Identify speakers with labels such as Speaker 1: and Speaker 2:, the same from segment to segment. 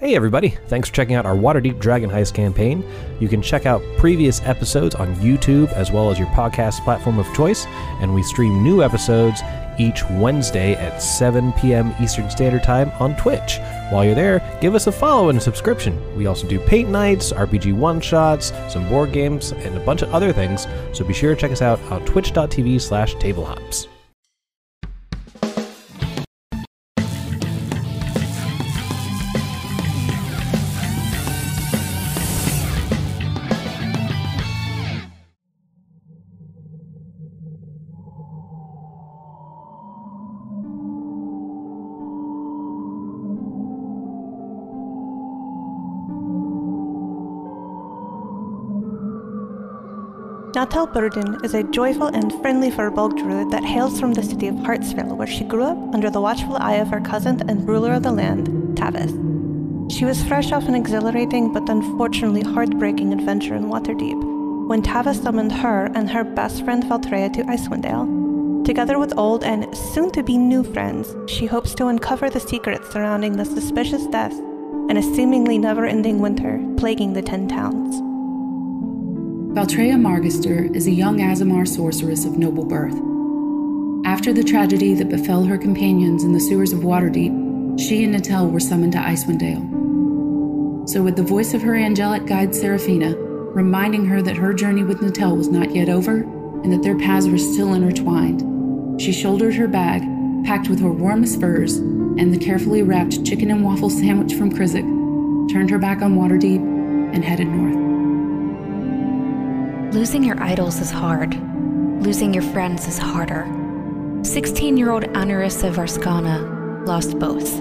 Speaker 1: Hey everybody, thanks for checking out our Waterdeep Dragon Heist campaign. You can check out previous episodes on YouTube as well as your podcast platform of choice, and we stream new episodes each Wednesday at 7 p.m. Eastern Standard Time on Twitch. While you're there, give us a follow and a subscription. We also do paint nights, RPG one shots, some board games, and a bunch of other things, so be sure to check us out on twitch.tv slash tablehops.
Speaker 2: Natal Burden is a joyful and friendly Firbolg druid that hails from the city of Hartsville, where she grew up under the watchful eye of her cousin and ruler of the land, Tavis. She was fresh off an exhilarating but unfortunately heartbreaking adventure in Waterdeep, when Tavis summoned her and her best friend Valtreya to Icewind Dale. Together with old and soon to be new friends, she hopes to uncover the secrets surrounding the suspicious deaths and a seemingly never ending winter plaguing the Ten Towns.
Speaker 3: Valtreya Margister is a young Azamar sorceress of noble birth. After the tragedy that befell her companions in the sewers of Waterdeep, she and Natel were summoned to Icewind Dale. So, with the voice of her angelic guide Seraphina, reminding her that her journey with Natel was not yet over and that their paths were still intertwined, she shouldered her bag, packed with her warmest furs and the carefully wrapped chicken and waffle sandwich from Krizik, turned her back on Waterdeep, and headed north.
Speaker 4: Losing your idols is hard. Losing your friends is harder. 16 year old Anarissa Varskana lost both.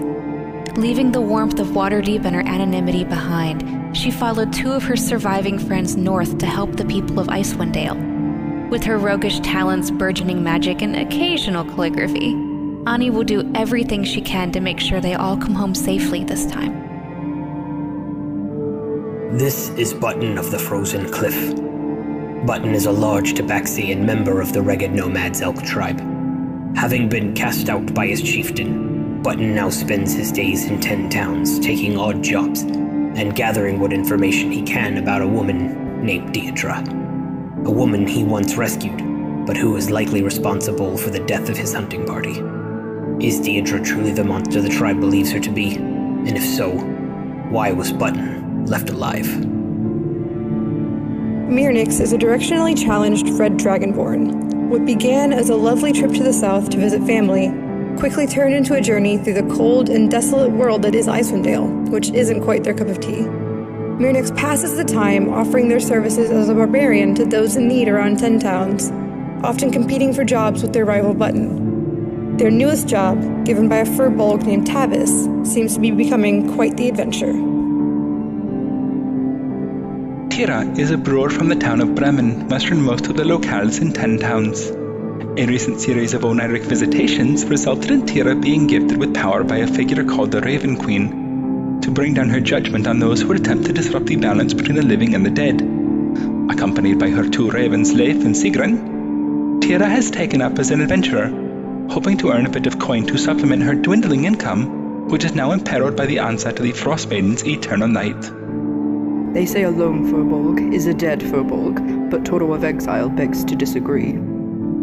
Speaker 4: Leaving the warmth of Waterdeep and her anonymity behind, she followed two of her surviving friends north to help the people of Icewind Dale. With her roguish talents, burgeoning magic, and occasional calligraphy, Ani will do everything she can to make sure they all come home safely this time.
Speaker 5: This is Button of the Frozen Cliff. Button is a large Tabaxian member of the Ragged Nomads Elk tribe. Having been cast out by his chieftain, Button now spends his days in ten towns taking odd jobs and gathering what information he can about a woman named Deirdre. A woman he once rescued, but who is likely responsible for the death of his hunting party. Is Deirdre truly the monster the tribe believes her to be? And if so, why was Button left alive?
Speaker 6: Myrnix is a directionally challenged red dragonborn. What began as a lovely trip to the south to visit family quickly turned into a journey through the cold and desolate world that is Icewind Dale, which isn't quite their cup of tea. Myrnix passes the time offering their services as a barbarian to those in need around ten towns, often competing for jobs with their rival Button. Their newest job, given by a furbolg named Tavis, seems to be becoming quite the adventure.
Speaker 7: Tira is a brewer from the town of Bremen, westernmost of the locales in 10 towns. A recent series of oniric visitations resulted in Tira being gifted with power by a figure called the Raven Queen, to bring down her judgment on those who would attempt to disrupt the balance between the living and the dead. Accompanied by her two ravens, Leif and Sigrun, Tira has taken up as an adventurer, hoping to earn a bit of coin to supplement her dwindling income, which is now imperiled by the onset of the Frost Maiden's Eternal Night.
Speaker 8: They say a lone Furbolg is a dead Furbolg, but Toro of Exile begs to disagree.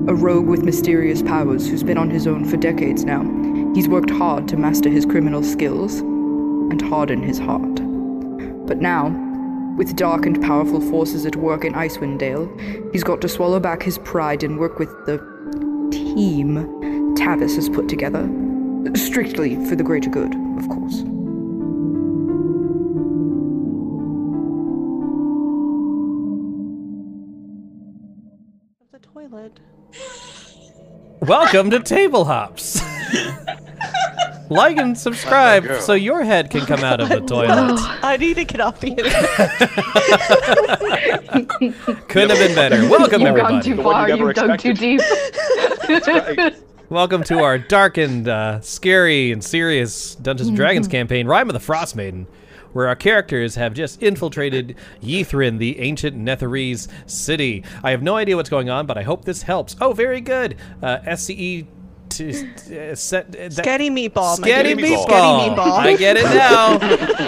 Speaker 8: A rogue with mysterious powers who's been on his own for decades now. He's worked hard to master his criminal skills and harden his heart. But now, with dark and powerful forces at work in Icewind Dale, he's got to swallow back his pride and work with the team Tavis has put together. Strictly for the greater good, of course.
Speaker 2: Of the toilet.
Speaker 1: Welcome to Table Hops. like and subscribe so your head can come out of the toilet.
Speaker 2: I need to get off the internet.
Speaker 1: Couldn't have been better. Welcome
Speaker 9: You've gone
Speaker 1: everybody.
Speaker 9: too
Speaker 10: one you
Speaker 9: far.
Speaker 10: never
Speaker 9: You've dug too
Speaker 10: expected.
Speaker 9: deep.
Speaker 1: Welcome to our darkened, uh, scary, and serious Dungeons and Dragons campaign, Rhyme of the Frost Maiden, where our characters have just infiltrated Yithrin, the ancient Netherese city. I have no idea what's going on, but I hope this helps. Oh, very good. Uh, SCE t- uh, set, uh, that-
Speaker 2: Sketty meatball. my
Speaker 1: Spaghetti
Speaker 2: dude.
Speaker 1: meatball.
Speaker 2: Sketty meatball.
Speaker 1: I get it now.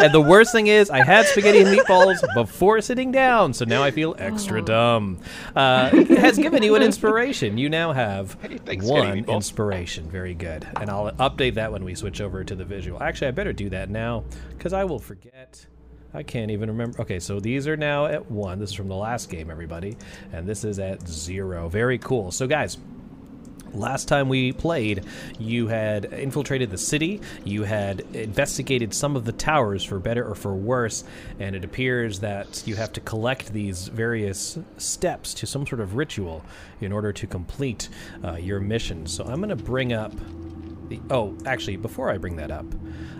Speaker 1: and the worst thing is, I had spaghetti and meatballs before sitting down, so now I feel extra dumb. Uh, it has given you an inspiration. You now have
Speaker 11: thanks, spaghetti
Speaker 1: one
Speaker 11: meatball.
Speaker 1: inspiration. Very good. And I'll update that when we switch over to the visual. Actually, I better do that now because I will forget. I can't even remember. Okay, so these are now at one. This is from the last game, everybody. And this is at zero. Very cool. So, guys, Last time we played, you had infiltrated the city, you had investigated some of the towers for better or for worse, and it appears that you have to collect these various steps to some sort of ritual in order to complete uh, your mission. So I'm going to bring up the. Oh, actually, before I bring that up,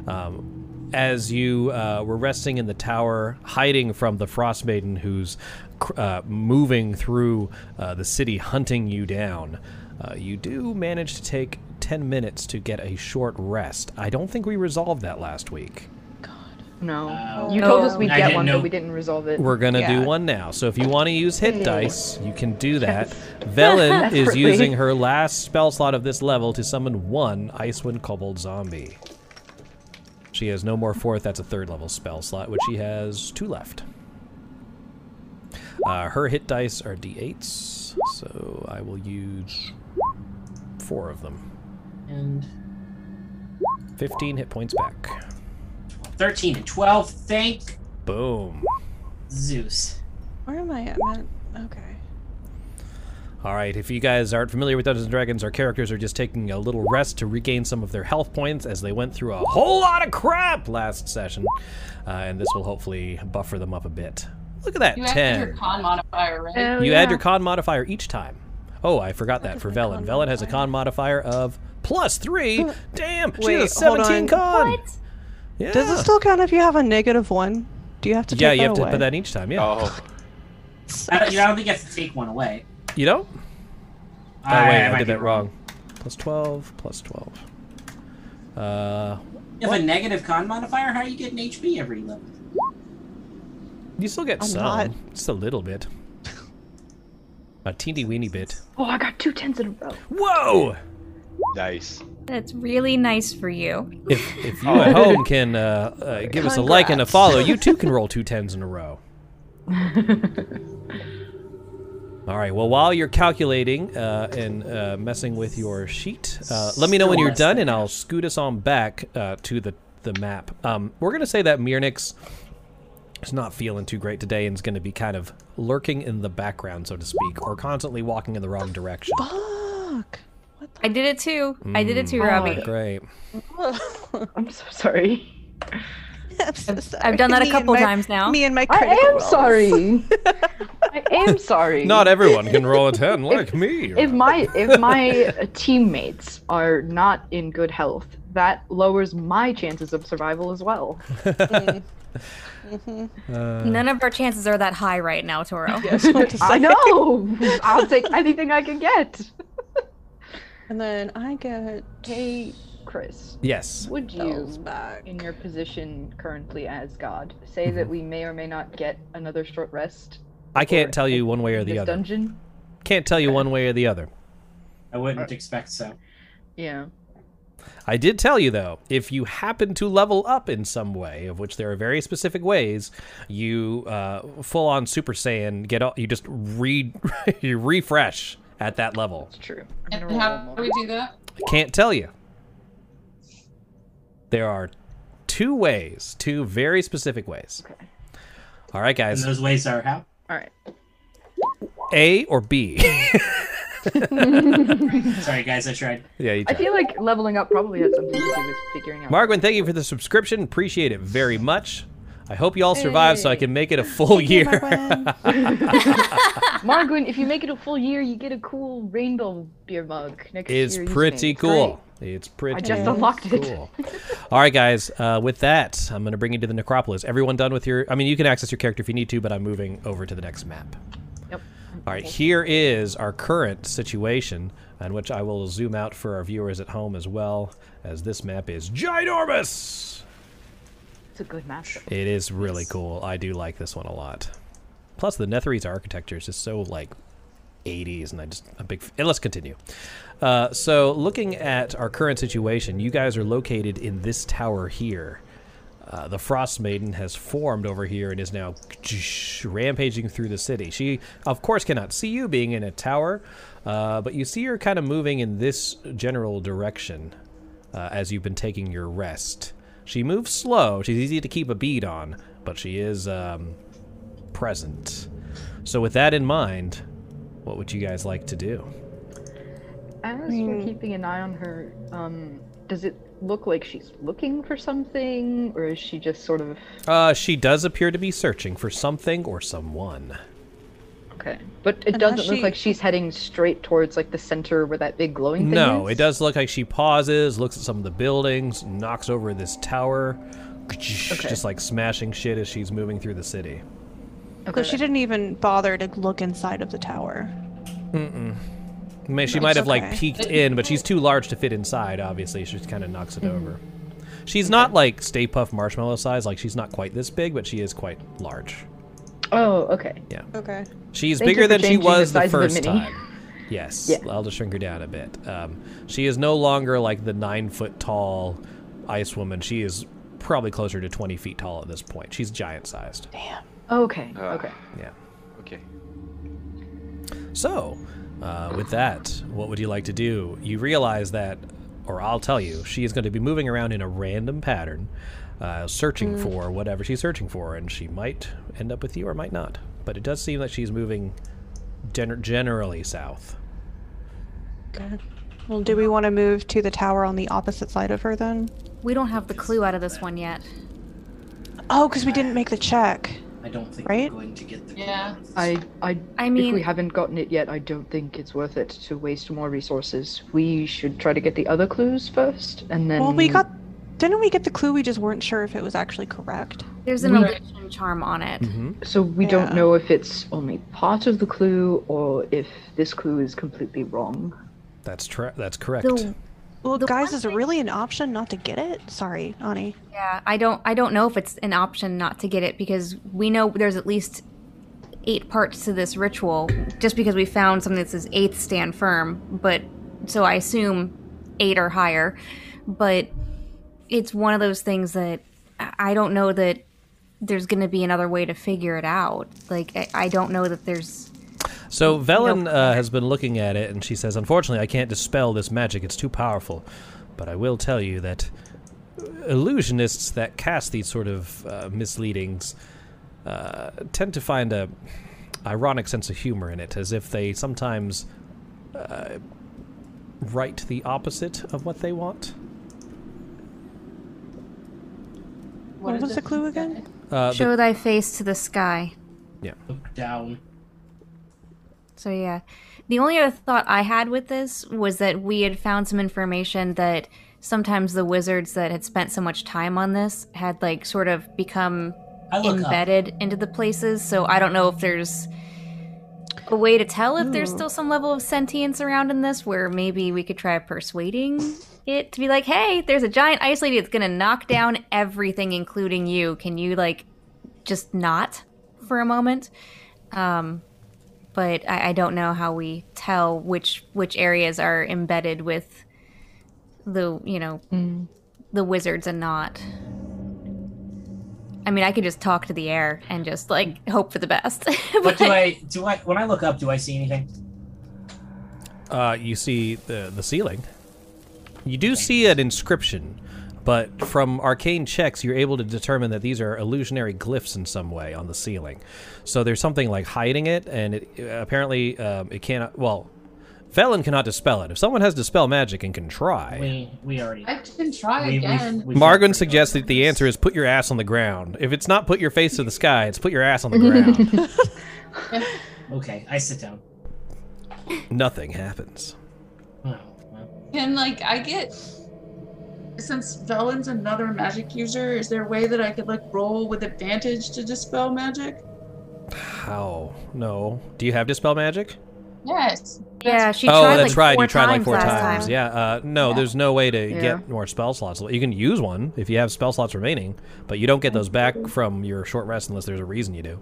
Speaker 1: um, as you uh, were resting in the tower, hiding from the Frost Maiden who's cr- uh, moving through uh, the city, hunting you down, uh, you do manage to take 10 minutes to get a short rest. I don't think we resolved that last week.
Speaker 8: No. you told us we'd
Speaker 12: I
Speaker 8: get
Speaker 12: didn't
Speaker 8: one,
Speaker 12: know.
Speaker 8: but we Oh. didn't resolve it.
Speaker 1: We're going to do
Speaker 2: Yeah.
Speaker 1: one now. So if you want to use hit dice, you can do that. Velen is
Speaker 8: Desperately.
Speaker 1: using her last spell slot of this level to summon one Icewind Kobold zombie. She has no more fourth. That's a third level spell slot, which she has two left. Uh, her hit dice are d8s, so I will use four of them.
Speaker 12: And
Speaker 1: 15 hit points back.
Speaker 12: 13 and 12. Thank
Speaker 1: Boom.
Speaker 12: Zeus.
Speaker 2: Where am I at? Man? Okay.
Speaker 1: All right, if you guys aren't familiar with Dungeons and Dragons, our characters are just taking a little rest to regain some of their health points as they went through a whole lot of crap last session. Uh, and this will hopefully buffer them up a bit. Look at that,
Speaker 13: You
Speaker 1: 10.
Speaker 13: added your con Oh, modifier, right?
Speaker 1: you add your con modifier each time. Oh, I forgot that for Velen. Velen has a con modifier of plus
Speaker 12: Mm.
Speaker 1: three. Damn, she
Speaker 2: Wait,
Speaker 1: has a
Speaker 2: hold
Speaker 1: 17
Speaker 2: on.
Speaker 1: con. Yeah.
Speaker 2: Does it still count if you have a negative one? Do you have to?
Speaker 1: yeah,
Speaker 2: take
Speaker 1: you
Speaker 2: that
Speaker 1: have to
Speaker 2: away?
Speaker 1: put that each time. Yeah.
Speaker 11: Oh,
Speaker 12: I don't, you know, I don't think you have to take one away.
Speaker 1: You don't? Oh,
Speaker 12: I-
Speaker 1: wait,
Speaker 12: I
Speaker 1: I,
Speaker 12: might
Speaker 1: did
Speaker 12: be
Speaker 1: that wrong. Plus 12, plus 12. Uh,
Speaker 12: You have a negative con modifier? How are you getting HP every level?
Speaker 1: You still get some.
Speaker 2: not.
Speaker 1: Just a little bit. A teeny weeny bit.
Speaker 13: Oh, I got two tens in a row.
Speaker 1: Whoa!
Speaker 11: nice.
Speaker 4: That's really nice for you.
Speaker 1: If, if you at home can uh, uh, give us a like and a
Speaker 2: Congrats.
Speaker 1: follow, you too can roll two tens in a row. All right. Well, while you're calculating uh, and uh, messing with your sheet, uh, let me know when
Speaker 12: Still
Speaker 1: you're
Speaker 12: less
Speaker 1: done,
Speaker 12: than
Speaker 1: and I'll scoot us on back uh, to the the map. Um, we're gonna say that Mirnix is not feeling too great today and is gonna be kind of lurking in the background, so to speak, or constantly walking in the wrong direction.
Speaker 2: Fuck.
Speaker 4: I did it too. I did it too,
Speaker 8: Mm.
Speaker 4: Robbie.
Speaker 1: Mm, Great.
Speaker 8: Oh, I'm so sorry.
Speaker 2: I'm so sorry.
Speaker 4: I've done that a
Speaker 2: Me and
Speaker 4: couple
Speaker 2: my-
Speaker 4: times now.
Speaker 2: Me and my
Speaker 8: I
Speaker 2: critical
Speaker 8: am
Speaker 2: roles.
Speaker 8: sorry. I am sorry.
Speaker 1: Not everyone can roll a ten like me.
Speaker 8: if my if my teammates are not in good health, that lowers my chances of survival as well.
Speaker 2: Uh,
Speaker 4: None of our chances are that high right now, Toro.
Speaker 8: I know. I'll take anything I can get.
Speaker 2: And then I get
Speaker 8: Hey, Chris,
Speaker 1: yes.
Speaker 8: would you,
Speaker 2: those back.
Speaker 8: in your position currently as God, say
Speaker 1: Mm-hmm.
Speaker 8: that we may or may not get another short rest
Speaker 1: I can't tell you one way or
Speaker 8: in
Speaker 1: the
Speaker 8: this
Speaker 1: other.
Speaker 8: dungeon?
Speaker 1: Can't tell you one way or the other.
Speaker 12: I wouldn't expect so.
Speaker 8: Yeah.
Speaker 1: I did tell you though, if you happen to level up in some way, of which there are very specific ways, you uh, full on Super Saiyan get all, you just re you refresh at that level.
Speaker 8: It's true. I'm
Speaker 13: And
Speaker 8: gonna roll
Speaker 13: how
Speaker 8: one
Speaker 13: do
Speaker 8: more.
Speaker 13: we do that?
Speaker 1: I can't tell you. There are two ways, two very specific ways. All right,
Speaker 12: And
Speaker 1: guys.
Speaker 12: those ways are how?
Speaker 8: All right.
Speaker 1: A or B.
Speaker 12: Sorry, guys, I tried.
Speaker 1: yeah, you
Speaker 8: I
Speaker 1: try.
Speaker 8: feel like leveling up probably had something to do with figuring out.
Speaker 1: Margwin, thank you for the subscription. Appreciate it very much. I hope you all survive so I can make it a full year.
Speaker 8: Margwin, if you make it a full year, you get a cool rainbow beer mug next year.
Speaker 1: it's
Speaker 8: using
Speaker 1: pretty
Speaker 8: it. It's
Speaker 1: cool. It's pretty
Speaker 8: I just unlocked it.
Speaker 1: cool. all right, guys. Uh, with that, I'm going to bring you to the necropolis. Everyone done with your. I mean, you can access your character if you need to, but I'm moving over to the next map.
Speaker 8: great. Yep.
Speaker 1: All right, here is our current situation, and which I will zoom out for our viewers at home as well, as this map is ginormous.
Speaker 8: It's a good match.
Speaker 1: It is really cool. I do like this one a lot. Plus, the Netherese architecture is just so like 80s, and I just a big. And let's continue. Uh, so, looking at our current situation, you guys are located in this tower here. Uh, the Frost Maiden has formed over here and is now rampaging through the city. She, of course, cannot see you being in a tower, uh, but you see her kind of moving in this general direction uh, as you've been taking your rest. She moves slow. She's easy to keep a bead on, but she is um, present. So, with that in mind, what would you guys like to do?
Speaker 8: As
Speaker 2: Mm.
Speaker 8: you're keeping an eye on her, um, does it look like she's looking for something, or is she just sort of
Speaker 1: Uh, she does appear to be searching for something or someone.
Speaker 8: okay? But it
Speaker 2: Unless
Speaker 8: doesn't
Speaker 2: she-
Speaker 8: look like she's heading straight towards like the center where that big glowing thing is.
Speaker 1: No, it does look like she pauses, looks at some of the buildings, knocks over this tower, just like smashing shit as she's moving through the city.
Speaker 2: So she didn't even bother to look inside of the tower.
Speaker 1: Mm-mm. May- She
Speaker 2: That's
Speaker 1: might have like
Speaker 2: okay.
Speaker 1: peeked in, but she's too large to fit inside. Obviously, she kind of knocks it over. She's not like Stay Puff Marshmallow size. Like she's not quite this big, but she is quite large.
Speaker 8: Oh, okay.
Speaker 1: Yeah.
Speaker 2: Okay.
Speaker 1: She's
Speaker 8: Thank you
Speaker 1: bigger
Speaker 8: for
Speaker 1: than she
Speaker 8: changing the
Speaker 1: was the,
Speaker 8: size of the
Speaker 1: first
Speaker 8: mini.
Speaker 1: time. Yes,
Speaker 8: Yeah.
Speaker 1: I'll just shrink her down a bit. Um, she is no longer like the nine foot tall ice woman. She is probably closer to twenty feet tall at this point. She's giant sized. Damn.
Speaker 8: Okay. okay.
Speaker 1: Yeah.
Speaker 14: Okay.
Speaker 1: So, uh, with that, what would you like to do? You realize that, or I'll tell you, she is going to be moving around in a random pattern, uh, searching
Speaker 14: Mm.
Speaker 1: for whatever she's searching for, and she might end up with you or might not. But it does seem that she's moving gen- generally south.
Speaker 2: Okay. Well, do we want to move to the tower on the opposite side of her then?
Speaker 4: We don't have the clue out of this one yet.
Speaker 2: Oh, because we didn't make the check.
Speaker 12: I don't think
Speaker 2: Right?
Speaker 12: we're going to get the.
Speaker 8: Yeah. I, I,
Speaker 4: I
Speaker 8: if
Speaker 4: mean-
Speaker 8: we haven't gotten it yet, I don't think it's worth it to waste more resources. We should try to get the other clues first, and then.
Speaker 2: Well, we got. Didn't we get the clue? We just weren't sure if it was actually correct.
Speaker 4: There's an illusion charm on it.
Speaker 1: Mm-hmm.
Speaker 8: So we don't
Speaker 2: Yeah.
Speaker 8: know if it's only part of the clue or if this clue is completely wrong.
Speaker 1: That's tra- that's correct.
Speaker 4: The-
Speaker 2: Well, guys, is it really an option not to get it? Sorry, Ani.
Speaker 4: Yeah, I don't I don't know if it's an option not to get it because we know there's at least eight parts to this ritual just because we found something that says eighth stand firm, but so I assume eight or higher, but it's one of those things that I I don't know that there's going to be another way to figure it out. Like I, I don't know that there's
Speaker 1: So Velen uh, has been looking at it, and she says, "Unfortunately, I can't dispel this magic; it's too powerful. But I will tell you that illusionists that cast these sort of uh, misleadings uh, tend to find a ironic sense of humor in it, as if they sometimes uh, write the opposite of what they want."
Speaker 2: What, was the clue again?
Speaker 1: Uh,
Speaker 4: show
Speaker 1: the-
Speaker 4: thy face to the sky.
Speaker 1: yeah.
Speaker 12: Look down.
Speaker 4: So yeah, the only other thought I had with this was that we had found some information that sometimes the wizards that had spent so much time on this had like sort of become
Speaker 12: I look up.
Speaker 4: embedded into the places. So I don't know if there's a way to tell if there's
Speaker 2: Ooh.
Speaker 4: still some level of sentience around in this, where maybe we could try persuading it to be like, "Hey, there's a giant ice lady that's gonna knock down everything, including you. Can you like just not for a moment?" Um, but I, I don't know how we tell which which areas are embedded with the you know the wizards and not. I mean, I could just talk to the air and just like hope for the best.
Speaker 12: What do I do? I when I look up, do I see anything?
Speaker 1: Uh, you see the the ceiling. You do see an inscription, but from arcane checks, you're able to determine that these are illusionary glyphs in some way on the ceiling. So there's something like hiding it, and it apparently um, it cannot. Well, Felon cannot dispel it. If someone has dispel magic and can try,
Speaker 12: We we already.
Speaker 8: I can try
Speaker 12: We- we-
Speaker 8: again.
Speaker 12: we-
Speaker 1: Margon suggests that the answer is put your ass on the ground. If it's not put your face to the sky, it's put your ass on the ground.
Speaker 12: Okay, I sit down.
Speaker 1: Nothing happens.
Speaker 12: Oh,
Speaker 13: Can like I get since Velen's another magic user, is there a way that I could like roll with advantage to dispel magic?
Speaker 1: How? No. Do you have dispel magic?
Speaker 13: Yes.
Speaker 4: yeah, she
Speaker 1: oh,
Speaker 4: tried
Speaker 1: that's
Speaker 4: like
Speaker 1: right.
Speaker 4: four
Speaker 1: you tried like
Speaker 4: times
Speaker 1: four
Speaker 4: last
Speaker 1: times.
Speaker 4: time.
Speaker 1: Yeah. Uh, no, there's no way to
Speaker 4: Yeah.
Speaker 1: get more spell slots. You can use one if you have spell slots remaining, but you don't get those back from your short rest unless there's a reason you do.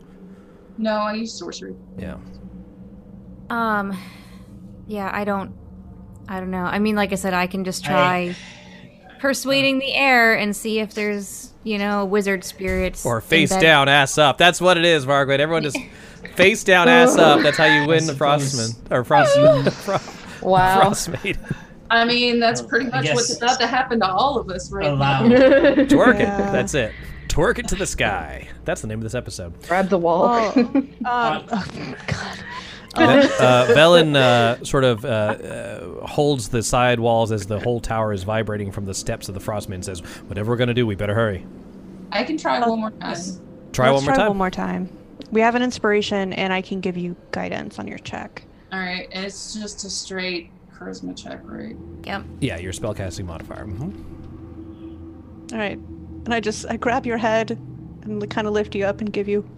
Speaker 13: No, I use sorcery.
Speaker 1: Yeah.
Speaker 4: Um, yeah, I don't, I don't know. I mean, like I said, I can just try persuading the air and see if there's, you know, wizard spirits.
Speaker 1: Or face
Speaker 4: embedded-
Speaker 1: down, ass up. That's what it is, Margaret. Everyone just face down, ass up. That's how you win the Frostman. Or Frostman. Fro-
Speaker 13: Wow.
Speaker 1: Frostmaid.
Speaker 13: I mean, that's
Speaker 12: Oh,
Speaker 13: pretty much
Speaker 1: guess
Speaker 13: what's about to happen to all of us right
Speaker 1: Allow.
Speaker 13: now.
Speaker 1: Twerk it. That's it. Twerk it to the sky. That's the name of this episode.
Speaker 8: Grab the wall.
Speaker 2: Oh, um,
Speaker 1: Ve- uh, Velen uh, sort of uh, uh, holds the side walls as the whole tower is vibrating from the steps of the Frostman and says, Whatever we're going to do, we better hurry.
Speaker 13: I can try one more time.
Speaker 1: Try
Speaker 2: Let's
Speaker 1: one more
Speaker 2: try
Speaker 1: time.
Speaker 2: one more time. We have an inspiration, and I can give you guidance on your check.
Speaker 13: All right, and it's just a straight charisma check, right?
Speaker 4: Yep.
Speaker 1: Yeah, your spellcasting modifier.
Speaker 12: Mm-hmm.
Speaker 1: Mhm.
Speaker 2: All right, and I just I grab your head and kind of lift you up and give you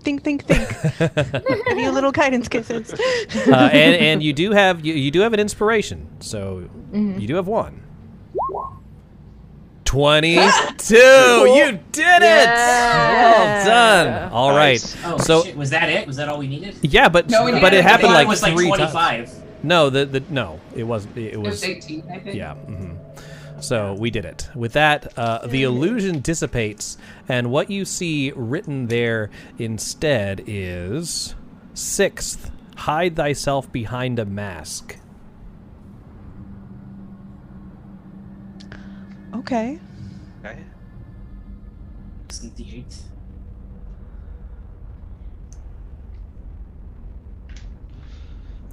Speaker 2: think, think, think. give you little guidance kisses.
Speaker 1: Uh, and, and you do have you, you do have an inspiration, so
Speaker 2: Mhm.
Speaker 1: you do have one. Twenty-two. Oh, you did it. Well done. All right.
Speaker 12: Oh,
Speaker 1: so
Speaker 12: shit, was that it? Was that all we needed?
Speaker 1: yeah, but
Speaker 12: No, we
Speaker 1: but
Speaker 12: didn't.
Speaker 1: it
Speaker 12: I
Speaker 1: happened
Speaker 12: thought
Speaker 1: like
Speaker 12: it was, like,
Speaker 1: three times.
Speaker 12: 25.
Speaker 1: No, the the no, it wasn't. It, it was.
Speaker 13: was 18, I think.
Speaker 1: Yeah. mhm. So we did it. With that, uh, the illusion dissipates, and what you see written there instead is sixth. Hide thyself behind a mask.
Speaker 2: okay.
Speaker 7: Okay.
Speaker 12: Isn't the eighth?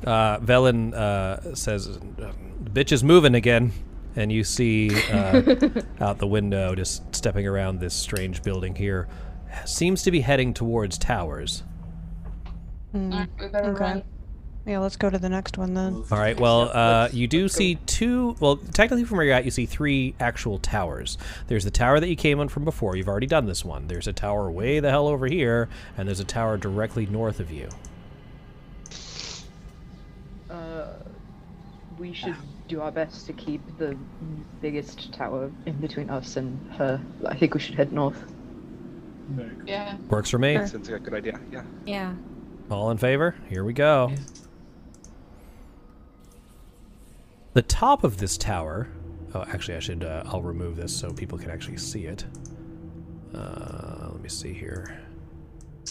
Speaker 1: Uh, Velen uh, says, "The "Bitch is moving again," and you see uh, out the window, just stepping around this strange building here, seems to be heading towards towers.
Speaker 2: Mm,
Speaker 13: Alright, we better
Speaker 2: okay.
Speaker 13: run.
Speaker 2: Yeah, let's go to the next one then.
Speaker 1: All right. Well, uh, you do see two. Well, technically, from where you're at, you see three actual towers. There's the tower that you came on from before. You've already done this one. There's a tower way the hell over here, and there's a tower directly north of you.
Speaker 8: Uh, we should do our best to keep the biggest tower in between us and her. I think we should head north.
Speaker 13: Yeah.
Speaker 1: Works for me.
Speaker 7: Sounds like a good idea. Yeah.
Speaker 4: Yeah.
Speaker 1: All in favor? Here we go. The top of this tower. Oh, actually, I should. Uh, I'll remove this so people can actually see it. Uh, let me see here.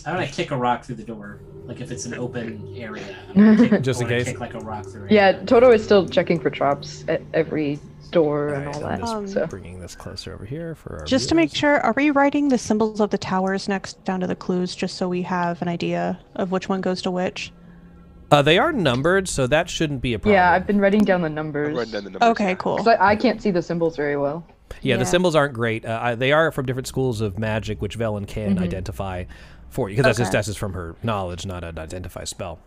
Speaker 12: I'm gonna kick a rock through the door, like if it's an open area. I'm gonna kick-
Speaker 1: Just
Speaker 12: I
Speaker 1: in
Speaker 12: wanna
Speaker 1: case.
Speaker 12: Kick like a rock through. it.
Speaker 8: Yeah, Toto is still checking for traps at every door and all
Speaker 1: I'm
Speaker 8: that.
Speaker 2: Um,
Speaker 1: just
Speaker 8: so
Speaker 1: bringing this closer over here for our.
Speaker 2: Just to make sure, are we writing the symbols of the towers next down to the clues just so we have an idea of which one goes to which?
Speaker 1: Uh, they are numbered, so that shouldn't be a problem.
Speaker 8: yeah, I've been writing down the numbers. Oh,
Speaker 2: Okay, cool.
Speaker 8: 'Cause I, I can't see the symbols very well.
Speaker 1: Yeah, the
Speaker 8: Yeah.
Speaker 1: symbols aren't great. Uh, I, they are from different schools of magic, which Velen can
Speaker 8: Mhm.
Speaker 1: identify for you because that's just
Speaker 8: Okay.
Speaker 1: that's just from her knowledge, not an identify spell.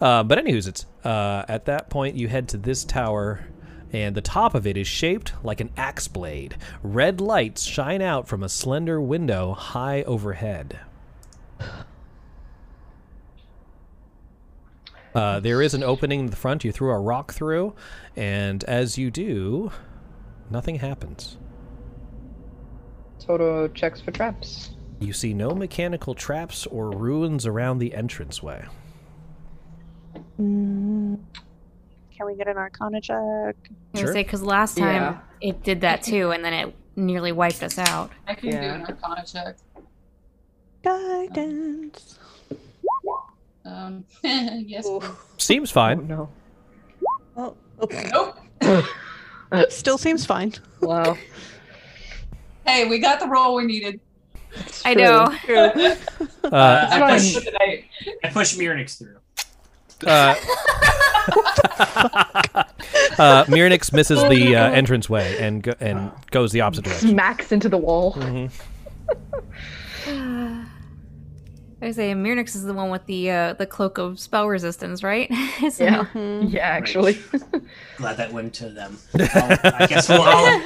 Speaker 1: Uh, but anywho's, it's uh, at that point you head to this tower. And the top of it is shaped like an axe blade. Red lights shine out from a slender window high overhead. Uh, there is an opening in the front. You threw a rock through, and as you do, nothing happens.
Speaker 8: Toto checks for traps.
Speaker 1: You see no mechanical traps or ruins around the entranceway.
Speaker 2: Mm, Can we get an Arcana check?
Speaker 4: I was gonna say because last time it did that too, and then it nearly wiped us out.
Speaker 13: I can do
Speaker 4: Yeah.
Speaker 13: an Arcana check.
Speaker 2: Guidance.
Speaker 13: Um, yes.
Speaker 1: Seems fine.
Speaker 8: no.
Speaker 2: Oh, okay.
Speaker 13: Nope.
Speaker 2: Still seems fine.
Speaker 8: Wow.
Speaker 13: Hey, we got the roll we needed.
Speaker 4: I know.
Speaker 12: Uh,
Speaker 13: That's what I
Speaker 12: I, push,
Speaker 13: need tonight.
Speaker 12: I push Mirnix through.
Speaker 1: Uh, uh, Mirnix misses the uh, entranceway and go- and goes the opposite direction.
Speaker 8: Smacks into the wall.
Speaker 4: I say Mirnix is the one with the uh, the cloak of spell resistance, right? So-
Speaker 8: Yeah. Yeah, actually.
Speaker 12: Glad that went to them. I'll, I guess we'll all,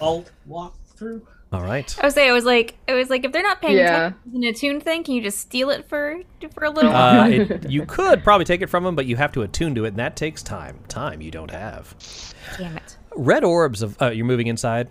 Speaker 12: all walk through.
Speaker 1: All right.
Speaker 4: I was say I was like I was like if they're not paying
Speaker 12: Yeah.
Speaker 4: attention to the tune thing, can you just steal it for for a little
Speaker 1: Uh,
Speaker 4: while?
Speaker 1: it, you could probably take it from him, but you have to attune to it, and that takes time. Time you don't have.
Speaker 4: Damn it.
Speaker 1: Red orbs of. Uh, you're moving inside?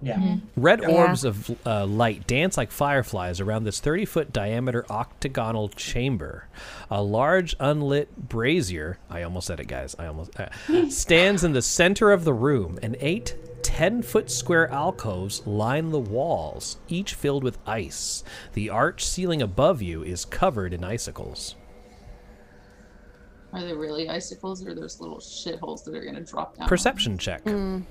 Speaker 12: Yeah.
Speaker 1: Red
Speaker 12: Yeah.
Speaker 1: orbs of uh, light dance like fireflies around this 30 foot diameter octagonal chamber. A large unlit brazier, I almost said it, guys, I almost, uh, stands in the center of the room, and eight 10 foot square alcoves line the walls, each filled with ice. The arch ceiling above you is covered in icicles.
Speaker 13: Are they really icicles or those little shitholes that are gonna drop down? on
Speaker 1: Perception check.
Speaker 13: Mm. us?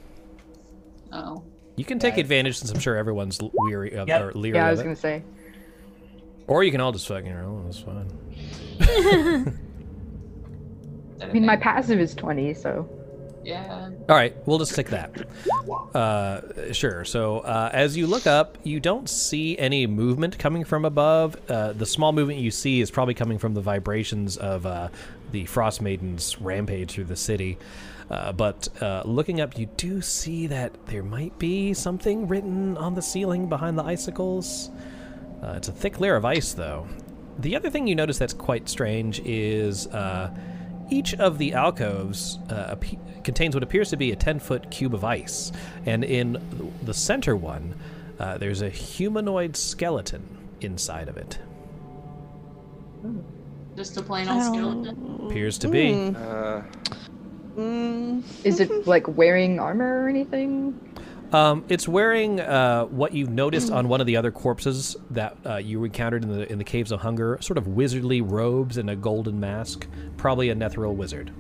Speaker 13: Oh.
Speaker 1: You can take advantage since I'm sure everyone's l- weary of
Speaker 8: Yep.
Speaker 1: or leery
Speaker 8: yeah, I
Speaker 1: of
Speaker 8: was
Speaker 1: it.
Speaker 8: gonna say.
Speaker 1: Or you can all just fucking roll. That's fine.
Speaker 8: I mean, my passive is twenty, so.
Speaker 13: Yeah.
Speaker 1: All right, we'll just take that. Uh, sure. So uh, as you look up, you don't see any movement coming from above. Uh, the small movement you see is probably coming from the vibrations of uh, the Frost Maiden's rampage through the city. Uh, but uh, looking up, you do see that there might be something written on the ceiling behind the icicles. Uh, it's a thick layer of ice, though. The other thing you notice that's quite strange is uh, each of the alcoves uh, appe- contains what appears to be a 10 foot cube of ice. And in the center one, uh, there's a humanoid skeleton inside of it.
Speaker 13: Just a plain old skeleton.
Speaker 1: Appears to be.
Speaker 13: Mm-hmm.
Speaker 8: Is it like wearing armor or anything?
Speaker 1: Um, it's wearing uh, what you noticed on one of the other corpses that uh, you encountered in the in the caves of hunger, sort of wizardly robes and a golden mask, probably a Netheril wizard.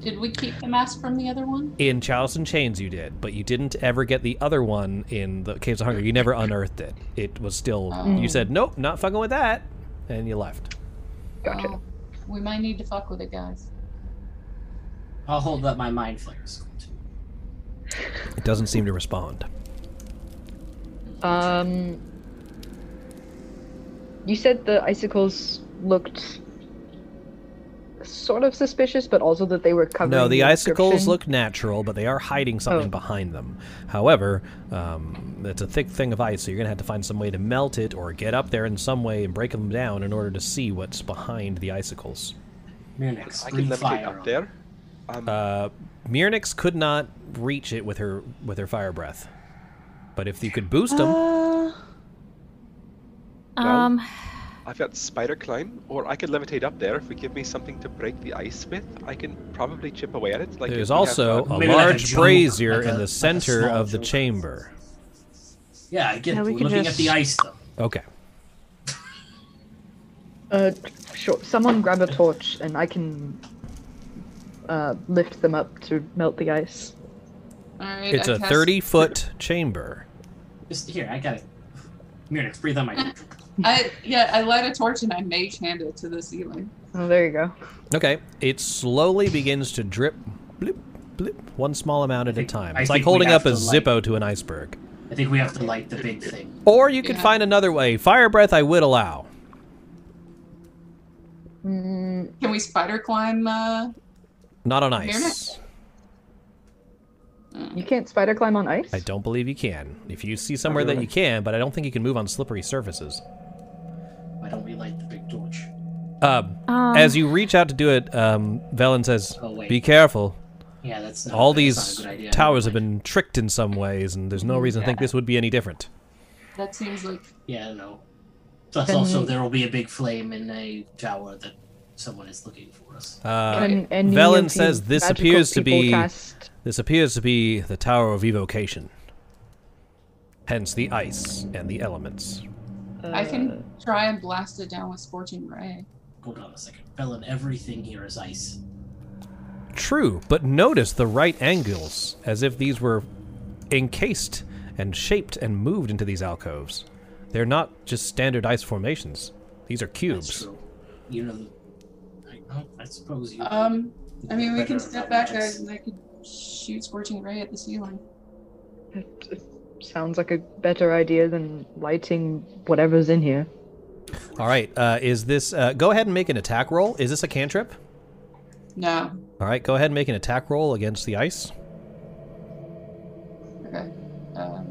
Speaker 13: Did we keep the mask from the other one?
Speaker 1: In Chalice and Chains, you did, but you didn't ever get the other one in the Caves of Hunger. You never unearthed it. It was still.
Speaker 13: Oh.
Speaker 1: You said, nope, not fucking with that. And you left.
Speaker 8: Gotcha.
Speaker 13: Uh, we might need to fuck with it, guys.
Speaker 12: I'll hold up my mind flares.
Speaker 1: It doesn't seem to respond.
Speaker 8: Um. You said the icicles looked sort of suspicious, but also that they were covered.
Speaker 1: No, the icicles look natural, but they are hiding something
Speaker 8: Oh.
Speaker 1: behind them. However, um, it's a thick thing of ice, so you're going to have to find some way to melt it or get up there in some way and break them down in order to see what's behind the icicles.
Speaker 12: Munich,
Speaker 1: I
Speaker 12: breathe
Speaker 1: can levitate
Speaker 12: fire.
Speaker 1: up
Speaker 12: on-
Speaker 7: There?
Speaker 1: Uh, Myrnix could not reach it with her with her fire breath. But if you could boost them,
Speaker 4: Um,
Speaker 7: I've got spider climb, or I could levitate up there. If we give me something to break the ice with, I can probably chip away at it. Like if we have,
Speaker 1: there's also
Speaker 7: uh,
Speaker 1: a large brazier in the center
Speaker 12: small
Speaker 1: of the chamber.
Speaker 12: Yeah, I get
Speaker 8: Yeah,
Speaker 12: it.
Speaker 8: we
Speaker 12: We're
Speaker 8: can
Speaker 12: looking
Speaker 8: just-
Speaker 12: at the ice though.
Speaker 1: Okay.
Speaker 8: Uh, sure. Someone grab a torch, and I can uh, lift them up to melt the ice.
Speaker 13: Alright.
Speaker 1: It's
Speaker 13: I
Speaker 1: a
Speaker 13: cast-
Speaker 1: 30 foot chamber.
Speaker 12: Just here, I got it. Munich, breathe on my
Speaker 13: I yeah, I light a torch and I mage hand it to the ceiling.
Speaker 8: Oh, there you go.
Speaker 1: Okay. It slowly begins to drip, blip, blip, one small amount at a time.
Speaker 12: I
Speaker 1: It's like
Speaker 12: think we
Speaker 1: holding
Speaker 12: have
Speaker 1: up a
Speaker 12: to light-
Speaker 1: Zippo to an iceberg.
Speaker 12: I think we have to light the big thing.
Speaker 1: Or you could find another way. Fire breath, I would allow.
Speaker 13: Can we spider climb uh
Speaker 1: Not on
Speaker 13: Myrnix?
Speaker 1: ice.
Speaker 8: You
Speaker 13: Uh,
Speaker 8: can't spider climb on ice.
Speaker 1: I don't believe you can. If you see somewhere that
Speaker 12: really?
Speaker 1: you can, but I don't think you can move on slippery surfaces.
Speaker 12: Why don't we light the big torch?
Speaker 1: Um,
Speaker 12: Um.
Speaker 1: as you reach out to do it, um, Velen says,
Speaker 12: Oh, wait.
Speaker 1: "Be careful.
Speaker 12: Yeah, that's not-
Speaker 1: all
Speaker 12: that's
Speaker 1: these
Speaker 12: not a good idea. Mm,
Speaker 1: towers have been tricked in some ways, and there's no reason to think
Speaker 12: Yeah.
Speaker 1: this would be any different."
Speaker 13: That seems like
Speaker 12: Yeah, no. Plus,
Speaker 8: Then-
Speaker 12: also there will be a big flame in a tower that someone is looking for us.
Speaker 1: Uh,
Speaker 8: Can any of
Speaker 1: Velen
Speaker 8: these
Speaker 1: says, "This
Speaker 8: magical
Speaker 1: appears to
Speaker 8: people
Speaker 1: be
Speaker 8: cast-
Speaker 1: this appears to be the Tower of Evocation, hence the ice and the elements."
Speaker 13: I can try and blast it down with scorching ray.
Speaker 12: Hold on a second. Felon, everything here is ice.
Speaker 1: True, but notice the right angles, as if these were encased and shaped and moved into these alcoves. They're not just standard ice formations. These are cubes.
Speaker 12: You know, I, oh, I suppose you.
Speaker 13: Um I mean we
Speaker 12: better
Speaker 13: can
Speaker 12: about
Speaker 13: step back
Speaker 12: magics.
Speaker 13: guys and I could shoot scorching ray at the ceiling.
Speaker 8: It sounds like a better idea than lighting whatever's in here.
Speaker 1: All right, uh, is this? Uh, go ahead and make an attack roll. Is this a cantrip?
Speaker 13: No.
Speaker 1: All right, go ahead and make an attack roll against the ice.
Speaker 13: Okay. Um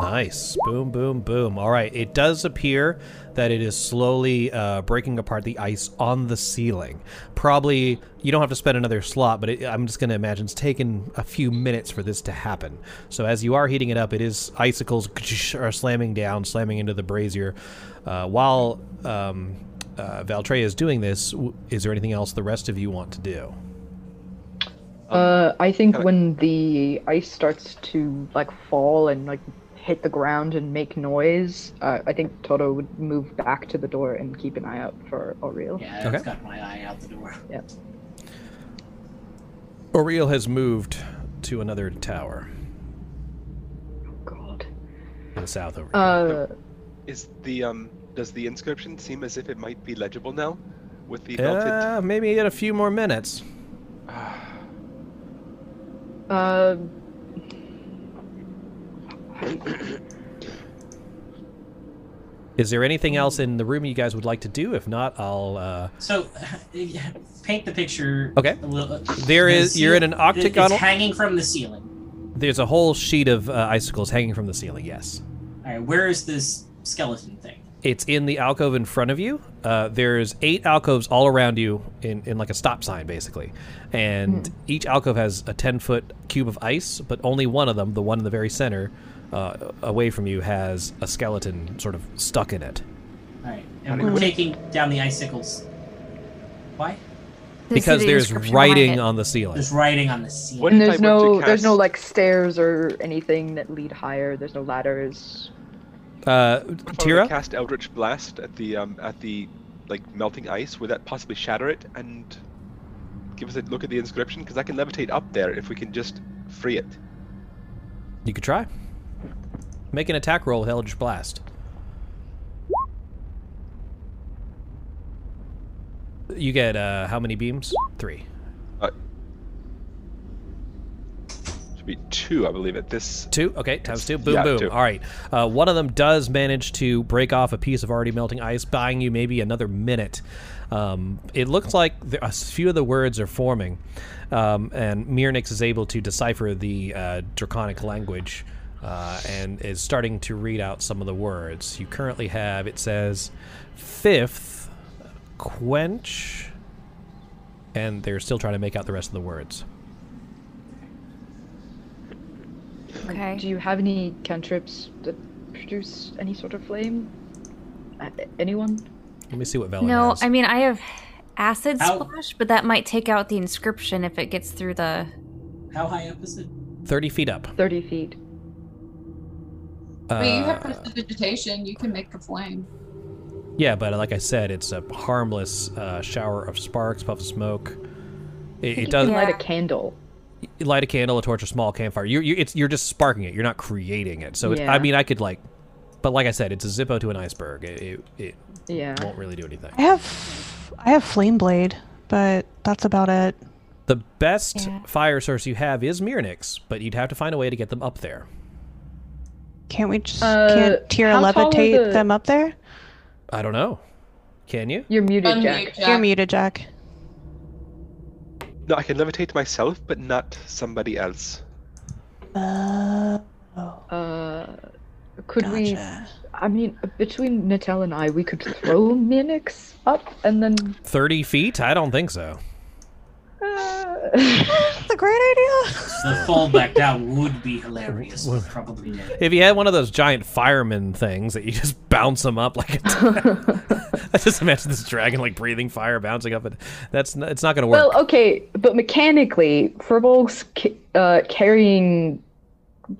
Speaker 1: Nice. Boom, boom, boom. All right. It does appear that it is slowly uh, breaking apart the ice on the ceiling. Probably, you don't have to spend another slot, but it, I'm just going to imagine it's taken a few minutes for this to happen. So as you are heating it up, it is icicles are slamming down, slamming into the brazier. Uh, while um, uh, Valtrea is doing this, w- is there anything else the rest of you want to do? Um,
Speaker 8: Uh, I think when the ice starts to like fall and like hit the ground and make noise, uh, I think Toto would move back to the door and keep an eye out for Oriel.
Speaker 12: Yeah, I've got my eye out the door.
Speaker 8: Yep.
Speaker 1: Oriel has moved to another tower. Oh God! To the south over.
Speaker 8: Uh,
Speaker 7: Is the um does the inscription seem as if it might be legible now, with the melted?
Speaker 1: Uh, maybe in a few more minutes.
Speaker 8: uh,
Speaker 1: Is there anything else in the room you guys would like to do? If not, I'll. Uh,
Speaker 12: So, paint the picture.
Speaker 1: Okay.
Speaker 12: A little,
Speaker 1: There
Speaker 12: the
Speaker 1: is- you're in an
Speaker 12: ceil-
Speaker 1: octagonal-
Speaker 12: It's hanging from the ceiling.
Speaker 1: there's a whole sheet of uh, icicles hanging from the ceiling. Yes,
Speaker 12: All right, where is this skeleton thing?
Speaker 1: it's in the alcove in front of you. Uh, there's eight alcoves all around you in, in like a stop sign, basically, and each alcove has a ten foot cube of ice, but only one of them, the one in the very center, uh, away from you, has a skeleton sort of stuck in it.
Speaker 12: All right, and we're taking down the icicles. Why?
Speaker 1: because there's writing on the ceiling.
Speaker 12: There's writing on the ceiling.
Speaker 8: and there's no there's no like stairs or anything that lead higher. There's no ladders.
Speaker 1: Uh,
Speaker 7: If I were to
Speaker 1: Tira,
Speaker 7: cast Eldritch Blast at the um at the like melting ice, would that possibly shatter it and give us a look at the inscription? Because I can levitate up there if we can just free it.
Speaker 1: you could try. Make an attack roll with Eldritch Blast. You get uh, how many beams? Three.
Speaker 7: Should be two, I believe. At this
Speaker 1: Two. Okay, times two. Boom,
Speaker 7: yeah,
Speaker 1: boom.
Speaker 7: two.
Speaker 1: All right. Uh, one of them does manage to break off a piece of already melting ice, buying you maybe another minute. Um, it looks like there, a few of the words are forming, um, and Mirnix is able to decipher the uh, draconic language uh, and is starting to read out some of the words. You currently have it says fifth quench, and they're still trying to make out the rest of the words.
Speaker 8: Like, Do you have any cantrips that produce any sort of flame? Uh, anyone?
Speaker 1: Let me see what Velen
Speaker 4: No,
Speaker 1: has.
Speaker 4: I mean I have acid
Speaker 1: How-
Speaker 4: splash, but that might take out the inscription if it gets through the.
Speaker 12: How high up is it?
Speaker 1: Thirty feet up.
Speaker 8: Thirty feet.
Speaker 13: Wait, you
Speaker 1: Uh,
Speaker 13: have prestidigitation. You can make a flame.
Speaker 1: Yeah, but like I said, it's a harmless uh, shower of sparks, puff of smoke. It, it does
Speaker 8: You can light a candle.
Speaker 1: you light a candle, a torch, a small campfire. You're you, it's, you're just sparking it. You're not creating it. So it, I
Speaker 8: Yeah.
Speaker 1: mean, I could like, but like I said, it's a Zippo to an iceberg. It it, it
Speaker 8: Yeah.
Speaker 1: won't really do anything.
Speaker 2: I have, I have flame blade, but that's about it.
Speaker 1: The best fire source you have is Mirnix, but you'd have to find a way to get them up there.
Speaker 2: Can't we just
Speaker 8: Uh,
Speaker 2: can't Tira
Speaker 8: how tall are
Speaker 2: levitate
Speaker 8: the-
Speaker 2: them up there?
Speaker 1: I don't know. Can you?
Speaker 8: You're muted,
Speaker 13: Unmute,
Speaker 8: Jack.
Speaker 13: Jack.
Speaker 2: You're muted, Jack.
Speaker 7: No, I can levitate myself, but not somebody else.
Speaker 2: Uh,
Speaker 8: Uh, could we? I mean, between Natel and I, we could throw Minix up and then.
Speaker 1: Thirty feet? I don't think so.
Speaker 8: Uh,
Speaker 2: That's a great idea.
Speaker 12: The fall back down would be hilarious. Probably dead.
Speaker 1: If you had one of those giant fireman things that you just bounce them up like a I just imagine this dragon like breathing fire bouncing up and that's n- it's not going to work.
Speaker 8: Well, okay, but mechanically, Furbolg's ca- uh, carrying,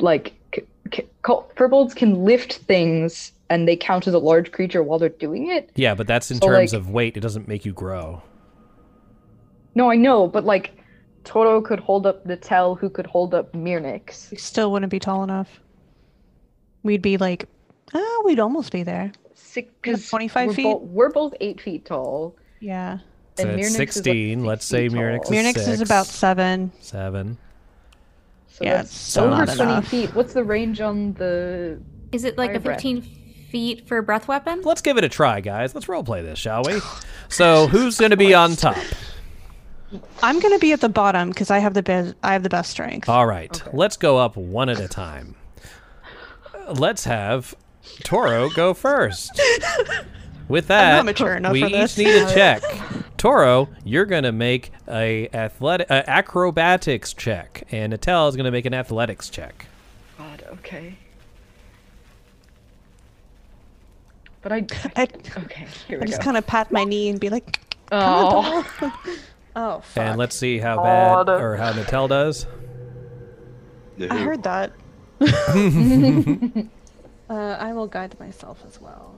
Speaker 8: like, c- c- col- Furbolgs can lift things and they count as a large creature while they're doing it.
Speaker 1: yeah, but that's in
Speaker 8: so,
Speaker 1: terms
Speaker 8: like-
Speaker 1: of weight. It doesn't make you grow.
Speaker 8: No, I know, but like, Toro could hold up Natel, who could hold up Mirnix.
Speaker 2: We still wouldn't be tall enough. We'd be like, ah, we'd almost be there.
Speaker 8: Because
Speaker 2: 25
Speaker 8: we're
Speaker 2: feet?
Speaker 8: bo- we're both eight feet tall.
Speaker 2: Yeah.
Speaker 1: So
Speaker 8: And
Speaker 1: it's
Speaker 8: Mirnix is, like,
Speaker 1: 16. Let's say Mirnix is
Speaker 2: Mirnix is
Speaker 1: six,
Speaker 2: about seven.
Speaker 1: 7.
Speaker 8: So
Speaker 2: Yeah,
Speaker 8: that's
Speaker 2: it's still
Speaker 8: over
Speaker 2: not
Speaker 8: 20
Speaker 2: enough.
Speaker 8: feet. What's the range on the.
Speaker 4: Is it like
Speaker 8: Fire
Speaker 4: a
Speaker 8: breath.
Speaker 4: 15 feet for breath weapon?
Speaker 1: Let's give it a try, guys. Let's role play this, shall we? So, who's going to be on top?
Speaker 2: I'm gonna be at the bottom because I have the best. I have the best strength.
Speaker 1: All right. Let's go up one at a time. let's have Toro go first. With that,
Speaker 2: not mature enough
Speaker 1: we
Speaker 2: for
Speaker 1: each
Speaker 2: this.
Speaker 1: need a check. Toro, you're gonna make a athletic uh, acrobatics check, and Natel is gonna make an athletics check.
Speaker 15: God, okay.
Speaker 8: But I, okay, here we
Speaker 2: I just
Speaker 8: go.
Speaker 2: kind of pat my knee and be like,
Speaker 8: Oh.
Speaker 2: "Come on, doll." oh,
Speaker 1: And let's see how
Speaker 2: God.
Speaker 1: bad or how Natel does.
Speaker 2: I heard that. uh, I will guide myself as well.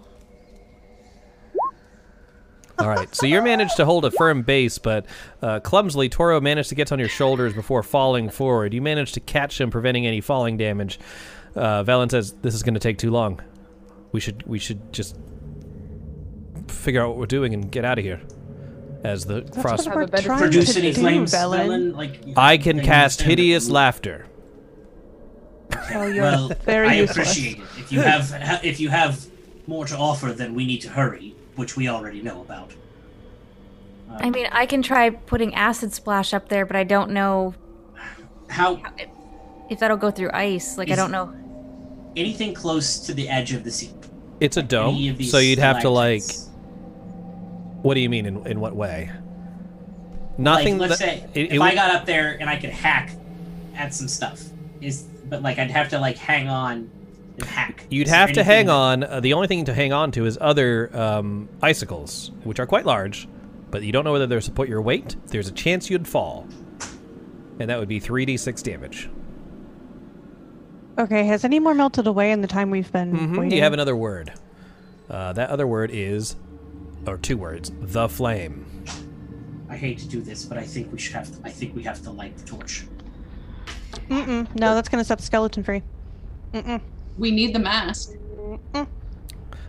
Speaker 1: All right, so you managed to hold a firm base, but uh, clumsily, Toro managed to get on your shoulders before falling forward. You managed to catch him, preventing any falling damage. Uh, Valen says, "This is going to take too long. We should we should just figure out what we're doing and get out of here." As the frost,
Speaker 2: what we're
Speaker 12: Better
Speaker 2: trying
Speaker 12: produce
Speaker 2: to
Speaker 12: any
Speaker 2: do,
Speaker 12: flames,
Speaker 2: Velen.
Speaker 12: Velen? Like, you-
Speaker 1: I can
Speaker 12: understand
Speaker 1: cast
Speaker 12: that.
Speaker 1: hideous laughter.
Speaker 2: Oh, you're
Speaker 12: Well,
Speaker 2: very
Speaker 12: I
Speaker 2: useless.
Speaker 12: appreciate it. If you have ha- if you have more to offer, then we need to hurry, which we already know about. Uh, Oh.
Speaker 16: I mean, I can try putting acid splash up there, but I don't know
Speaker 12: how
Speaker 16: if that'll go through ice. Like, I
Speaker 12: Is-
Speaker 16: don't know.
Speaker 12: Anything close to the edge of the sea.
Speaker 1: It's a
Speaker 12: any of
Speaker 1: dome,
Speaker 12: these
Speaker 1: so you'd have to like. What do you mean? In in what way? Nothing.
Speaker 12: Like, let's
Speaker 1: that-
Speaker 12: say
Speaker 1: it- it
Speaker 12: if I
Speaker 1: would-
Speaker 12: got up there and I could hack at some stuff, is but like I'd have to like hang on and hack.
Speaker 1: You'd
Speaker 12: Is there
Speaker 1: have to hang
Speaker 12: anything-
Speaker 1: on. Uh, the only thing to hang on to is other um, icicles, which are quite large, but you don't know whether they're support your weight. There's a chance you'd fall, and that would be three d six damage.
Speaker 2: Okay, has any more melted away in the time we've been
Speaker 1: Mhm,
Speaker 2: waiting?
Speaker 1: You have another word. Uh, that other word is, or two words, the flame.
Speaker 12: I hate to do this, but I think we should have. I think we have to light the torch.
Speaker 2: Mm-mm, no, that's gonna set the skeleton free. Mm-mm.
Speaker 13: We need the mask.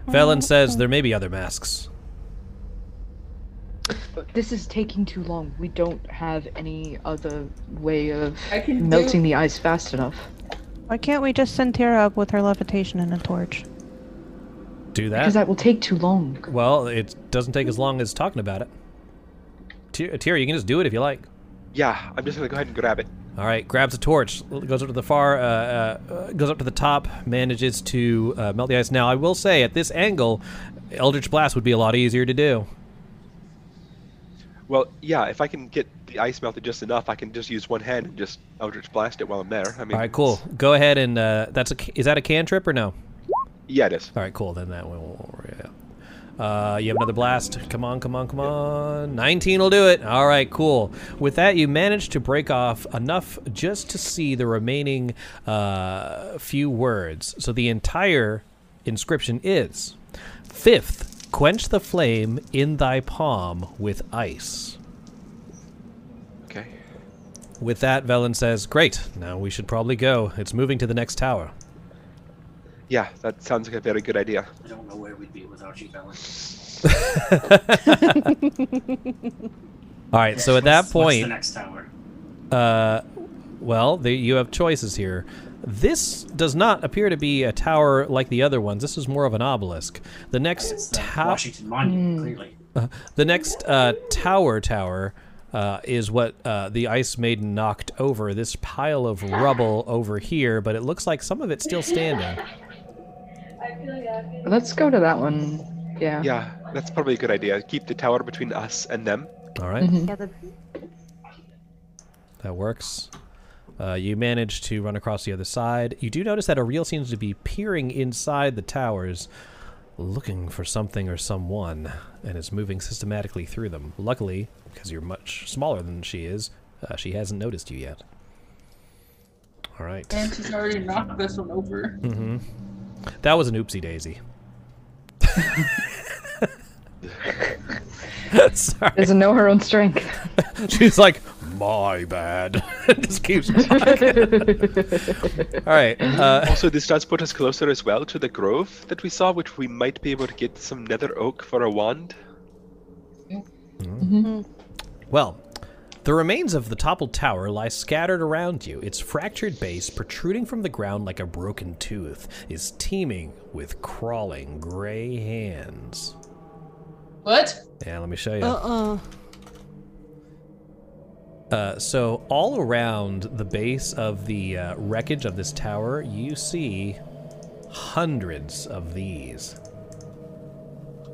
Speaker 1: Velen says there may be other masks.
Speaker 8: This is taking too long. We don't have any other way of
Speaker 13: I can do-
Speaker 8: melting the ice fast enough.
Speaker 2: Why can't we just send Tara up with her levitation and a torch?
Speaker 1: Do that.
Speaker 8: Because that will take too long.
Speaker 1: Well, it doesn't take as long as talking about it. Tyr, Tyr, you can just do it if you like.
Speaker 17: Yeah, I'm just gonna go ahead and grab it.
Speaker 1: All right, grabs a torch, l- goes up to the far, uh, uh, uh, goes up to the top, manages to uh, melt the ice. Now, I will say, at this angle, Eldritch Blast would be a lot easier to do.
Speaker 17: Well, yeah, if I can get the ice melted just enough, I can just use one hand and just Eldritch Blast it while I'm there. I mean,
Speaker 1: All right, cool. Go ahead and uh, that's a c- is that a cantrip or no?
Speaker 17: Yeah, it is.
Speaker 1: All right, cool. Then that one won't worry about. Uh, you have another blast. Come on, come on, come on. 19 will do it. All right, cool. With that, you manage to break off enough just to see the remaining uh, few words. So the entire inscription is Fifth, quench the flame in thy palm with ice.
Speaker 17: Okay.
Speaker 1: With that, Velen says, Great, now we should probably go. It's moving to the next tower.
Speaker 17: Yeah, that sounds like a very good idea.
Speaker 12: I don't know where we'd be without you, Velen.
Speaker 1: All right, so at that
Speaker 12: What's- what's
Speaker 1: point,
Speaker 12: the next tower?
Speaker 1: Uh, well, the, you have choices here. This does not appear to be a tower like the other ones. This is more of an obelisk. The next tower,
Speaker 12: Washington
Speaker 2: Hmm.
Speaker 12: Monument, clearly.
Speaker 1: the next uh, tower tower. Uh, is what uh, the ice maiden knocked over this pile of rubble over here, but it looks like some of it's still standing.
Speaker 8: Let's go to that one. Yeah.
Speaker 17: Yeah, that's probably a good idea. Keep the tower between us and them.
Speaker 1: All right.
Speaker 17: Mm-hmm.
Speaker 8: Mm-hmm.
Speaker 1: That works. Uh, you manage to run across the other side. You do notice that Ariel seems to be peering inside the towers, looking for something or someone, and is moving systematically through them. Luckily, because you're much smaller than she is, uh, she hasn't noticed you yet. All right.
Speaker 13: And she's already knocked this one over.
Speaker 1: Mm-hmm. That was an oopsie daisy. Sorry.
Speaker 8: Doesn't know her own strength.
Speaker 1: She's like, my bad. Just keeps All right. Uh,
Speaker 17: also, this does put us closer as well to the grove that we saw, which we might be able to get some nether oak for a wand.
Speaker 1: Well, the remains of the toppled tower lie scattered around you. Its fractured base, protruding from the ground like a broken tooth, is teeming with crawling gray hands.
Speaker 13: What?
Speaker 1: Yeah, let me show you.
Speaker 13: Oh.
Speaker 2: Uh-uh.
Speaker 1: Uh, so all around the base of the uh, wreckage of this tower, you see hundreds of these.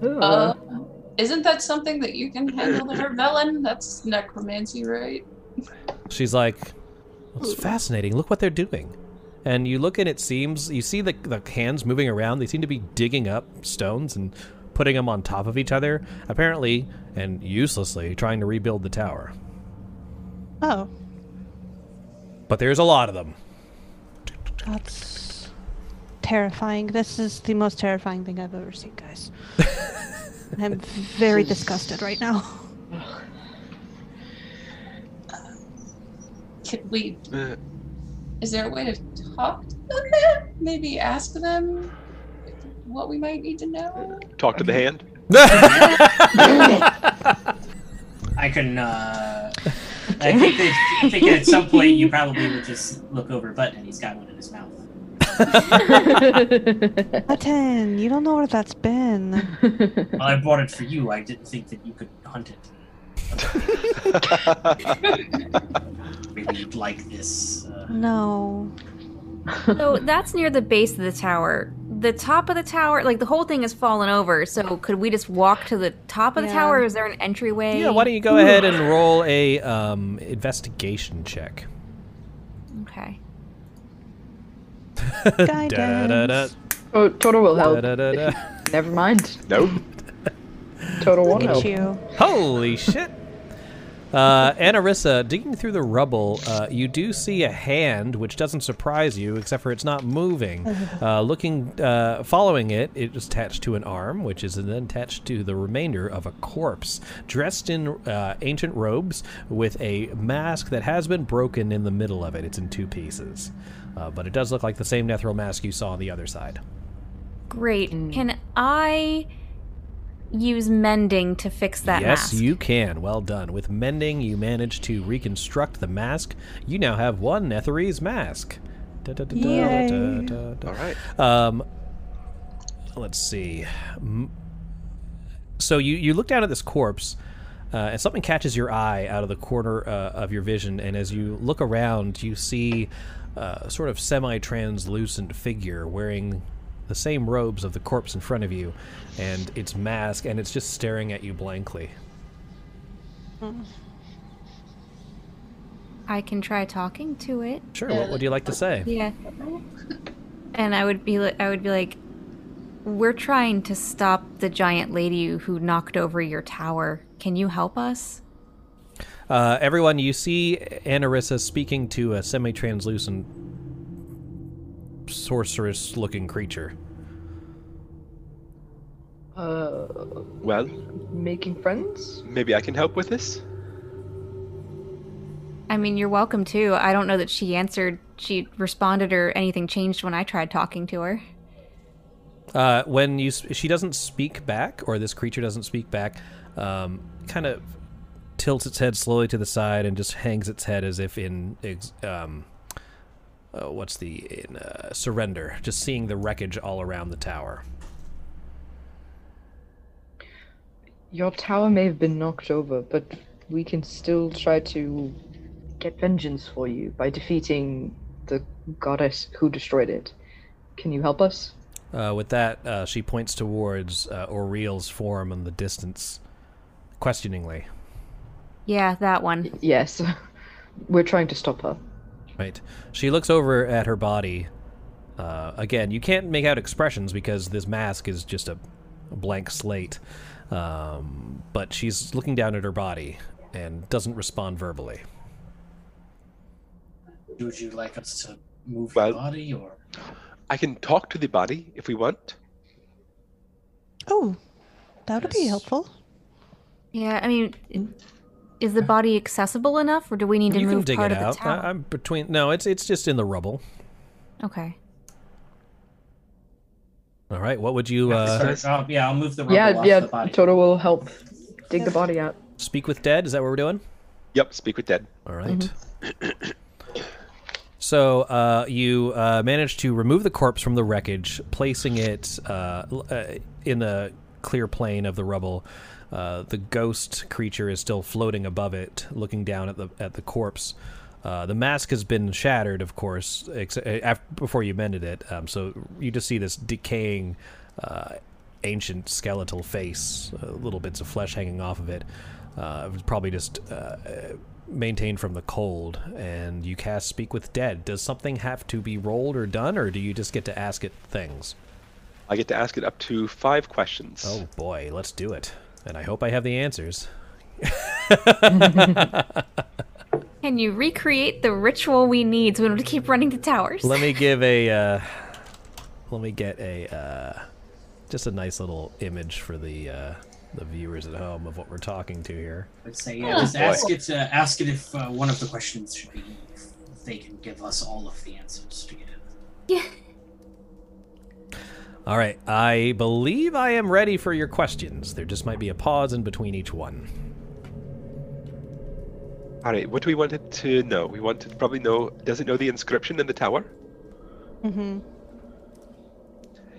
Speaker 13: Uh, isn't that something that you can handle the Vervelen? That's necromancy, right?
Speaker 1: She's like, "It's fascinating. Look what they're doing." And you look and it seems you see the the hands moving around. They seem to be digging up stones and putting them on top of each other, apparently and uselessly trying to rebuild the tower.
Speaker 2: Oh,
Speaker 1: But there's a lot of them.
Speaker 2: that's terrifying. This is the most terrifying thing I've ever seen, guys. I'm very disgusted right now.
Speaker 13: Can we? Is there a way to talk to them? Maybe ask them what we might need to know.
Speaker 17: Talk to the hand.
Speaker 8: Mm-hmm.
Speaker 12: I can. Uh, I think that I think at some point you probably would just look over Button and he's got one in his mouth.
Speaker 2: Button, you don't know where that's been.
Speaker 12: Well, I bought it for you. I didn't think that you could hunt it. Maybe you'd like this. Uh,
Speaker 2: No.
Speaker 4: so that's near the base of the tower. The top of the tower, like the whole thing has fallen over. So could we just walk to the top of the
Speaker 2: Yeah.
Speaker 4: tower? Is there an entryway?
Speaker 1: Yeah, why don't you go ahead and roll a um, investigation check?
Speaker 4: Okay.
Speaker 1: Da-da-da.
Speaker 8: Oh, Toto will help.
Speaker 1: Da-da-da-da.
Speaker 8: Never mind.
Speaker 17: Nope.
Speaker 8: Toto won't
Speaker 2: Look
Speaker 8: help.
Speaker 2: at you.
Speaker 1: Holy shit! Uh, and Arissa, digging through the rubble, uh, you do see a hand, which doesn't surprise you, except for it's not moving. Uh, looking, uh, following it, it is attached to an arm, which is then attached to the remainder of a corpse, dressed in uh, ancient robes with a mask that has been broken in the middle of it. It's in two pieces, uh, but it does look like the same Netheril mask you saw on the other side.
Speaker 4: Great. Can I use mending to fix that
Speaker 1: yes,
Speaker 4: mask?
Speaker 1: you can. Well done. With mending, you managed to reconstruct the mask. You now have one Netherese mask. Da, da, da, da,
Speaker 2: Yay.
Speaker 1: da, da, da.
Speaker 17: All right.
Speaker 1: Um, let's see. M- So you you look down at this corpse, uh, and something catches your eye out of the corner uh, of your vision. And as you look around, you see uh, a sort of semi-translucent figure wearing the same robes of the corpse in front of you, and its mask, and it's just staring at you blankly.
Speaker 4: I can try talking to it.
Speaker 1: Sure. What would you like to say?
Speaker 4: Yeah. And I would be li- I would be like we're trying to stop the giant lady who knocked over your tower. Can you help us?
Speaker 1: Uh, everyone, you see Anarissa speaking to a semi translucent sorceress looking creature.
Speaker 8: Uh,
Speaker 17: Well,
Speaker 8: making friends?
Speaker 17: maybe I can help with this.
Speaker 4: I mean, you're welcome to. I don't know that she answered, she responded or anything changed when I tried talking to her.
Speaker 1: Uh, when you s- she doesn't speak back, or this creature doesn't speak back, um, kind of tilts its head slowly to the side and just hangs its head as if in ex- um, uh, what's the in uh, surrender, just seeing the wreckage all around the tower.
Speaker 8: Your tower may have been knocked over, but we can still try to get vengeance for you by defeating the goddess who destroyed it. Can you help us?
Speaker 1: Uh, with that, uh, she points towards uh, Oriel's form in the distance, questioningly.
Speaker 4: Yeah, that one.
Speaker 8: Yes. We're trying to stop her.
Speaker 1: Right. She looks over at her body. Uh, again, you can't make out expressions because this mask is just a, a blank slate. Um, but she's looking down at her body and doesn't respond verbally.
Speaker 12: would you like us to move
Speaker 17: Well-
Speaker 12: your body or?
Speaker 17: I can talk to the body if we want.
Speaker 2: Oh, that would be helpful.
Speaker 4: Yeah, I mean, is the body accessible enough or do we need to
Speaker 1: you can
Speaker 4: move
Speaker 1: dig
Speaker 4: part
Speaker 1: it
Speaker 4: of the
Speaker 1: out. Uh,
Speaker 4: tower?
Speaker 1: I, am between. No, it's it's just in the rubble.
Speaker 4: okay.
Speaker 1: All right. What would you uh,
Speaker 12: Sure, I'll- yeah, I'll move the rubble
Speaker 8: yeah,
Speaker 12: off
Speaker 8: yeah.
Speaker 12: the body.
Speaker 8: Toto will help dig the body out.
Speaker 1: speak with dead? Is that what we're doing?
Speaker 17: Yep, speak with dead.
Speaker 1: All right.
Speaker 4: Mm-hmm.
Speaker 8: Mm-hmm.
Speaker 1: So uh, you uh, manage to remove the corpse from the wreckage, placing it uh, l- uh, in the clear plane of the rubble. Uh, the ghost creature is still floating above it, looking down at the at the corpse. Uh, the mask has been shattered, of course, ex- uh, af- before you mended it. Um, so you just see this decaying, uh, ancient skeletal face, uh, little bits of flesh hanging off of it. Uh, it was probably just uh, maintained from the cold. And you cast Speak with Dead. Does something have to be rolled or done, or do you just get to ask it things?
Speaker 17: I get to ask it up to five questions.
Speaker 1: Oh boy, let's do it. And I hope I have the answers.
Speaker 4: Can you recreate the ritual we need so we don't have to keep running to towers?
Speaker 1: Let me give a. Uh, let me get a. Uh, just a nice little image for the uh, the viewers at home of what we're talking to here.
Speaker 12: Let's say,
Speaker 1: Oh,
Speaker 12: yeah, just ask it, uh, ask it if uh, one of the questions should be if they can give us all of the answers to get it.
Speaker 1: All right, I believe I am ready for your questions. There just might be a pause in between each one.
Speaker 17: All right, what do we want it to know? We want it to probably know. Does it know the inscription in the tower?
Speaker 2: Mm-hmm.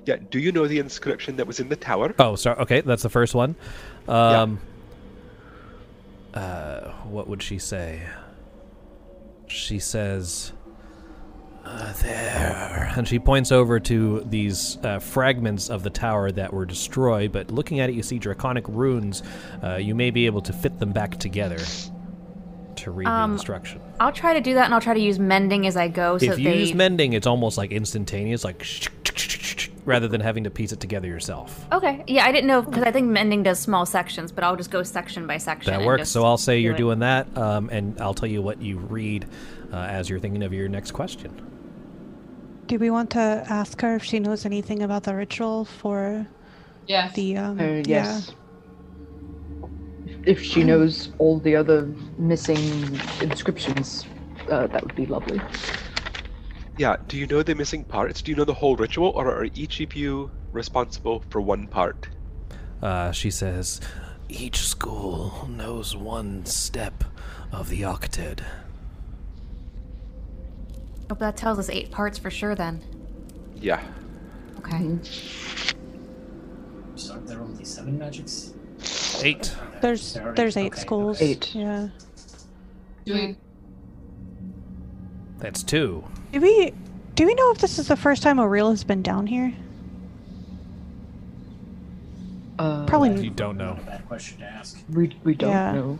Speaker 17: Yeah. Do you know the inscription that was in the tower?
Speaker 1: Oh, sorry. Okay, that's the first one. Um, uh, what would she say? She says, uh, "There," and she points over to these uh, fragments of the tower that were destroyed. But looking at it, you see draconic runes. Uh, you may be able to fit them back together to read
Speaker 4: Um,
Speaker 1: the instruction.
Speaker 4: I'll try to do that, and I'll try to use mending as I go, so
Speaker 1: if
Speaker 4: that
Speaker 1: you
Speaker 4: they.
Speaker 1: use mending, it's almost like instantaneous, like rather than having to piece it together yourself.
Speaker 4: okay, yeah, I didn't know because I think mending does small sections, but I'll just go section by section.
Speaker 1: That
Speaker 4: and
Speaker 1: works.
Speaker 4: just
Speaker 1: So I'll say you're
Speaker 4: do it.
Speaker 1: doing that, um, and I'll tell you what you read uh, as you're thinking of your next question.
Speaker 2: Do we want to ask her if she knows anything about the ritual for
Speaker 13: Yes.
Speaker 2: the um
Speaker 8: Uh,
Speaker 2: yeah.
Speaker 8: yes. If she knows all the other missing inscriptions, uh, that would be lovely.
Speaker 17: Yeah. Do you know the missing parts? Do you know the whole ritual, or are each of you responsible for one part?
Speaker 1: Uh, she says, Each school knows one step of the octet.
Speaker 4: Oh, but that tells us eight parts for sure. Then
Speaker 17: Yeah.
Speaker 4: okay.
Speaker 1: Mm-hmm.
Speaker 12: So are there only seven magics?
Speaker 1: Eight.
Speaker 2: There's
Speaker 12: There are
Speaker 2: there's eight
Speaker 12: okay.
Speaker 2: schools.
Speaker 8: Eight.
Speaker 2: Yeah.
Speaker 13: Doing
Speaker 1: That's two.
Speaker 2: Do we do we know if this is the first time O'Real has been down here?
Speaker 8: Uh,
Speaker 2: Probably
Speaker 1: You don't know.
Speaker 12: Not a bad question to ask.
Speaker 8: We, we don't
Speaker 2: Yeah.
Speaker 8: know.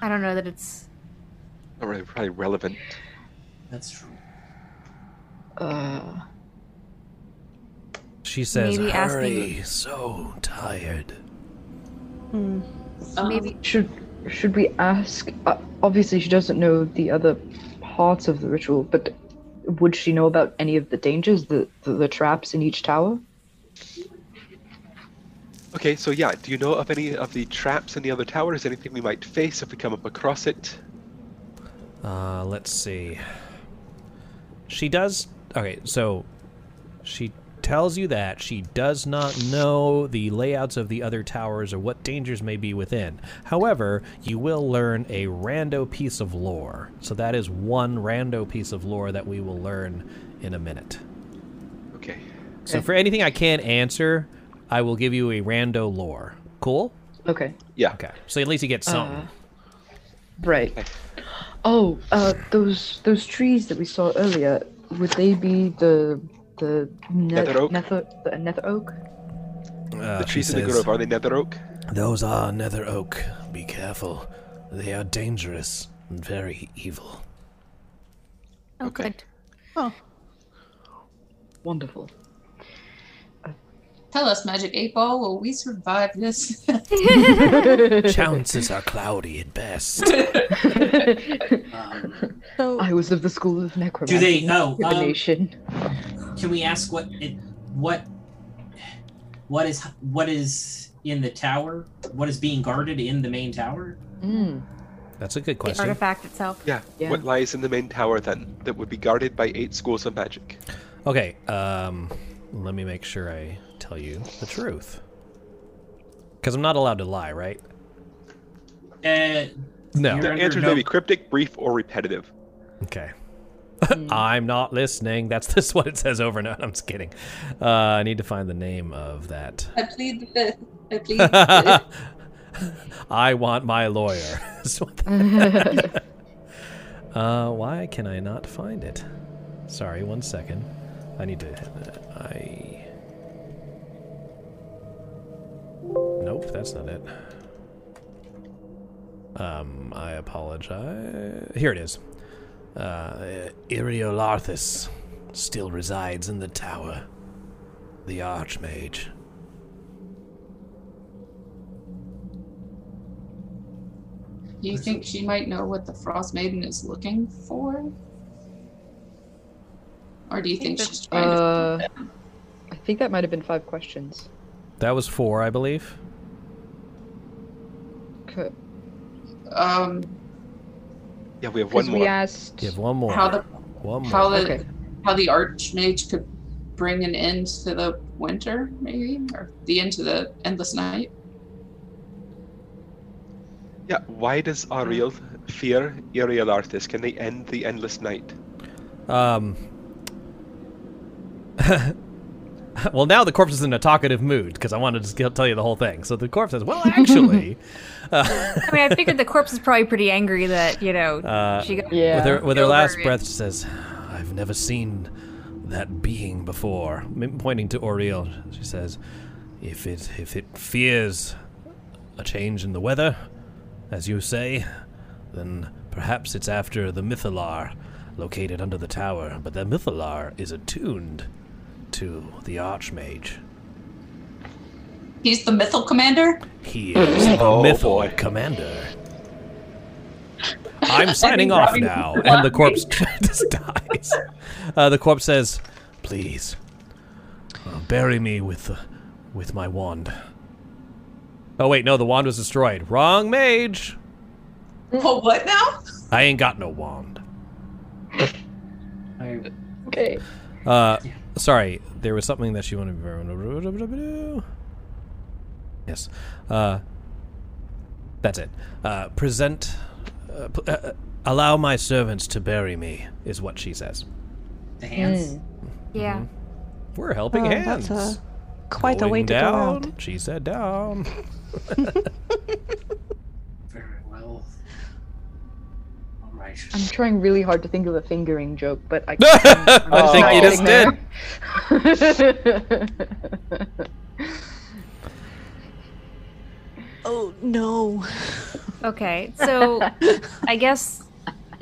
Speaker 4: I don't know that it's.
Speaker 17: Not really, probably relevant.
Speaker 12: That's true.
Speaker 8: Uh,
Speaker 1: She says,
Speaker 4: Maybe asking-
Speaker 1: Hurry, so tired.
Speaker 2: Hmm.
Speaker 12: Um,
Speaker 4: Maybe
Speaker 8: should should we ask? Uh, obviously, she doesn't know the other parts of the ritual, but would she know about any of the dangers, the the, the traps in each tower?
Speaker 17: Okay, so yeah, do you know of any of the traps in the other towers? Anything we might face if we come up across it?
Speaker 1: Uh, let's see. She does. Okay, so she tells you that she does not know the layouts of the other towers or what dangers may be within. However, you will learn a rando piece of lore. So that is one rando piece of lore that we will learn in a minute.
Speaker 17: Okay.
Speaker 1: So for anything I can answer, I will give you a rando lore. Cool?
Speaker 8: Okay,
Speaker 17: Yeah.
Speaker 1: Okay. So at least you get something.
Speaker 8: right. Oh, uh, those those trees that we saw earlier, would they be the the ne-
Speaker 17: Nether oak?
Speaker 8: nether the nether oak?
Speaker 1: Uh,
Speaker 17: the
Speaker 1: she
Speaker 17: trees in the
Speaker 1: says-
Speaker 17: grove, are they nether oak?
Speaker 1: Those are nether oak. Be careful. They are dangerous and very evil.
Speaker 4: Oh,
Speaker 17: Okay.
Speaker 4: good.
Speaker 8: Wonderful.
Speaker 13: Tell us, Magic Eight Ball, will we survive this?
Speaker 1: Chances are cloudy at best.
Speaker 2: So
Speaker 8: I was of the school of necromancy.
Speaker 12: they-
Speaker 8: not
Speaker 12: oh, um,
Speaker 8: divination.
Speaker 12: Can we ask what it what what is what is in the tower? What is being guarded in the main tower?
Speaker 8: Mm.
Speaker 1: That's a good
Speaker 4: The
Speaker 1: question.
Speaker 4: artifact itself.
Speaker 17: Yeah.
Speaker 8: Yeah.
Speaker 17: What lies in the main tower then that would be guarded by eight schools of magic?
Speaker 1: Okay, um, let me make sure I tell you the truth. Because I'm not allowed to lie, right?
Speaker 12: Uh,
Speaker 1: No.
Speaker 12: You're
Speaker 17: The
Speaker 12: under
Speaker 17: answers
Speaker 12: no-
Speaker 17: may be cryptic, brief, or repetitive.
Speaker 1: Okay. I'm not listening. That's just what it says over and over. I'm just kidding. Uh, I need to find the name of that.
Speaker 13: I plead the fifth. I plead the fifth.
Speaker 1: I want my lawyer. That's what that- Uh, why can I not find it? Sorry, one second. I need to. uh, I. Nope, that's not it. Um, I apologize. Here it is.
Speaker 18: Uh, Eriolarthus still resides in the tower. The Archmage.
Speaker 13: Do you think she might know what the Frost Maiden is looking for? Or do you think she's trying
Speaker 8: Uh, I think that might have been five questions.
Speaker 1: That was four, I believe.
Speaker 8: Co-
Speaker 13: to? Um,
Speaker 17: Yeah, we have
Speaker 8: 'Cause
Speaker 17: one
Speaker 8: we
Speaker 17: more.
Speaker 8: asked
Speaker 1: You have one more.
Speaker 13: how the
Speaker 1: one more.
Speaker 13: how the how the Archmage could bring an end to the winter, maybe, or the end to the endless night.
Speaker 17: Yeah, why does Ariel fear Ariel Arthas? Can they end the endless night?
Speaker 1: Um. well, now the corpse is in a talkative mood because I wanted to just tell you the whole thing. So the corpse says, "Well, actually, uh,
Speaker 4: I mean, I figured the corpse is probably pretty angry that you know
Speaker 18: Uh,
Speaker 4: she got
Speaker 1: with her with her
Speaker 4: over
Speaker 1: last
Speaker 4: it.
Speaker 1: breath, she says, "I've never seen that being before." M- Pointing to Oriel, she says, "If it if it fears a change in the weather, as you say, then perhaps it's after the Mythalar located under the tower. But the Mythalar is attuned to the Archmage."
Speaker 13: He's the Mythal Commander.
Speaker 1: He is the Mythal Commander. I'm signing off
Speaker 18: Robbie
Speaker 1: now.
Speaker 18: Robbie.
Speaker 1: And the corpse just dies. Uh, the corpse says, Please, uh, bury me with, uh, with my wand. Oh, wait, no, the wand was destroyed. Wrong mage.
Speaker 4: Mm.
Speaker 13: Oh, what now?
Speaker 1: I ain't got no wand.
Speaker 8: Okay.
Speaker 1: Uh, sorry, there was something that she wanted to. Yes. Uh, that's it.
Speaker 18: Uh, present. Uh, p- uh, uh, allow my servants to bury me, is what she says.
Speaker 12: The
Speaker 4: hands. Mm. Yeah.
Speaker 1: Hmm. We're helping
Speaker 4: Oh,
Speaker 1: hands.
Speaker 4: that's,
Speaker 2: uh, quite the
Speaker 1: Going
Speaker 2: way to go
Speaker 1: down.
Speaker 2: out.
Speaker 1: She said down.
Speaker 12: Very well. All right.
Speaker 8: I'm trying really hard to think of a fingering joke, but I can't. I'm
Speaker 1: I think you just
Speaker 8: just did.
Speaker 4: Oh no. Okay, so I guess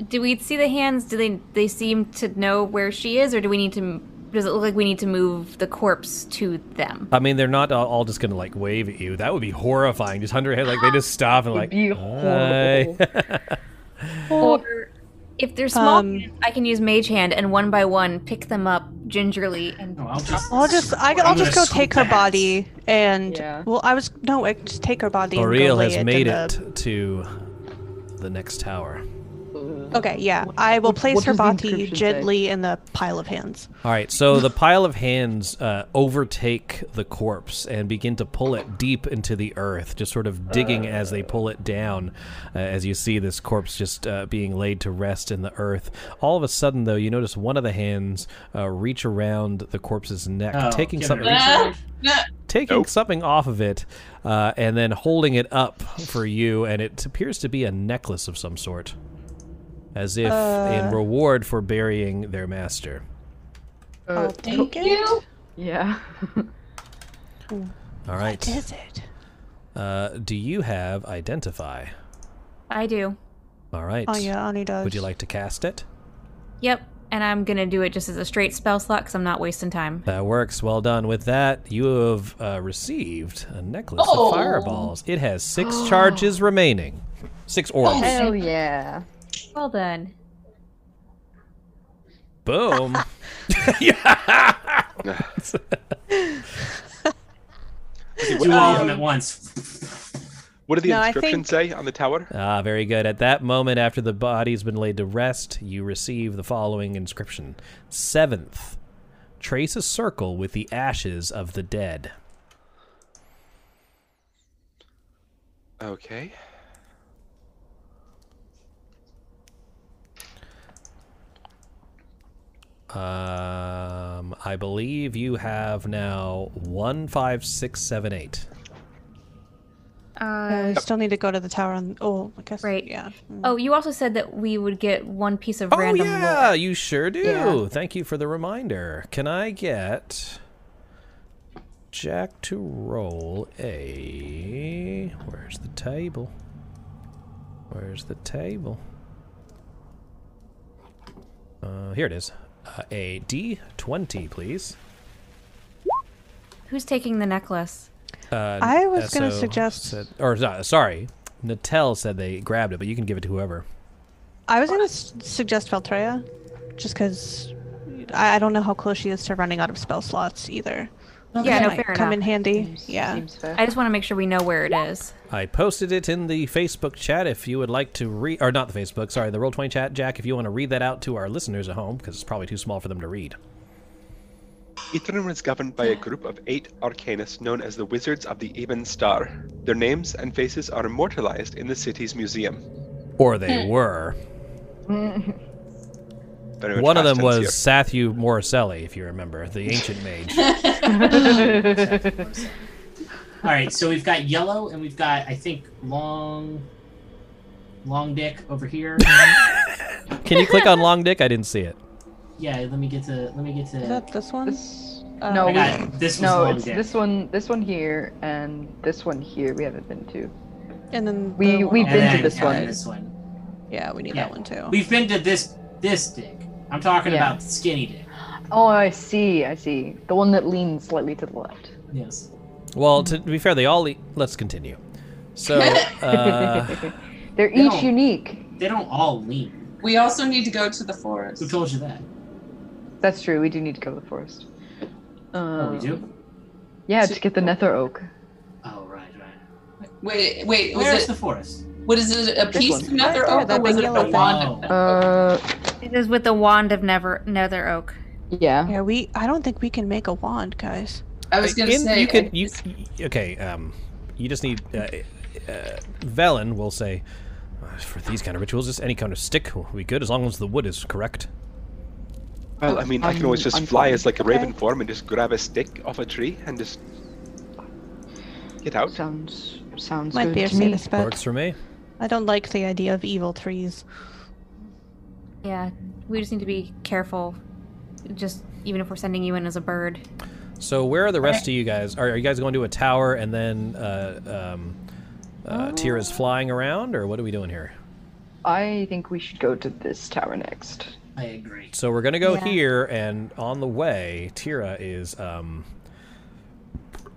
Speaker 4: do we see the hands? Do they they seem to know where she is, or do we need to? Does it look like we need to move the corpse to them?
Speaker 1: I mean, they're not all all just gonna like wave at you. That would be horrifying. Just under your head, like they just stop and like.
Speaker 4: be
Speaker 1: "Hi."
Speaker 4: Or if they're small,
Speaker 2: Um,
Speaker 4: hands, I can use Mage Hand and one by one pick them up gingerly and.
Speaker 12: I'll just.
Speaker 2: I'll just I,
Speaker 12: I'm
Speaker 2: I'll just go
Speaker 12: gonna
Speaker 2: take her
Speaker 12: scoop
Speaker 2: body and
Speaker 8: Yeah.
Speaker 2: well I was no I just take her body. and go
Speaker 1: Oriel
Speaker 2: lay
Speaker 1: has
Speaker 2: in
Speaker 1: made
Speaker 2: the-
Speaker 1: it to the next tower.
Speaker 2: Okay, yeah. I will place
Speaker 8: what
Speaker 2: her
Speaker 8: does the
Speaker 2: body
Speaker 8: inscription say?
Speaker 2: gently in the pile of hands.
Speaker 1: All right, so the pile of hands uh, overtake the corpse and begin to pull it deep into the earth, just sort of digging as they pull it down. Uh, as you see this corpse just uh, being laid to rest in the earth, all of a sudden though, you notice one of the hands uh, reach around the corpse's neck,
Speaker 12: Oh,
Speaker 1: taking
Speaker 12: give
Speaker 1: something,
Speaker 12: it a reach.
Speaker 1: taking something off of it, uh, and then holding it up for you, and it appears to be a necklace of some sort, as if
Speaker 2: Uh.
Speaker 1: in reward for burying their master.
Speaker 8: Uh,
Speaker 2: Take it.
Speaker 8: yeah.
Speaker 1: All right.
Speaker 2: What is it?
Speaker 1: Uh, do you have identify?
Speaker 4: I do.
Speaker 1: All right.
Speaker 2: Oh, yeah, Ani does.
Speaker 1: Would you like to cast it?
Speaker 4: Yep, and I'm gonna do it just as a straight spell slot because I'm not wasting time.
Speaker 1: That works. Well done. With that, you have uh, received a necklace
Speaker 4: Oh.
Speaker 1: of fireballs. It has six charges remaining. Six
Speaker 2: Oh,
Speaker 1: orbs.
Speaker 8: Hell yeah.
Speaker 4: Well then,
Speaker 1: Boom.
Speaker 12: Do all of them at once.
Speaker 17: What did the
Speaker 2: No, I
Speaker 17: inscription say on the tower?
Speaker 1: ah, very good. At that moment, after the body's been laid to rest, you receive the following inscription Seventh, trace a circle with the ashes of the dead.
Speaker 17: Okay.
Speaker 1: Um, I believe you have now one, five, six, seven, eight.
Speaker 13: Uh,
Speaker 2: Yeah, we still need to go to the tower on. Oh, I guess. Right. Yeah.
Speaker 4: Oh, you also said that we would get one piece of
Speaker 1: Oh
Speaker 4: random.
Speaker 1: yeah, you sure do.
Speaker 4: Yeah.
Speaker 1: Thank you for the reminder. Can I get Jack to roll a? Where's the table? Where's the table? Uh, here it is. Uh, a D twenty, please.
Speaker 4: Who's taking the necklace?
Speaker 1: Uh,
Speaker 4: I was gonna
Speaker 1: SO
Speaker 4: suggest-
Speaker 1: said- or uh, sorry, Natel said they grabbed it, but you can give it to whoever.
Speaker 2: I was gonna s- suggest Valtreya, just because I, I don't know how close she is to running out of spell slots either.
Speaker 4: Yeah,
Speaker 2: That
Speaker 4: no,
Speaker 2: might
Speaker 4: fair
Speaker 2: come
Speaker 4: enough.
Speaker 2: in handy. yeah.
Speaker 4: I just want to make sure we know where it is.
Speaker 1: I posted it in the Facebook chat if you would like to read, or not the Facebook, sorry, the Roll20 chat, Jack, if you want to read that out to our listeners at home, because it's probably too small for them to read.
Speaker 17: Ethereum is governed by a group of eight arcanists known as the Wizards of the Even Star. Their names and faces are immortalized in the city's museum.
Speaker 1: Or
Speaker 17: Hmm.
Speaker 1: they were.
Speaker 17: Very much
Speaker 1: One of them
Speaker 17: past tense
Speaker 1: was
Speaker 17: here.
Speaker 1: Sathu Morriselli, if you remember, the ancient mage.
Speaker 12: All right, so we've got yellow, and we've got I think long, long dick over here.
Speaker 1: Can you click on Long Dick? I didn't see it.
Speaker 12: yeah, let me get to let me get to.
Speaker 2: Is that this one? Uh,
Speaker 8: no,
Speaker 12: I
Speaker 8: we-
Speaker 12: got- this was
Speaker 8: Um, no,
Speaker 12: long
Speaker 8: it's
Speaker 12: dick.
Speaker 8: this one, this one here, and this one here. We haven't been to.
Speaker 2: And then
Speaker 8: We-
Speaker 2: the
Speaker 8: we've been
Speaker 2: one-
Speaker 8: to
Speaker 12: And then-
Speaker 8: this
Speaker 12: and then
Speaker 8: one.
Speaker 12: This one.
Speaker 2: Yeah, we need that one too.
Speaker 12: We've been to this this dick. I'm talking
Speaker 8: Yeah.
Speaker 12: about skinny dick.
Speaker 8: Oh, I see. I see. The one that leans slightly to the left.
Speaker 12: Yes.
Speaker 1: Well, to be fair, they all. E- Let's continue. So,
Speaker 8: Oh,
Speaker 1: uh,
Speaker 8: They're
Speaker 13: They
Speaker 8: each
Speaker 13: don't-
Speaker 8: unique.
Speaker 12: They don't all oh, lean.
Speaker 13: We also need to go to the forest.
Speaker 12: Who told you that?
Speaker 8: That's true. We do need to go to the forest. Uh,
Speaker 12: Oh, we do?
Speaker 8: Yeah, to get the nether oak.
Speaker 12: Oh right, right.
Speaker 13: Wait, wait. Was
Speaker 12: Where's
Speaker 13: it
Speaker 12: the forest?
Speaker 13: What is it? A
Speaker 8: This
Speaker 13: piece
Speaker 8: one.
Speaker 13: of nether
Speaker 8: Right there,
Speaker 13: oak, or
Speaker 8: that
Speaker 13: was
Speaker 8: big
Speaker 13: it a
Speaker 8: yellow thing.
Speaker 13: wand? of nether
Speaker 1: Oh.
Speaker 13: oak?
Speaker 8: Uh,
Speaker 4: It is with the wand of never nether oak.
Speaker 8: Yeah.
Speaker 2: Yeah, we. I don't think we can make a wand, guys.
Speaker 13: I was gonna
Speaker 1: Uh, in-
Speaker 13: say.
Speaker 1: you could you okay. Um, you just need uh, uh, Velen will say "Uh, for these kind of rituals, just any kind of stick will be good as long as the wood is correct.
Speaker 17: Well, I mean, I can always
Speaker 8: I'm-
Speaker 17: just
Speaker 8: I'm
Speaker 17: fly
Speaker 8: fine.
Speaker 17: as like a
Speaker 8: Okay.
Speaker 17: raven form and just grab a stick off a tree and just get out.
Speaker 8: Sounds sounds
Speaker 2: Might be a safest bet.
Speaker 1: Works for me.
Speaker 2: I don't like the idea of evil trees.
Speaker 4: Yeah, we just need to be careful. Just even if we're sending you in as a bird.
Speaker 1: So where are the rest of you guys? Are, are you guys going to a tower and then uh, um, uh, Tira's
Speaker 2: Oh.
Speaker 1: flying around, or what are we doing here?
Speaker 8: I think we should go to this tower next.
Speaker 12: I agree.
Speaker 1: So we're gonna go
Speaker 8: Yeah.
Speaker 1: here, and on the way, Tira is um,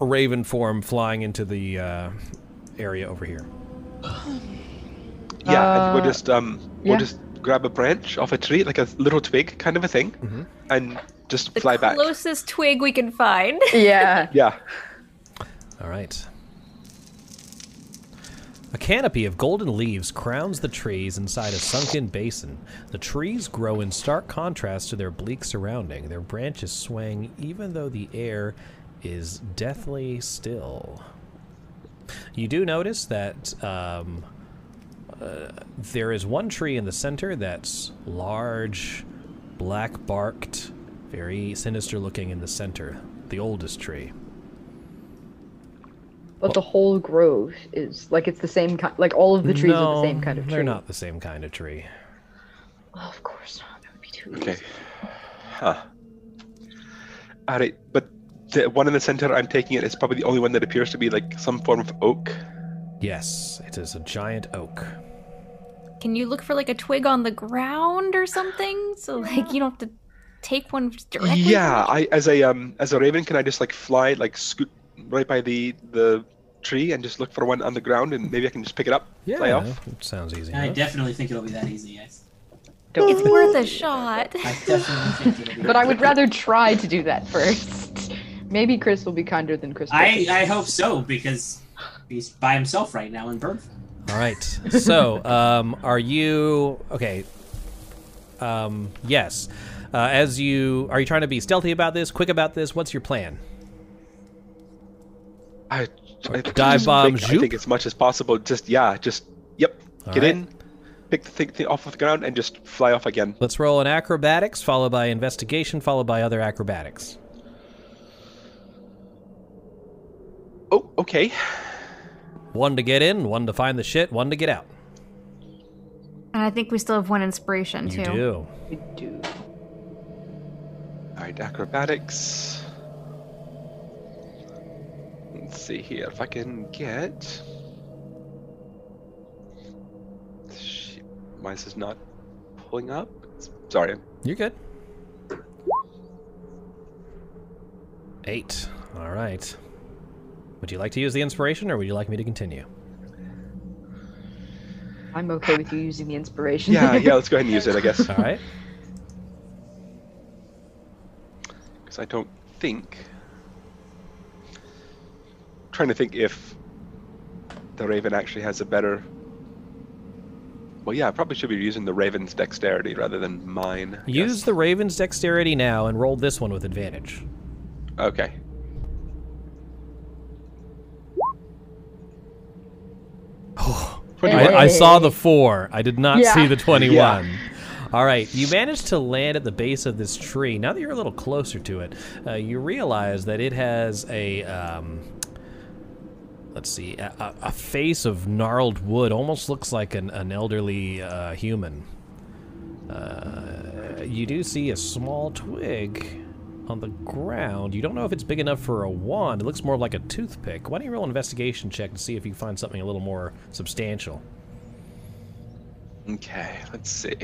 Speaker 1: a raven form flying into the uh, area over here.
Speaker 17: Yeah, and
Speaker 1: Uh,
Speaker 17: we'll just um, we'll
Speaker 1: yeah.
Speaker 17: just grab a branch off a tree, like a little twig kind of a thing,
Speaker 1: Mm-hmm.
Speaker 17: and just fly back.
Speaker 4: Closest twig we can find.
Speaker 8: Yeah.
Speaker 17: Yeah.
Speaker 1: All right. A canopy of golden leaves crowns the trees inside a sunken basin. The trees grow in stark contrast to their bleak surrounding, their branches swaying even though the air is deathly still. You do notice that um, uh, there is one tree in the center that's large, black barked, very sinister looking in the center, the oldest tree.
Speaker 8: But the whole grove is like it's the same kind. Like all of the trees are
Speaker 1: No,
Speaker 8: the same kind of tree.
Speaker 1: They're not the same kind of tree.
Speaker 8: Well, of course not. That would be too.
Speaker 17: Okay. Huh. All right, but the one in the center, I'm taking it, is probably the only one that appears to be like some form of oak.
Speaker 1: Yes, it is a giant oak.
Speaker 4: Can you look for like a twig on the ground or something? So like you don't have to take one directly.
Speaker 17: Yeah, I as a um as a raven, can I just like fly like scoot right by the the tree and just look for one on the ground and maybe I can just pick it up, fly
Speaker 1: Yeah,
Speaker 17: off.
Speaker 1: it sounds easy.
Speaker 12: I
Speaker 1: enough.
Speaker 12: definitely think it'll be that easy. Yes.
Speaker 4: It's worth a shot.
Speaker 12: I definitely think it'll be.
Speaker 8: But I would rather try to do that first. Maybe Chris will be kinder than Chris.
Speaker 12: I
Speaker 8: Perkins.
Speaker 12: I hope so because he's by himself right now in bird. form.
Speaker 1: All right. So, um, are you okay? Um, yes. Uh, as you are you trying to be stealthy about this, quick about this? What's your plan?
Speaker 17: I, I
Speaker 1: dive
Speaker 17: just
Speaker 1: bomb
Speaker 17: think- I think as much as possible. Just yeah, just yep.
Speaker 1: All
Speaker 17: get
Speaker 1: right.
Speaker 17: in, pick the thing, thing off of the ground, and just fly off again.
Speaker 1: Let's roll an acrobatics, followed by investigation, followed by other acrobatics.
Speaker 17: Oh, okay.
Speaker 1: One to get in, one to find the shit, one to get out.
Speaker 4: And I think we still have one inspiration
Speaker 1: You
Speaker 4: too.
Speaker 1: do.
Speaker 8: You do.
Speaker 17: All right, acrobatics. Let's see here if I can get. Shit, Why is this not pulling up? It's- Sorry.
Speaker 1: You're good. Eight. All right. Would you like to use the inspiration, or would you like me to continue?
Speaker 8: I'm okay with you using the inspiration.
Speaker 17: Yeah, Uh, yeah. Let's go ahead and use it, I guess.
Speaker 1: All right.
Speaker 17: Because I don't think. trying to think if the Raven actually has a better. Well, yeah, I probably should be using the Raven's dexterity rather than mine.
Speaker 1: Use the Raven's dexterity now and roll this one with advantage.
Speaker 17: Okay.
Speaker 1: I, I saw the four. I did not
Speaker 18: Yeah.
Speaker 1: see the 21.
Speaker 18: Yeah.
Speaker 1: All right, you managed to land at the base of this tree. Now that you're a little closer to it, uh, you realize that it has a. Um, Let's see. A, a- a face of gnarled wood almost looks like an, an elderly uh, human. Uh, you do see a small twig on the ground. You don't know if it's big enough for a wand. It looks more like a toothpick. Why don't you roll an investigation check to see if you find something a little more substantial?
Speaker 17: Okay, let's see.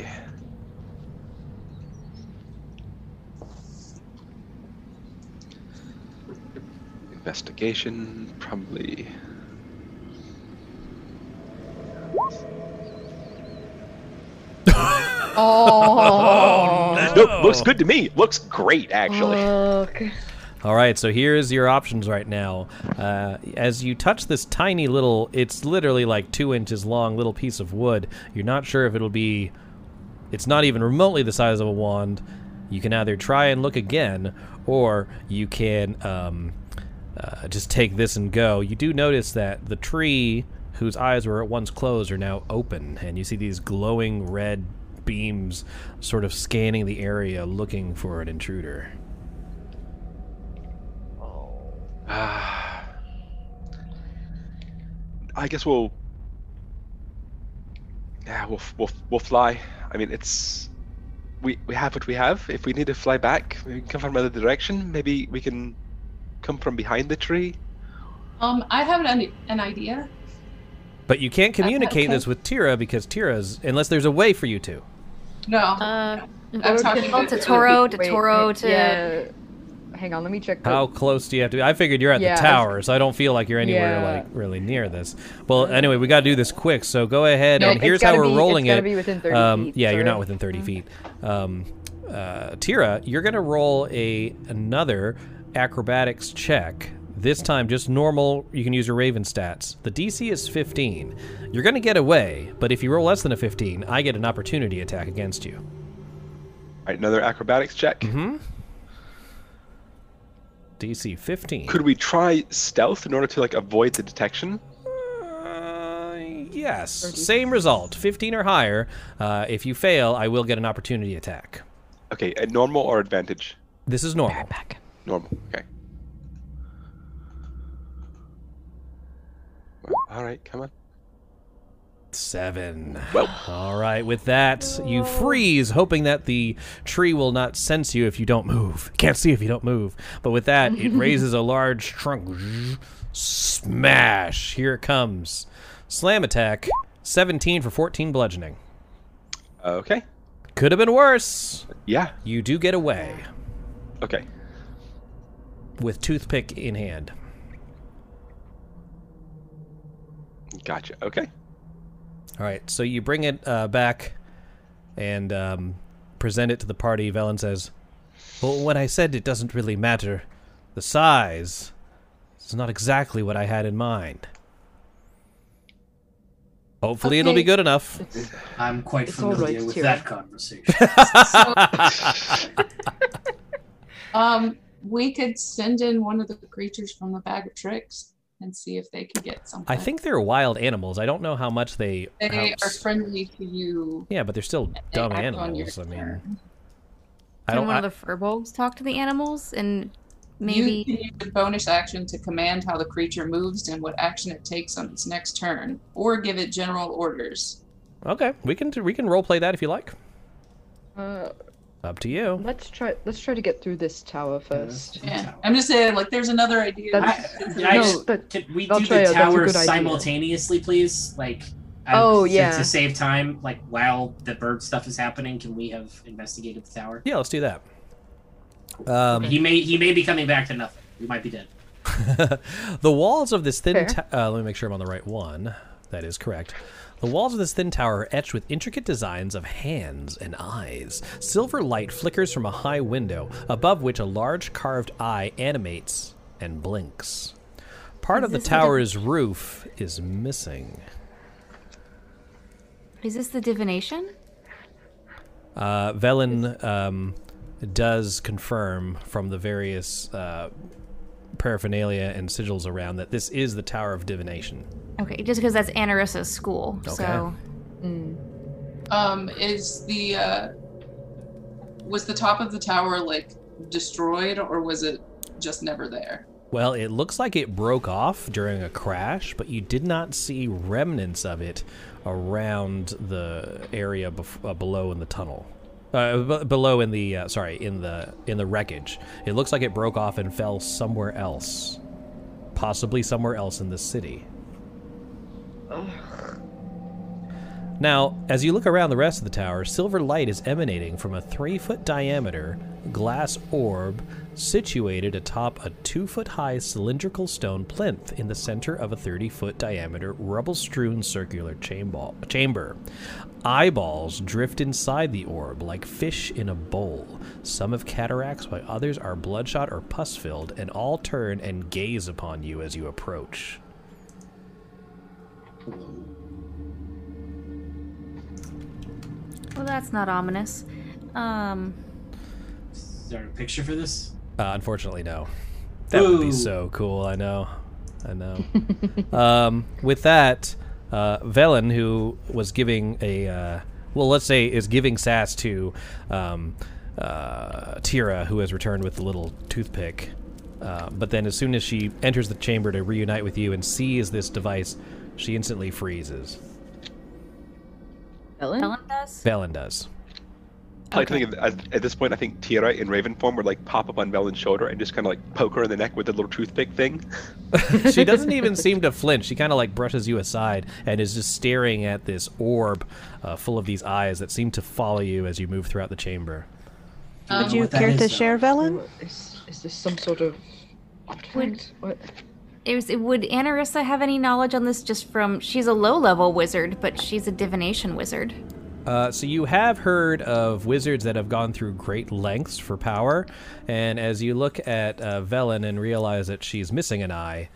Speaker 17: Investigation, probably.
Speaker 8: Oh.
Speaker 17: Nope, looks good to me. Looks great, actually.
Speaker 1: All right, so here's your options right now. Uh, as you touch this tiny little, it's literally like two inches long little piece of wood. You're not sure if it'll be. It's not even remotely the size of a wand. You can either try and look again, or you can um, uh, just take this and go. You do notice that the tree, whose eyes were at once closed, are now open, and you see these glowing red beams sort of scanning the area looking for an intruder.
Speaker 17: Ah. I guess we'll. Yeah, we'll, we'll we'll fly. I mean, it's we we have what we have. If we need to fly back, we can come from another direction. Maybe we can come from behind the tree.
Speaker 13: Um, I have an, an idea.
Speaker 1: But you can't communicate
Speaker 13: okay.
Speaker 1: this with Tira because Tira's unless there's a way for you to.
Speaker 13: No.
Speaker 4: Uh,
Speaker 13: I'm talking
Speaker 4: Oh,
Speaker 13: about
Speaker 4: to Toro, to
Speaker 8: Wait,
Speaker 4: Toro,
Speaker 8: wait,
Speaker 4: to.
Speaker 8: yeah. Hang on, let me check.
Speaker 1: How close do you have to be? I figured you're at
Speaker 8: Oh. Yeah, I
Speaker 1: the
Speaker 8: was-
Speaker 1: tower, so I don't feel like you're anywhere
Speaker 8: Yeah.
Speaker 1: like really near this. Well, anyway, we got to do this quick. So go ahead
Speaker 8: No,
Speaker 1: and
Speaker 8: it's
Speaker 1: here's how
Speaker 8: gotta
Speaker 1: we're
Speaker 8: be-
Speaker 1: rolling
Speaker 8: it's
Speaker 1: it.
Speaker 8: gotta be within 30
Speaker 1: um,
Speaker 8: feet,
Speaker 1: yeah, you're
Speaker 8: sir. Mm-hmm.
Speaker 1: not within 30 feet. Um, uh, Tira, you're gonna roll a another acrobatics check. This time, just normal. You can use your Raven stats. The DC is 15. You're gonna get away, but if you roll less than a 15, I get an opportunity attack against you.
Speaker 17: All right, another acrobatics check.
Speaker 1: Mm-hmm. DC 15.
Speaker 17: Could we try stealth in order to like avoid the detection?
Speaker 1: Yes, same result. 15 or higher. Uh, if you fail, I will get an opportunity attack.
Speaker 17: Okay, a normal or advantage?
Speaker 1: This is normal.
Speaker 17: Normal. Okay. All right, come on.
Speaker 1: Seven. All right, with that, you freeze, hoping that the tree will not sense you if you don't move. Can't see if you don't move. But with that, it raises a large trunk. Smash! Here it comes. Slam attack. 17 for 14 bludgeoning.
Speaker 17: Okay.
Speaker 1: Could have been worse.
Speaker 17: Yeah.
Speaker 1: You do get away.
Speaker 17: Okay.
Speaker 1: With toothpick in hand.
Speaker 17: Gotcha. Okay.
Speaker 1: All right, so you bring it uh, back and um, present it to the party. Velen says, "Well, when I said it doesn't really matter, the size is not exactly what I had in mind. Hopefully, it'll be
Speaker 12: Okay.
Speaker 1: good enough."
Speaker 12: I'm quite
Speaker 13: It's all
Speaker 12: familiar
Speaker 13: right,
Speaker 12: with
Speaker 13: Tira.
Speaker 12: that conversation.
Speaker 13: Um, we could send in one of the creatures from the bag of tricks and see if they can get something.
Speaker 1: I think they're wild animals. I don't know how much they. how-
Speaker 13: they are friendly to you.
Speaker 1: yeah, but they're still
Speaker 13: They
Speaker 1: dumb
Speaker 13: act on your
Speaker 1: animals. I mean, I
Speaker 4: Can
Speaker 1: don't.
Speaker 4: one
Speaker 1: I,
Speaker 4: of the furbolgs talk to the animals and Maybe-
Speaker 13: You can use a bonus action to command how the creature moves and what action it takes on its next turn, or give it general orders.
Speaker 1: Okay, we can we can role play that if you like.
Speaker 8: Uh,
Speaker 1: Up to you.
Speaker 8: let's try. Let's try to get through this
Speaker 12: Uh,
Speaker 8: tower first.
Speaker 13: Yeah, I'm just saying, like, there's another idea.
Speaker 8: That's-
Speaker 12: Did I
Speaker 8: No,
Speaker 12: just-
Speaker 8: but-
Speaker 12: could we do
Speaker 8: Valtreya, that's
Speaker 12: the
Speaker 8: a
Speaker 12: tower
Speaker 8: good idea.
Speaker 12: simultaneously, please? Like,
Speaker 8: Oh,
Speaker 12: to-
Speaker 8: yeah.
Speaker 12: to save time, like while the bird stuff is happening, can we have investigated the tower?
Speaker 1: Yeah, let's do that. Um,
Speaker 12: He may he may be coming back to nothing. We might be dead.
Speaker 1: the walls of this
Speaker 12: Fair.
Speaker 1: thin ta- uh, let me make sure I'm on the right one. That is correct. The walls of this thin tower are etched with intricate designs of hands and eyes. Silver light flickers from a high window, above which a large carved eye animates and blinks. Part
Speaker 4: Is
Speaker 1: of the
Speaker 4: this like a-
Speaker 1: tower's roof is missing.
Speaker 4: Is this the divination?
Speaker 1: Uh, Velen um, does confirm from the various uh, paraphernalia and sigils around that this is the Tower of Divination.
Speaker 4: Okay, just because that's Anarissa's school, so mm.
Speaker 13: Um, is the uh, was the top of the tower like destroyed, or was it just never there?
Speaker 1: Well, it looks like it broke off during a crash, but you did not see remnants of it around the area bef- uh, below in the tunnel. Uh, b- below in the uh, sorry in the in the wreckage. It looks like it broke off and fell somewhere else, possibly somewhere else in the city.
Speaker 8: Oh,
Speaker 1: Now, as you look around the rest of the tower, silver light is emanating from a three foot diameter glass orb situated atop a two foot high cylindrical stone plinth in the center of a 30 foot diameter rubble strewn circular chamber. chamber. Eyeballs drift inside the orb like fish in a bowl. Some have cataracts, while others are bloodshot or pus filled, and all turn and gaze upon you as you approach.
Speaker 4: well, that's not ominous. Um,
Speaker 12: Is there a picture for this?
Speaker 1: Uh, unfortunately, no. That would
Speaker 12: Boo.
Speaker 1: be so cool. I know. I know. um, with that, uh, Velen, who was giving a, uh, well, let's say, is giving sass to um, uh, Tira, who has returned with the little toothpick. Uh, but then, as soon as she enters the chamber to reunite with you and sees this device, she instantly freezes.
Speaker 8: Ellen?
Speaker 4: does.
Speaker 1: Velen does.
Speaker 17: I like to think of, at, at this point, I think Tira in Raven form would like pop up on Velen's shoulder and just kind of like poke her in the neck with the little toothpick thing.
Speaker 1: she doesn't even seem to flinch. She kind of like brushes you aside and is just staring at this orb uh, full of these eyes that seem to follow you as you move throughout the chamber.
Speaker 19: Would you care to share, Velen?
Speaker 8: Is, is this some sort of
Speaker 4: would
Speaker 8: what?
Speaker 4: It was, would Anarissa have any knowledge on this? Just from she's a low level wizard, but she's a divination wizard.
Speaker 1: Uh, so you have heard of wizards that have gone through great lengths for power, and as you look at uh, Velen and realize that she's missing an eye,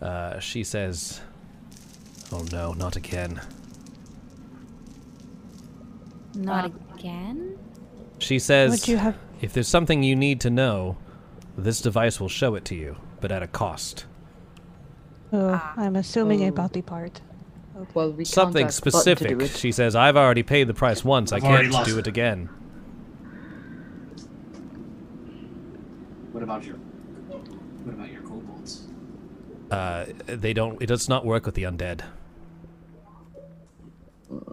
Speaker 1: uh, she says, "Oh no, not again."
Speaker 4: Not again.
Speaker 1: She says,
Speaker 4: Would you have-
Speaker 1: "If there's something you need to know, this device will show it to you, but at a cost."
Speaker 19: Oh,
Speaker 4: Ah.
Speaker 19: I'm assuming
Speaker 8: Oh.
Speaker 19: a body part.
Speaker 8: Well, we
Speaker 1: something
Speaker 8: can't ask Button to do
Speaker 1: specific.
Speaker 8: it.
Speaker 1: She says, "I've already paid the price once. I
Speaker 12: I've already
Speaker 1: can't
Speaker 12: lost
Speaker 1: do
Speaker 12: it."
Speaker 1: it again."
Speaker 12: What about your What about your kobolds?
Speaker 1: Uh, they don't. It does not work with the undead.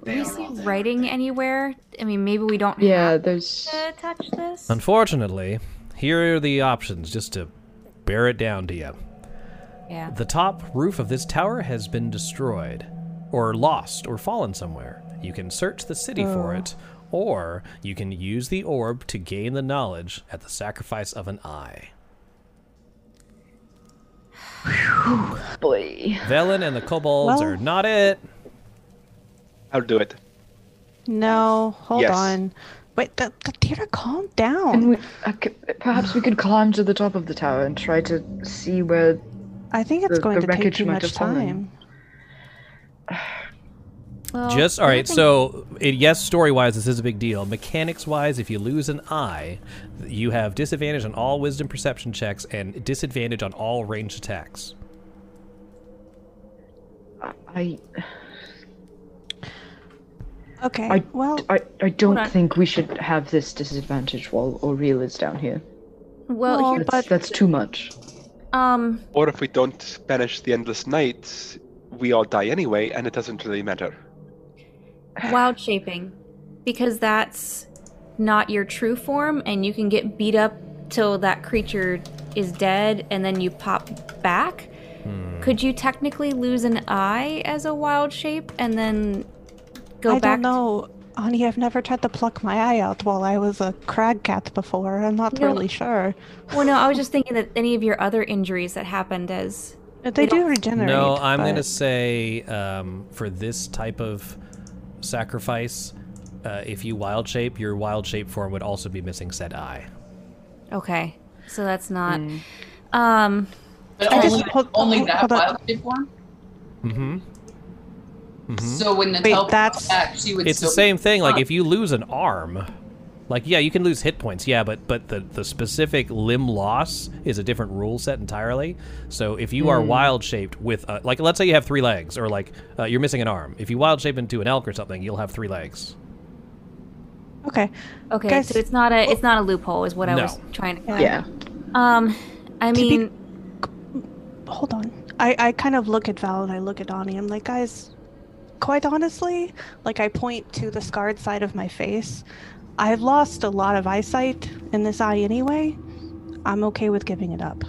Speaker 4: Do we see writing anywhere? I mean, maybe we don't.
Speaker 8: Yeah, there's.
Speaker 4: have to touch this.
Speaker 1: Unfortunately, here are the options just to bear it down to you.
Speaker 4: Yeah.
Speaker 1: The top roof of this tower has been destroyed, or lost, or fallen somewhere. You can search the city for
Speaker 18: Oh.
Speaker 1: it, or you can use the orb to gain the knowledge at the sacrifice of an eye.
Speaker 8: Boy.
Speaker 1: Velen and the kobolds
Speaker 19: Well-
Speaker 1: are not it.
Speaker 17: I'll do it.
Speaker 19: No, hold
Speaker 17: Yes.
Speaker 19: on. Wait, the, the Tira, calm down.
Speaker 8: we, I c- perhaps we could climb to the top of the tower and try to see where.
Speaker 19: I think it's
Speaker 8: the,
Speaker 19: going
Speaker 8: the
Speaker 19: to take
Speaker 8: wreckage
Speaker 19: too
Speaker 8: might
Speaker 19: much
Speaker 8: have fallen.
Speaker 19: time.
Speaker 4: Well,
Speaker 1: Just all
Speaker 4: I
Speaker 1: right.
Speaker 4: don't
Speaker 1: So it, yes, story wise, this is a big deal. Mechanics wise, if you lose an eye, you have disadvantage on all wisdom perception checks and disadvantage on all ranged attacks.
Speaker 8: I
Speaker 19: Okay,
Speaker 8: I,
Speaker 19: well,
Speaker 8: I, I don't
Speaker 19: on.
Speaker 8: think we should have this disadvantage while O'Real is down here.
Speaker 4: Well, here,
Speaker 8: that's, that's too much.
Speaker 4: um,
Speaker 17: Or if we don't banish the endless night, we all die anyway, and it doesn't really matter.
Speaker 4: wild shaping, because that's not your true form, and you can get beat up till that creature is dead, and then you pop back.
Speaker 8: Hmm.
Speaker 6: Hmm.
Speaker 4: Could you technically lose an eye as a wild shape, and then go
Speaker 2: I
Speaker 4: back?
Speaker 2: don't know, Ani. I've never tried to pluck my eye out while I was a crag cat before. I'm not
Speaker 4: No.
Speaker 2: really sure.
Speaker 4: Well, no, I was just thinking that any of your other injuries that happened as
Speaker 2: They, do regenerate.
Speaker 1: No, I'm
Speaker 2: but-
Speaker 1: going to say um, for this type of sacrifice, uh, if you wild shape, your wild shape form would also be missing said eye.
Speaker 4: Okay, so that's not. Um,
Speaker 13: But
Speaker 4: I
Speaker 13: only,
Speaker 4: just-
Speaker 2: hold-
Speaker 13: only
Speaker 2: hold-
Speaker 13: that
Speaker 2: hold on.
Speaker 13: wild shape form.
Speaker 1: Mm-hmm. mm-hmm.
Speaker 13: So when the
Speaker 2: Wait,
Speaker 13: help
Speaker 2: that's-
Speaker 13: back, she would.
Speaker 1: it's the
Speaker 13: still be
Speaker 1: same thing. Like
Speaker 13: fine.
Speaker 1: if you lose an arm, like yeah, you can lose hit points. Yeah, but but the the specific limb loss is a different rule set entirely. So if you are
Speaker 18: Hmm.
Speaker 1: wild shaped with uh like let's say you have three legs or like uh, you're missing an arm. If you wild shape into an elk or something, you'll have three legs.
Speaker 2: Okay.
Speaker 4: Okay,
Speaker 2: Guys-
Speaker 4: so it's not a it's not a loophole, is what I
Speaker 1: No.
Speaker 4: was trying to.
Speaker 2: Yeah.
Speaker 4: find. Um, I
Speaker 2: To be-
Speaker 4: mean,
Speaker 2: hold on. I, I kind of look at Val and I look at Ani. I'm like, guys, quite honestly, like I point to the scarred side of my face. I've lost a lot of eyesight in this eye anyway. I'm okay with giving it up.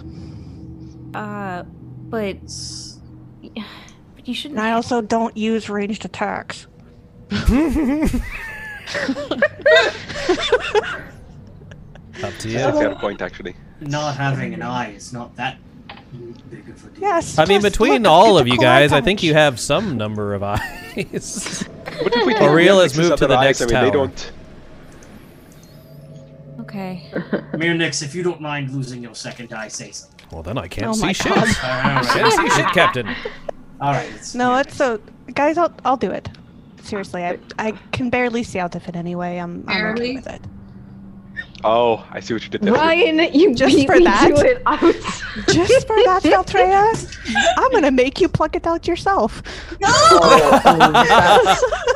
Speaker 4: uh, but but you shouldn't.
Speaker 2: And I also don't use ranged attacks.
Speaker 1: Up to
Speaker 17: That's a fair point, actually.
Speaker 12: Not having an eye is not that big of a deal.
Speaker 2: Yes.
Speaker 1: I mean,
Speaker 2: just
Speaker 1: between
Speaker 2: look,
Speaker 1: all
Speaker 2: it's
Speaker 1: of
Speaker 2: a
Speaker 1: you
Speaker 2: claw
Speaker 1: guys, I
Speaker 2: punch.
Speaker 1: think you have some number of eyes.
Speaker 17: What
Speaker 4: Oh,
Speaker 17: if we take
Speaker 1: Aurelia has
Speaker 17: Mirnix's
Speaker 1: moved to
Speaker 17: other
Speaker 1: the
Speaker 17: eyes?
Speaker 1: next
Speaker 17: I mean,
Speaker 1: tower.
Speaker 17: They don't.
Speaker 4: Okay.
Speaker 12: Mirnix, if you don't mind losing your second eye, say something.
Speaker 1: Well, then I can't
Speaker 2: Oh my
Speaker 1: see shit.
Speaker 2: God.
Speaker 1: I can't see shit, Captain.
Speaker 12: All right. It's,
Speaker 2: No, it's so guys. I'll I'll do it. Seriously, I I can barely see out of it anyway. I'm, I'm okay
Speaker 13: Barely?
Speaker 2: with it.
Speaker 17: Oh, I see what you did there.
Speaker 8: Ryan, you
Speaker 2: Just
Speaker 8: beat
Speaker 2: for
Speaker 8: me
Speaker 2: that?
Speaker 8: to it. I was
Speaker 2: Just for that, Valtreya, I'm gonna make you pluck it out yourself.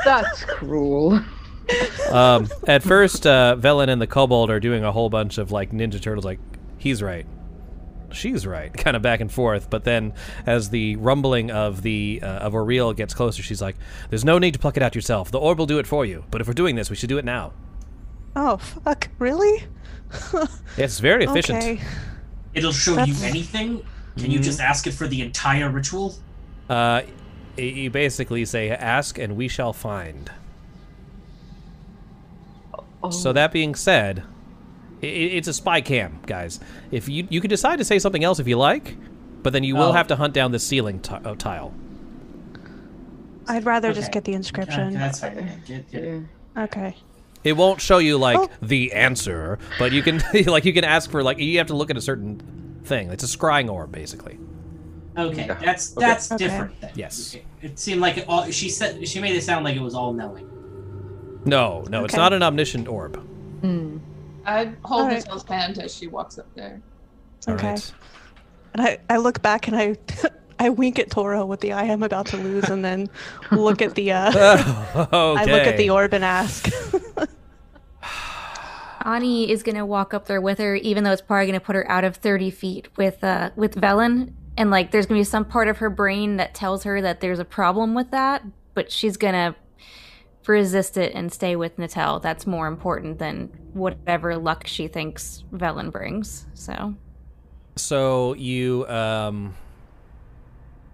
Speaker 8: that's cruel.
Speaker 1: um, at first, uh, Velen and the kobold are doing a whole bunch of like Ninja Turtles, like he's right, she's right, kind of back and forth. But then, as the rumbling of the uh, of Oriel gets closer, she's like, "There's no need to pluck it out yourself. The orb will do it for you. But if we're doing this, we should do it now.
Speaker 2: Oh fuck! Really?
Speaker 1: It's very efficient."
Speaker 2: Okay.
Speaker 12: It'll show
Speaker 2: That's-
Speaker 12: you anything. Can you just ask it for the entire ritual?
Speaker 1: Mm-hmm. Uh, y- you basically say, "Ask and we shall find."
Speaker 12: Oh.
Speaker 1: So that being said, i- i it's a spy cam, guys. If you you can decide to say something else if you like, but then you will
Speaker 12: Oh.
Speaker 1: have to hunt down the ceiling ti- uh, tile.
Speaker 2: I'd rather just
Speaker 12: Okay.
Speaker 2: get the
Speaker 12: Okay,
Speaker 2: inscription.
Speaker 12: that's fine. yeah, Oh. Get, get.
Speaker 2: Okay.
Speaker 1: It won't show you like the answer, but you can like you can ask for like you have to look at a certain thing. It's a scrying orb, basically.
Speaker 12: Okay,
Speaker 1: Yeah.
Speaker 12: that's
Speaker 1: Okay.
Speaker 12: that's
Speaker 1: Okay.
Speaker 12: different. Then.
Speaker 1: Yes.
Speaker 12: It seemed like it all. She said she made it sound like it was all knowing.
Speaker 1: No, no, it's
Speaker 12: Okay.
Speaker 1: not an omniscient orb.
Speaker 8: Hmm.
Speaker 13: I hold
Speaker 2: Alright.
Speaker 13: Michelle's hand as she walks up there.
Speaker 1: All
Speaker 2: Okay.
Speaker 1: right.
Speaker 2: And I I look back and I I wink at Toro with the eye I'm about to lose, and then look at the uh. I look at
Speaker 1: Okay.
Speaker 2: the orb and ask.
Speaker 4: Ani is gonna walk up there with her, even though it's probably gonna put her out of thirty feet with uh with Velen, and like there's gonna be some part of her brain that tells her that there's a problem with that, but she's gonna resist it and stay with Natel. That's more important than whatever luck she thinks Velen brings. So
Speaker 1: So you um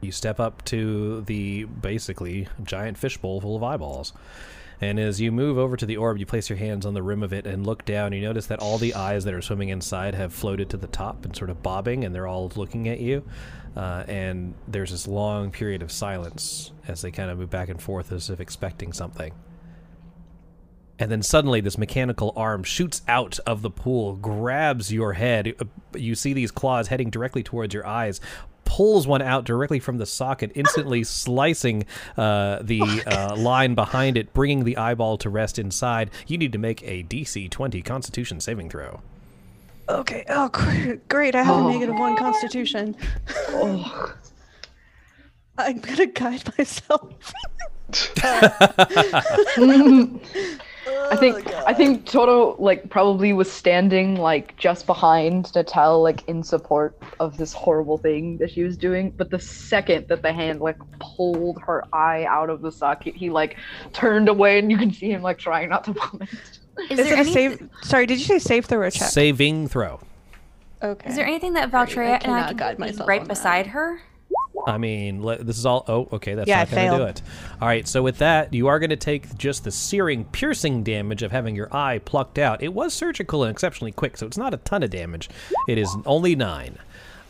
Speaker 1: you step up to the basically giant fishbowl full of eyeballs. And as you move over to the orb, you place your hands on the rim of it and look down. You notice that all the eyes that are swimming inside have floated to the top and sort of bobbing, and they're all looking at you. Uh, and there's this long period of silence as they kind of move back and forth as if expecting something. And then suddenly, this mechanical arm shoots out of the pool, grabs your head. You see these claws heading directly towards your eyes, pulls one out directly from the socket, instantly slicing uh, the uh, line behind it, bringing the eyeball to rest inside. You need to make a DC 20 Constitution saving throw.
Speaker 2: okay. Oh, cr- great! I have
Speaker 1: Oh.
Speaker 2: a negative one constitution.
Speaker 8: Oh.
Speaker 2: I'm gonna guide myself.
Speaker 8: I think
Speaker 2: Oh,
Speaker 8: I think Toto like probably was standing like just behind Natal like in support of this horrible thing that she was doing. But the second that the hand like pulled her eye out of the socket, he like turned away, and you can see him like trying not to vomit.
Speaker 2: Is, it a save? Sorry, did you say save throw or check?
Speaker 1: Saving throw.
Speaker 2: Okay.
Speaker 4: Is there anything that Valtrea and I
Speaker 2: cannot
Speaker 4: can
Speaker 2: guide
Speaker 4: be
Speaker 2: myself
Speaker 4: right
Speaker 2: on that.
Speaker 4: beside her?
Speaker 1: I mean, le- this is all. Oh, okay, that's
Speaker 4: Yeah,
Speaker 1: not
Speaker 4: I
Speaker 1: going to do
Speaker 4: failed.
Speaker 1: it. All right, so with that, you are going to take just the searing, piercing damage of having your eye plucked out. It was surgical and exceptionally quick, so it's not a ton of damage. It is only nine.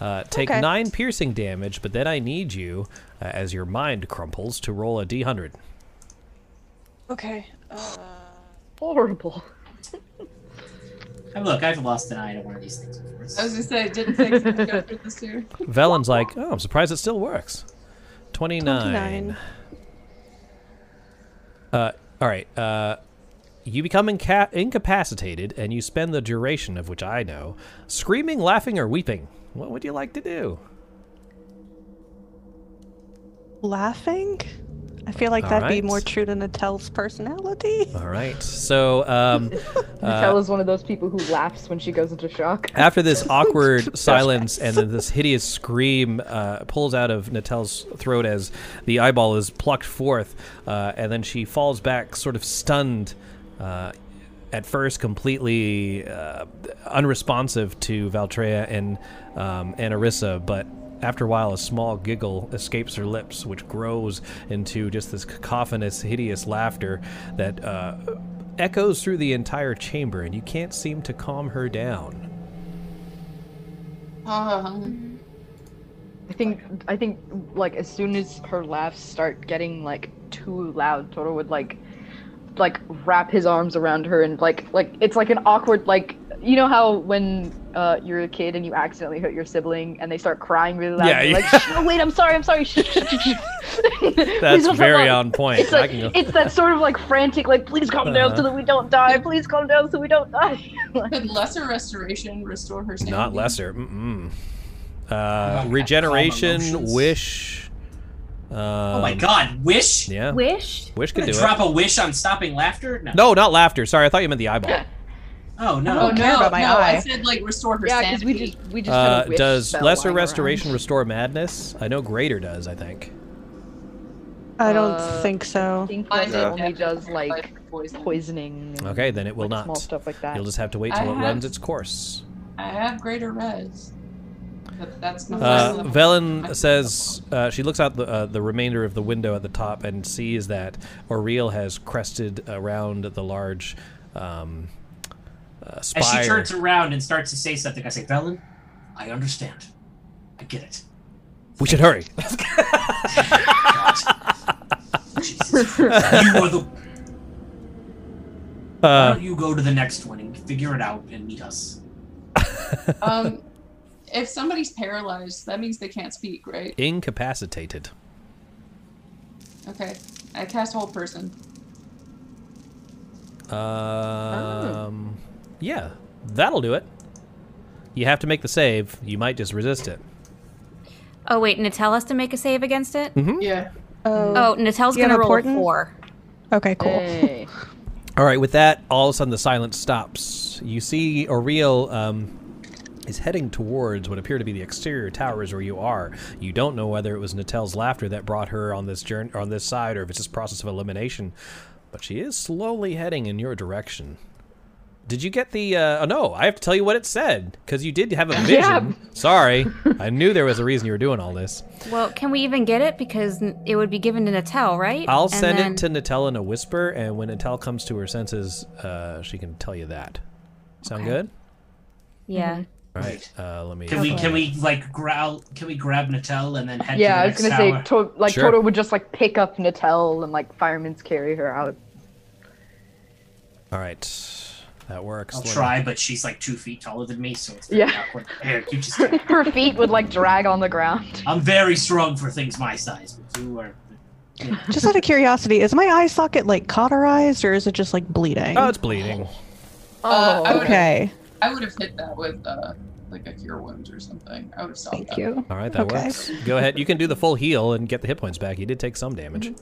Speaker 1: Uh, take
Speaker 2: Okay.
Speaker 1: nine piercing damage, but then I need you, uh, as your mind crumples, to roll a d100.
Speaker 2: Okay. Uh,
Speaker 8: Horrible.
Speaker 12: Hey, look, I've lost an eye to one of these things before.
Speaker 13: I was gonna say, I didn't think it would go through this year.
Speaker 1: Velen's like, oh, I'm surprised it still works. 29. Uh, all right. Uh, you become inca- incapacitated, and you spend the duration of which I know screaming, laughing, or weeping. What would you like to do?
Speaker 2: laughing? I feel like
Speaker 1: All
Speaker 2: that'd be
Speaker 1: right.
Speaker 2: more true to Natel's personality.
Speaker 1: All right. So, um,
Speaker 8: Natal
Speaker 1: uh,
Speaker 8: is one of those people who laughs when she goes into shock.
Speaker 1: after this awkward silence and then this hideous scream uh, pulls out of Natel's throat as the eyeball is plucked forth, uh, and then she falls back, sort of stunned. Uh, at first, completely uh, unresponsive to Valtrea and um, and Arissa, but after a while, a small giggle escapes her lips, which grows into just this cacophonous, hideous laughter that uh, echoes through the entire chamber, and you can't seem to calm her down.
Speaker 13: Um,
Speaker 8: I think I think like as soon as her laughs start getting like too loud, Toto would like like wrap his arms around her and like like it's like an awkward like you know how when uh, you're a kid and you accidentally hurt your sibling and they start crying really loud.
Speaker 1: Yeah,
Speaker 8: you're
Speaker 1: yeah.
Speaker 8: Like "Oh, wait, I'm sorry, I'm sorry. Please
Speaker 1: That's
Speaker 8: don't
Speaker 1: very
Speaker 8: stop."
Speaker 1: on point.
Speaker 8: It's,
Speaker 1: I
Speaker 8: like,
Speaker 1: can go-
Speaker 8: it's that sort of like frantic like please calm down
Speaker 1: Uh-huh.
Speaker 8: so that we don't die. Please calm down so we don't die.
Speaker 13: could lesser restoration restore her sanity?
Speaker 1: Not lesser. Mm-mm.
Speaker 12: Oh
Speaker 1: Uh, regeneration,
Speaker 13: emotions.
Speaker 1: wish. oh
Speaker 12: my God, wish.
Speaker 1: Yeah.
Speaker 4: Wish.
Speaker 1: Wish could do
Speaker 12: drop
Speaker 1: it.
Speaker 12: a wish on stopping laughter? No.
Speaker 1: No, not laughter. Sorry, I thought you meant the eyeball.
Speaker 12: Oh no.
Speaker 13: Oh, no, no, I said like restore her
Speaker 8: Yeah, because
Speaker 13: sanity.
Speaker 8: we just we just
Speaker 1: Uh,
Speaker 8: had a wish
Speaker 1: does
Speaker 8: spell lying
Speaker 1: lesser
Speaker 8: around.
Speaker 1: restoration restore madness? I know greater does. I think.
Speaker 2: I don't
Speaker 8: Uh,
Speaker 2: think so.
Speaker 8: I think
Speaker 13: I
Speaker 8: that
Speaker 1: Yeah.
Speaker 8: only does like poisoning. and
Speaker 1: Okay, then it will
Speaker 8: like,
Speaker 1: not.
Speaker 8: Small stuff like that.
Speaker 1: You'll just have to wait
Speaker 13: I
Speaker 1: till it
Speaker 13: have-
Speaker 1: runs its course.
Speaker 13: I have greater res. But that's my first
Speaker 1: Uh,
Speaker 13: level.
Speaker 1: Velen says uh, she looks out the uh, the remainder of the window at the top and sees that Oriel has crested around the large um, uh, spire.
Speaker 12: As she turns around and starts to say something, I say, Velen, I understand. I get it.
Speaker 1: we should hurry.
Speaker 12: Jesus. you are the. Why
Speaker 1: Uh,
Speaker 12: don't you go to the next one and figure it out and meet us?
Speaker 13: um, if somebody's paralyzed, that means they can't speak, right?
Speaker 1: incapacitated.
Speaker 13: Okay. I cast whole person.
Speaker 12: Oh.
Speaker 1: Um, Yeah, that'll do it. You have to make the save. You might just resist it.
Speaker 4: Oh wait, Natel has to make a save against it.
Speaker 1: Mhm.
Speaker 13: Yeah.
Speaker 2: Mm-hmm.
Speaker 4: Oh, Natel's
Speaker 2: You have
Speaker 4: gonna roll a
Speaker 2: important?
Speaker 4: four.
Speaker 2: Okay, cool.
Speaker 1: All right, with that, all of a sudden the silence stops. You see Oriel um, is heading towards what appear to be the exterior towers where you are. You don't know whether it was Natel's laughter that brought her on this journey, on this side, or if it's this process of elimination. But she is slowly heading in your direction. Did you get the? Uh, oh no, I have to tell you what it said because you did have a vision.
Speaker 4: Yeah.
Speaker 1: Sorry, I knew there was a reason you were doing all this.
Speaker 4: Well, can we even get it? Because n- it would be given to Natel, right?
Speaker 1: I'll
Speaker 4: And
Speaker 1: send
Speaker 4: then-
Speaker 1: it to Natel in a whisper, and when Natel comes to her senses, uh, she can tell you that. Sound good?
Speaker 4: Yeah.
Speaker 1: All right. Uh, let me.
Speaker 12: Can we can we like growl? Can we grab Natel and then head?
Speaker 8: yeah, I
Speaker 12: to
Speaker 8: was
Speaker 12: the
Speaker 8: gonna
Speaker 12: next
Speaker 8: say,
Speaker 12: tower?
Speaker 8: to- like
Speaker 1: Sure.
Speaker 8: Toto would just like pick up Natel and like firemen's carry her out.
Speaker 1: All right. That works.
Speaker 12: I'll
Speaker 1: Let me-
Speaker 12: try, but she's like two feet taller than me, so it's very
Speaker 8: Yeah,
Speaker 12: awkward. Here, you just.
Speaker 8: her feet would like drag on the ground.
Speaker 12: I'm very strong for things my size, but you are.
Speaker 2: just out of curiosity, is my eye socket like cauterized or is it just like bleeding?
Speaker 1: Oh, it's bleeding.
Speaker 13: Uh, I would've-
Speaker 2: okay.
Speaker 13: I would have hit that with uh, like a cure wounds or something. I would have stopped Thank that.
Speaker 4: Oh.
Speaker 2: you.
Speaker 1: All right, that
Speaker 2: Okay.
Speaker 1: works. Go ahead. You can do the full heal and get the hit points back. You did take some damage.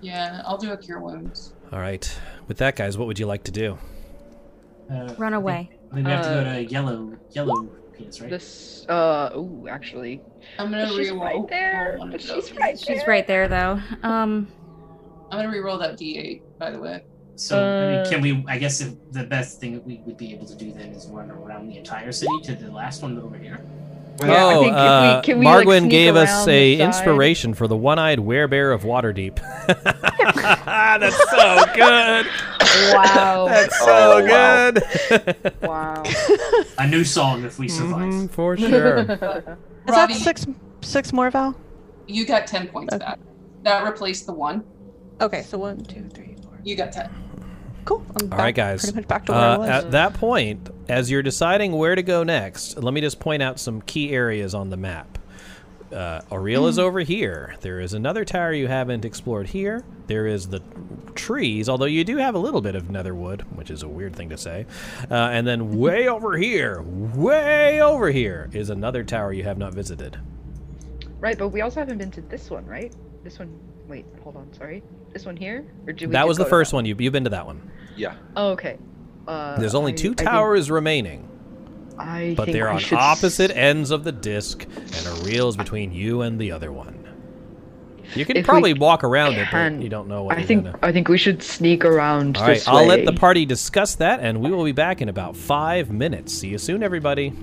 Speaker 13: Yeah, I'll do a cure wounds.
Speaker 1: All right. With that, guys, what would you like to do?
Speaker 12: Uh,
Speaker 4: Run away.
Speaker 12: I think we have to go
Speaker 8: Uh,
Speaker 12: to yellow, yellow penis, right?
Speaker 8: This, uh, ooh, actually.
Speaker 13: I'm gonna
Speaker 8: But she's
Speaker 13: reroll.
Speaker 8: right there.
Speaker 13: Hold on,
Speaker 8: But
Speaker 13: no.
Speaker 8: she's right
Speaker 4: She's right there, though. Um,
Speaker 13: I'm gonna reroll that D8, by the way.
Speaker 12: So I mean,
Speaker 8: uh,
Speaker 12: can we? I guess if the best thing that we would be able to do then is run around the entire city to the last one over here.
Speaker 8: I
Speaker 1: oh,
Speaker 8: think if we-
Speaker 1: uh,
Speaker 8: can we, like,
Speaker 1: Margwyn
Speaker 8: sneak
Speaker 1: gave us
Speaker 8: around
Speaker 1: a
Speaker 8: the side?
Speaker 1: inspiration for the one-eyed werebear of Waterdeep. That's so good.
Speaker 8: Wow.
Speaker 1: That's so good. Mm-hmm,
Speaker 8: Wow.
Speaker 12: A new song if we survive.
Speaker 1: for sure.
Speaker 2: Is
Speaker 13: Robbie,
Speaker 2: that six six more Val?
Speaker 13: you got 10 points back. That replaced the one.
Speaker 2: Okay, so one, two, three.
Speaker 13: You got 10.
Speaker 2: Cool. I'm
Speaker 1: All
Speaker 2: back,
Speaker 1: right, guys.
Speaker 2: Pretty much back to where I
Speaker 1: Uh,
Speaker 2: was.
Speaker 1: At that point, as you're deciding where to go next, let me just point out some key areas on the map. Uh, Aureal
Speaker 2: Hmm.
Speaker 1: is over here. There is another tower you haven't explored here. There is the trees, although you do have a little bit of netherwood, which is a weird thing to say. Uh, and then way over here, way over here, is another tower you have not visited.
Speaker 8: Right, but we also haven't been to this one, right? This one. Wait, hold on. Sorry. This one here, or do we?
Speaker 1: That
Speaker 8: just
Speaker 1: was the
Speaker 8: go to
Speaker 1: first one. You, you've been to that one.
Speaker 17: Yeah.
Speaker 8: that? Oh, okay. Uh,
Speaker 1: There's only
Speaker 8: I-
Speaker 1: two
Speaker 8: I think-
Speaker 1: towers remaining.
Speaker 8: I
Speaker 1: But
Speaker 8: think
Speaker 1: they're
Speaker 8: we
Speaker 1: on
Speaker 8: should
Speaker 1: opposite ends of the disc, and a reel's between you and the other one. You can
Speaker 8: If we
Speaker 1: probably walk around it,
Speaker 8: can-
Speaker 1: but you don't know what
Speaker 8: I
Speaker 1: you're
Speaker 8: think
Speaker 1: gonna.
Speaker 8: I think we should sneak around.
Speaker 1: All right,
Speaker 8: this
Speaker 1: I'll let
Speaker 8: way.
Speaker 1: the party discuss that, and we will be back in about five minutes. See you soon, everybody.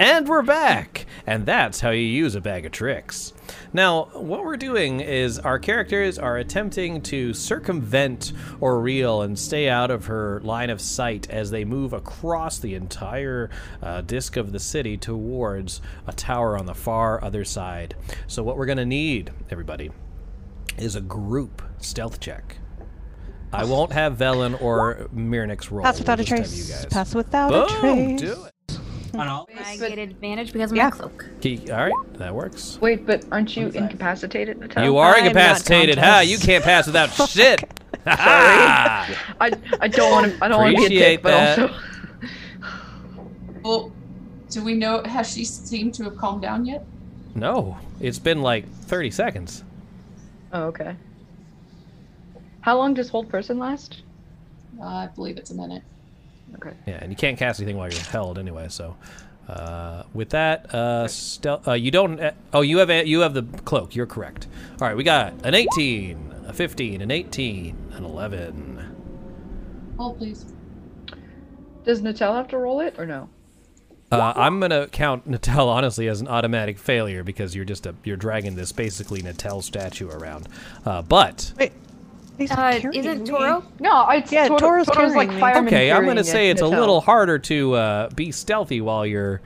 Speaker 1: And we're back! And that's how you use a bag of tricks. Now, what we're doing is our characters are attempting to circumvent Oriel and stay out of her line of sight as they move across the entire uh, disk of the city towards a tower on the far other side. So, what we're going to need, everybody, is a group stealth check. I won't have Velen or Mirnix roll.
Speaker 2: Pass without
Speaker 1: We'll just have
Speaker 2: a trace.
Speaker 1: you guys.
Speaker 2: Pass without a
Speaker 1: Boom!
Speaker 2: trace.
Speaker 1: Do it.
Speaker 4: I get advantage because I'm
Speaker 2: Yeah.
Speaker 4: a cloak.
Speaker 1: Okay, All right, that works.
Speaker 8: Wait, but aren't you incapacitated, Natal?
Speaker 1: You are incapacitated, huh? You can't pass without shit. Sorry.
Speaker 8: I, I don't want to. I don't want to be a
Speaker 1: Appreciate
Speaker 8: dick, but
Speaker 1: that.
Speaker 8: also
Speaker 13: Well, do we know? Has she seemed to have calmed down yet?
Speaker 1: no, it's been like 30 seconds.
Speaker 8: Oh, okay. How long does hold person last?
Speaker 13: I believe it's a minute.
Speaker 8: Okay.
Speaker 1: Yeah, and you can't cast anything while you're held anyway. So, uh, with that, uh, stel- uh, you don't. Uh, oh, you have a, you have the cloak. You're correct. All right, we got an 18, a 15, an 18, an 11.
Speaker 13: Hold, please.
Speaker 8: Does Natal have to roll it or no?
Speaker 1: Uh, I'm gonna count Natel honestly as an automatic failure because you're just a you're dragging this basically Natel statue around. Uh, but
Speaker 4: Uh, isn't Toro?
Speaker 8: No, I
Speaker 2: Yeah,
Speaker 8: Toro-
Speaker 2: Toro's
Speaker 8: Toro's like
Speaker 2: carrying me.
Speaker 8: fireman.
Speaker 1: okay, I'm
Speaker 8: carrying
Speaker 1: gonna
Speaker 8: it,
Speaker 1: say it's a
Speaker 8: Natal.
Speaker 1: little harder to uh, be stealthy while you're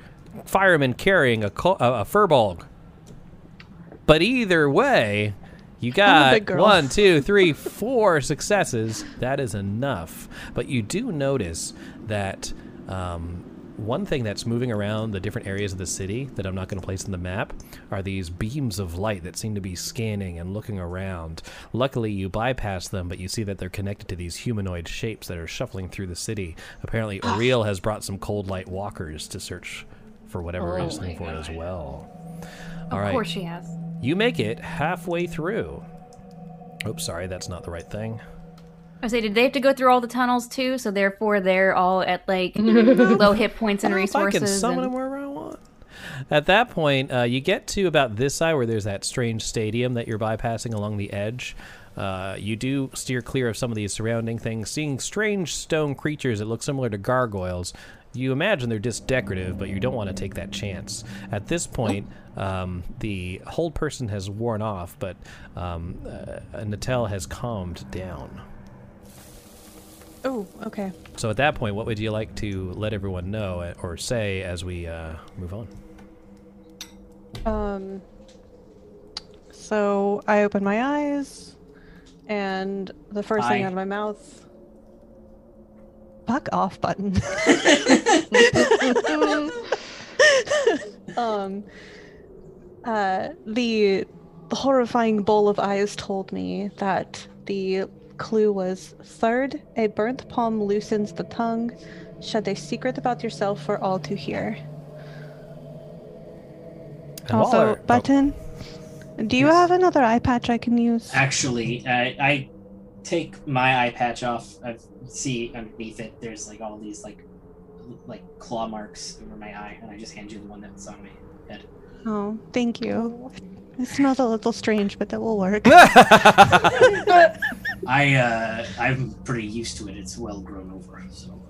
Speaker 1: fireman carrying a col- a, a furbolg. But either way, you
Speaker 2: big
Speaker 1: got
Speaker 2: girl.
Speaker 1: one, two, three, four successes. That is enough. But you do notice that um, one thing that's moving around the different areas of the city that I'm not going to place in the map are these beams of light that seem to be scanning and looking around. Luckily, you bypass them, but you see that they're connected to these humanoid shapes that are shuffling through the city. Apparently,
Speaker 4: Ah.
Speaker 1: Oriel has brought some cold light walkers to search for whatever
Speaker 4: Oh
Speaker 1: is looking for it as well. All
Speaker 4: of
Speaker 1: right.
Speaker 4: course she has.
Speaker 1: You make it halfway through. Oops, sorry, that's not the right thing.
Speaker 4: I say, did they have to go through all the tunnels too? So therefore, they're all at like low hit points and
Speaker 1: If I
Speaker 4: resources.
Speaker 1: can summon
Speaker 4: and-
Speaker 1: them wherever I want. At that point, uh, you get to about this side where there's that strange stadium that you're bypassing along the edge. Uh, you do steer clear of some of these surrounding things, seeing strange stone creatures that look similar to gargoyles. You imagine they're just decorative, but you don't want to take that chance. At this point, um, the whole person has worn off, but um, uh, Natel has calmed down.
Speaker 2: Oh, okay.
Speaker 1: So at that point, what would you like to let everyone know uh, or say as we uh, move on?
Speaker 2: Um. So I open my eyes, and the first
Speaker 12: Bye.
Speaker 2: thing out of my mouth. Fuck off button. um. Uh, the horrifying bowl of eyes told me that the clue was third. A burnt palm loosens the tongue. Shed a secret about yourself for all to hear.
Speaker 1: And while
Speaker 2: Also,
Speaker 1: our- oh,
Speaker 2: button. Do you have another eye patch I can use?
Speaker 12: Actually, I, I take my eye patch off. I see underneath it, there's like all these like like claw marks over my eye, and I just hand you the one that's on my head.
Speaker 2: Oh, thank you. It smells a little strange, but that will work.
Speaker 12: I uh, I'm pretty used to it. It's well grown over. So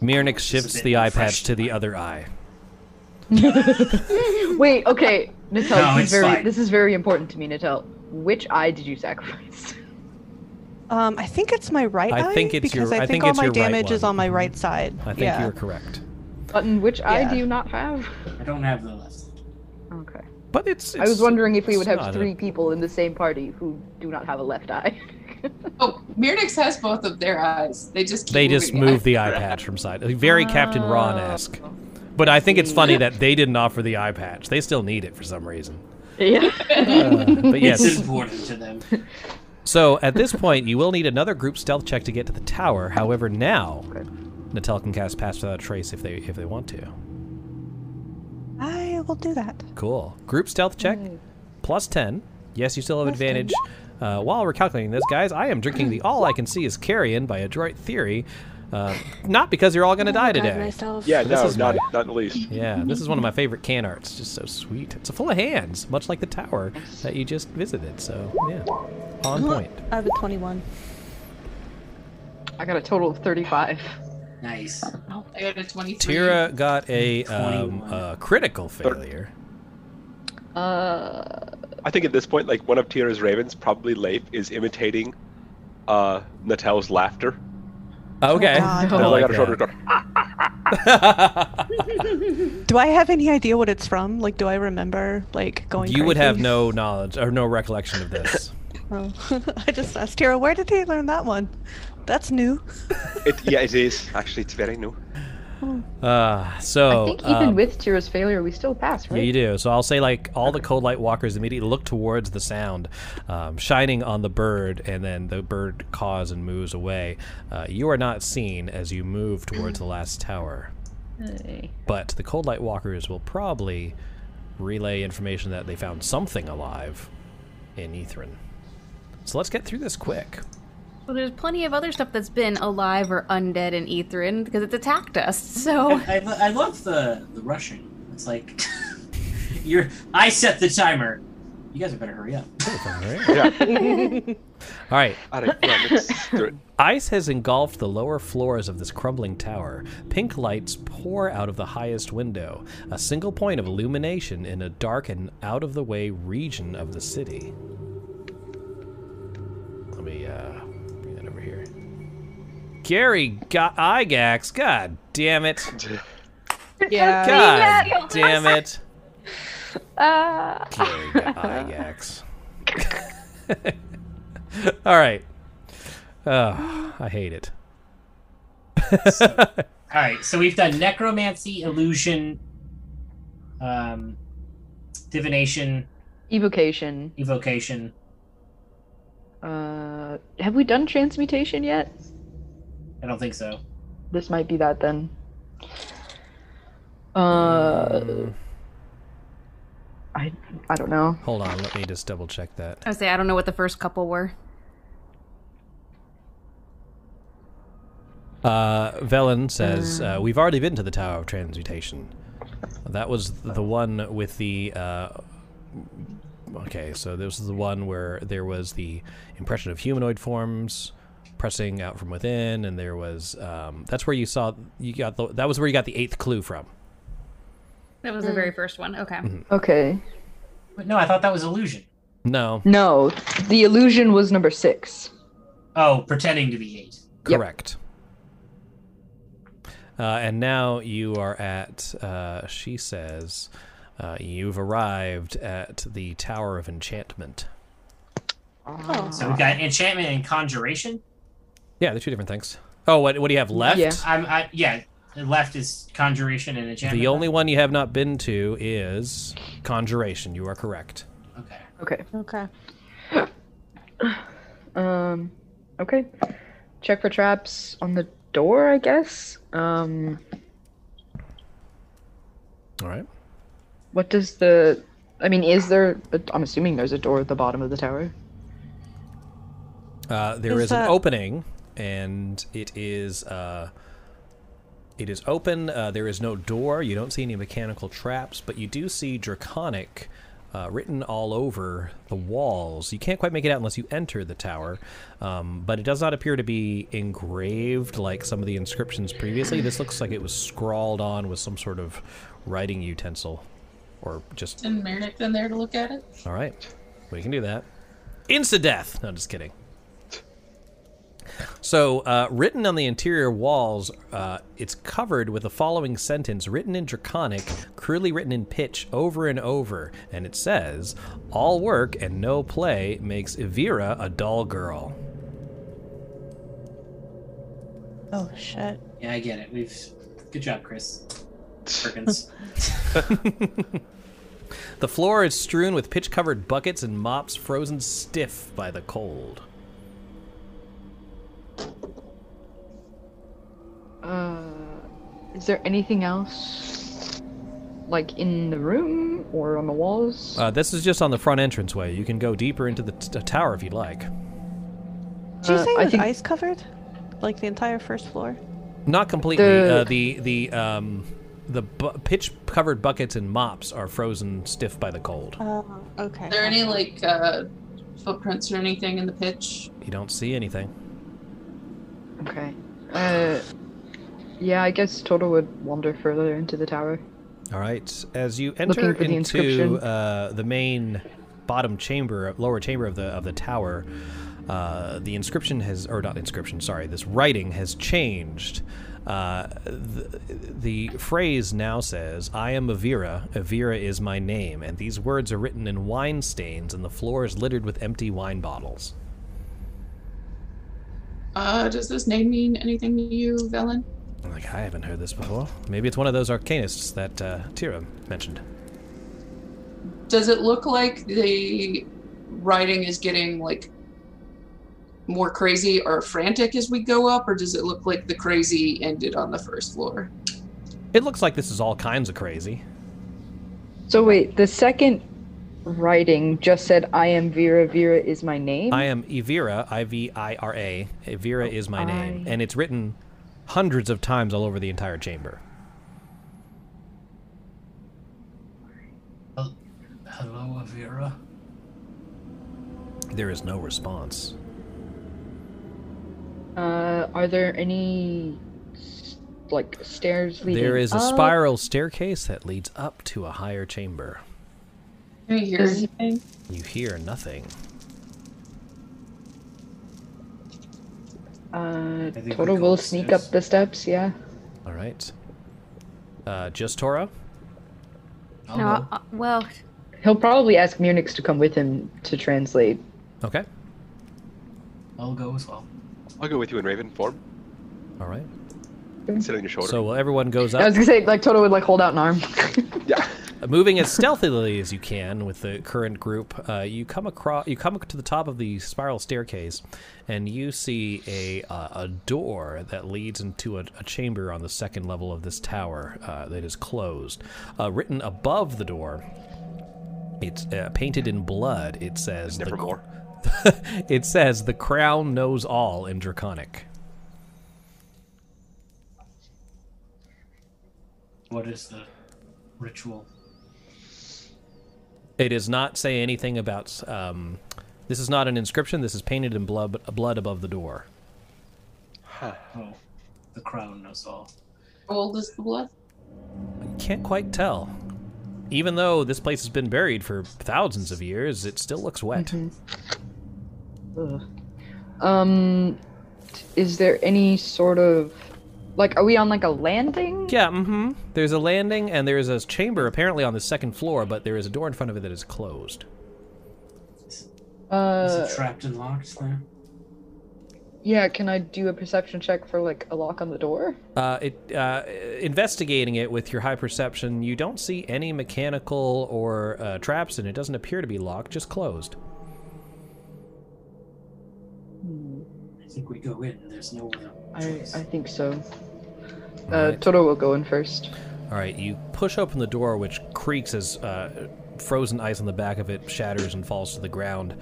Speaker 1: Mirnik shifts the eye patch to the other eye.
Speaker 8: Wait, okay, Natel,
Speaker 1: No,
Speaker 8: this,
Speaker 1: it's
Speaker 8: is very,
Speaker 1: fine.
Speaker 8: this is very important to me, Natel. Which eye did you sacrifice?
Speaker 2: Um, I think it's my right
Speaker 1: I
Speaker 2: eye
Speaker 1: think it's your-
Speaker 2: because
Speaker 1: I
Speaker 2: I think,
Speaker 1: think
Speaker 2: all
Speaker 1: it's
Speaker 2: my
Speaker 1: your right
Speaker 2: damage is
Speaker 1: one.
Speaker 2: on my right side.
Speaker 1: I think
Speaker 2: yeah.
Speaker 1: you are correct.
Speaker 8: Button, which eye
Speaker 2: Yeah.
Speaker 8: do you not have?
Speaker 12: I don't have the left.
Speaker 8: Okay.
Speaker 1: But it's.
Speaker 8: I was
Speaker 1: it's-
Speaker 8: wondering if we
Speaker 1: it's
Speaker 8: would
Speaker 1: not
Speaker 8: have
Speaker 1: a-
Speaker 8: three people in the same party who do not have a left eye.
Speaker 13: Myrnix Oh, has both of their eyes. They just keep
Speaker 1: They just
Speaker 13: moving
Speaker 1: move the eye patch from side. Very Captain Ron esque. But I think it's funny that they didn't offer the eye patch. They still need it for some reason. Uh, but
Speaker 12: It's
Speaker 1: yes.
Speaker 12: important to them.
Speaker 1: So at this point, you will need another group stealth check to get to the tower. However, now Natel can cast Pass Without a Trace if they if they want to.
Speaker 2: I will do that.
Speaker 1: Cool. Group stealth check plus ten. Yes, you still have advantage. Uh, while we're calculating this, guys, I am drinking the All I Can See Is Carrion by Adroit Theory. Uh, not because you're all
Speaker 8: Oh
Speaker 1: going to die
Speaker 17: God,
Speaker 1: today.
Speaker 17: myself. Yeah, no, not- not the least.
Speaker 1: Yeah, this is one of my favorite can arts. Just so sweet. It's full of hands, much like the tower that you just visited. So, yeah, on point.
Speaker 2: I have a 21.
Speaker 8: I got a total of 35.
Speaker 12: Nice.
Speaker 13: Oh, I got a 23.
Speaker 1: Tira got a, um, a critical failure.
Speaker 8: Uh,
Speaker 17: I think at this point, like one of Tira's ravens, probably Leif, is imitating uh, Natel's laughter.
Speaker 1: Okay.
Speaker 2: God.
Speaker 17: And
Speaker 2: I
Speaker 17: I
Speaker 2: like
Speaker 17: got a shoulder
Speaker 1: that.
Speaker 17: door.
Speaker 2: do I have any idea what it's from? Like, do I remember like going?
Speaker 1: You would have
Speaker 2: crazy?
Speaker 1: no knowledge or no recollection of this.
Speaker 2: Oh. I just asked Tara, where did he learn that one? That's new.
Speaker 17: It, yeah, it is. Actually, it's very new.
Speaker 1: Uh, so
Speaker 8: I think even
Speaker 1: um,
Speaker 8: with Tira's failure, we still pass,
Speaker 1: Yeah,
Speaker 8: right?
Speaker 1: you do. So I'll say like all the cold light walkers immediately look towards the sound, um, shining on the bird, and then the bird caws and moves away. Uh, you are not seen as you move towards the last tower, but the cold light walkers will probably relay information that they found something alive in Ethrin. So let's get through this quick.
Speaker 4: Well, there's plenty of other stuff that's been alive or undead in Etherin because it's attacked us. So
Speaker 12: Oh, I, lo- I love the the rushing. It's like you're. I set the timer. You guys better hurry up.
Speaker 1: All right.
Speaker 12: All right, yeah, let's
Speaker 1: Ice has engulfed the lower floors of this crumbling tower. Pink lights pour out of the highest window, a single point of illumination in a dark and out of the way region of the city. Let me uh, bring that over here. Gary Ga- Igax, god damn it.
Speaker 8: Yeah.
Speaker 1: Oh, God damn it.
Speaker 8: Uh,
Speaker 1: Gary Gygax. All right. Oh, I hate it.
Speaker 12: All right, so we've done necromancy, illusion, um, divination,
Speaker 8: evocation,
Speaker 12: evocation.
Speaker 8: Uh, have we done transmutation yet?
Speaker 12: I don't think so.
Speaker 8: This might be that then. Uh, I I don't know.
Speaker 1: Hold on, let me just double check that.
Speaker 4: I would say I don't know what the first couple were.
Speaker 1: Uh, Velen says uh, we've already been to the Tower of Transmutation. That was the one with the. Uh, okay, so this is the one where there was the impression of humanoid forms pressing out from within, and there was. Um, that's where you saw you got the. That was where you got the eighth clue from.
Speaker 4: That
Speaker 1: Mm.
Speaker 4: was the very first one. Okay.
Speaker 1: Mm-hmm.
Speaker 8: Okay.
Speaker 12: But no, I thought that was illusion.
Speaker 1: No.
Speaker 8: No, the illusion was number six.
Speaker 12: Oh, pretending to be eight.
Speaker 1: Correct. Uh, and now you are at, uh, she says, uh, you've arrived at the Tower of Enchantment.
Speaker 12: Oh. So we got enchantment and conjuration.
Speaker 1: Yeah, they're two different things. Oh, what, what do you have left?
Speaker 12: I'm, I, yeah. the Left is conjuration and enchantment.
Speaker 1: The only one you have not been to is Conjuration. You are correct.
Speaker 12: Okay.
Speaker 8: Okay.
Speaker 2: Okay.
Speaker 8: Um, okay. Check for traps on the door, I guess. Um,
Speaker 1: All right.
Speaker 8: what does the I mean, is there? i I'm assuming there's a door at the bottom of the tower.
Speaker 1: Uh, there is,
Speaker 8: Is
Speaker 1: an
Speaker 8: that-
Speaker 1: opening, and it is uh, it is open. Uh, there is no door. You don't see any mechanical traps, but you do see draconic uh, written all over the walls. You can't quite make it out unless you enter the tower, um, but it does not appear to be engraved like some of the inscriptions previously. This looks like it was scrawled on with some sort of writing utensil, or just
Speaker 13: And Merrick in there to look at it.
Speaker 1: all right. We can do that. Insta death. No, just kidding. So, uh, written on the interior walls, uh, it's covered with the following sentence written in Draconic, cruelly written in pitch over and over. And it says, All work and no play makes Evira a dull girl.
Speaker 19: Oh shit.
Speaker 12: Yeah, I get it. We've good job, Chris. Perkins.
Speaker 1: The floor is strewn with pitch covered buckets and mops frozen stiff by the cold.
Speaker 8: Uh, is there anything else, like in the room or on the walls?
Speaker 1: Uh, this is just on the front entranceway. You can go deeper into the t- tower if you'd like.
Speaker 2: Did you
Speaker 8: Uh,
Speaker 2: say it
Speaker 8: I
Speaker 2: was
Speaker 8: think-
Speaker 2: ice covered? Like the entire first floor?
Speaker 1: Not completely. The
Speaker 2: The-
Speaker 1: uh, the, the um the bu- pitch covered buckets and mops are frozen stiff by the cold.
Speaker 2: Oh, okay.
Speaker 13: Are there any like uh, footprints or anything in the pitch?
Speaker 1: You don't see anything.
Speaker 8: Okay. Uh, yeah, I guess Toto would wander further into the tower.
Speaker 1: All right. As you
Speaker 8: Looking
Speaker 1: enter
Speaker 8: for the
Speaker 1: into
Speaker 8: inscription.
Speaker 1: uh, the main bottom chamber, lower chamber of the of the tower, uh, the inscription has, or not inscription, sorry, this writing has changed. Uh, the, the phrase now says, "I am Avira. Avira is my name," and these words are written in wine stains, and the floor is littered with empty wine bottles.
Speaker 13: Uh, does this name mean anything to you, Velen?
Speaker 1: I'm Like I haven't heard this before. Maybe it's one of those arcanists that uh, Tira mentioned.
Speaker 13: Does it look like the writing is getting like more crazy or frantic as we go up, or does it look like the crazy ended on the first floor?
Speaker 1: It looks like this is all kinds of crazy.
Speaker 8: So wait, the second writing just said, "I am Vera. Vera is my name."
Speaker 1: I am Evira, I V I R A. Evira is my name, and it's written hundreds of times all over the entire chamber.
Speaker 12: Hello, Avira.
Speaker 1: There is no response.
Speaker 8: Uh, are there any s- like stairs leading?
Speaker 1: There is a
Speaker 8: up?
Speaker 1: spiral staircase that leads up to a higher chamber.
Speaker 13: Can you hear
Speaker 8: Is-
Speaker 13: anything?
Speaker 1: You hear nothing.
Speaker 8: Uh,
Speaker 1: think we
Speaker 8: Toto
Speaker 1: go
Speaker 8: will sneak
Speaker 1: upstairs.
Speaker 8: up the steps. Yeah.
Speaker 1: All right. Uh, just Tora.
Speaker 8: Oh,
Speaker 16: No, uh, well,
Speaker 8: He'll probably ask Munix to come with him to translate.
Speaker 1: Okay.
Speaker 12: I'll go as well.
Speaker 17: I'll go with you in Raven form.
Speaker 1: All right.
Speaker 17: Sit on your shoulder.
Speaker 1: So well, everyone goes up.
Speaker 8: I was gonna say, like Toto would like hold out an arm.
Speaker 1: moving as stealthily as you can with the current group, uh, you come across, you come to the top of the spiral staircase, and you see a uh, a door that leads into a, a chamber on the second level of this tower uh, that is closed. Uh, written above the door, it's uh, painted in blood. It says the cr- it says the crown knows all in draconic.
Speaker 12: What is the ritual?
Speaker 1: It does not say anything about. Um, this is not an inscription. This is painted in blood, blood above the door.
Speaker 12: Oh, the crown knows all.
Speaker 13: How old is the blood?
Speaker 1: Can't quite tell. Even though this place has been buried for thousands of years, it still looks wet.
Speaker 8: Ugh. Um, is there any sort of like, are we on like a landing?
Speaker 1: Yeah. Mm-hmm. There's a landing and there's a chamber apparently on the second floor, but there is a door in front of it that is closed.
Speaker 8: Uh,
Speaker 12: is it trapped and locked there?
Speaker 8: yeah. Can I do a perception check for like a lock on the door?
Speaker 1: Uh, it uh, investigating it with your high perception, you don't see any mechanical or uh, traps, and it doesn't appear to be locked, just closed.
Speaker 12: I think we go in. There's no other
Speaker 8: I
Speaker 12: choice.
Speaker 8: I think so. Uh,
Speaker 1: Alright.
Speaker 8: Toto will go in first.
Speaker 1: All right, you push open the door, which creaks as uh, frozen ice on the back of it shatters and falls to the ground.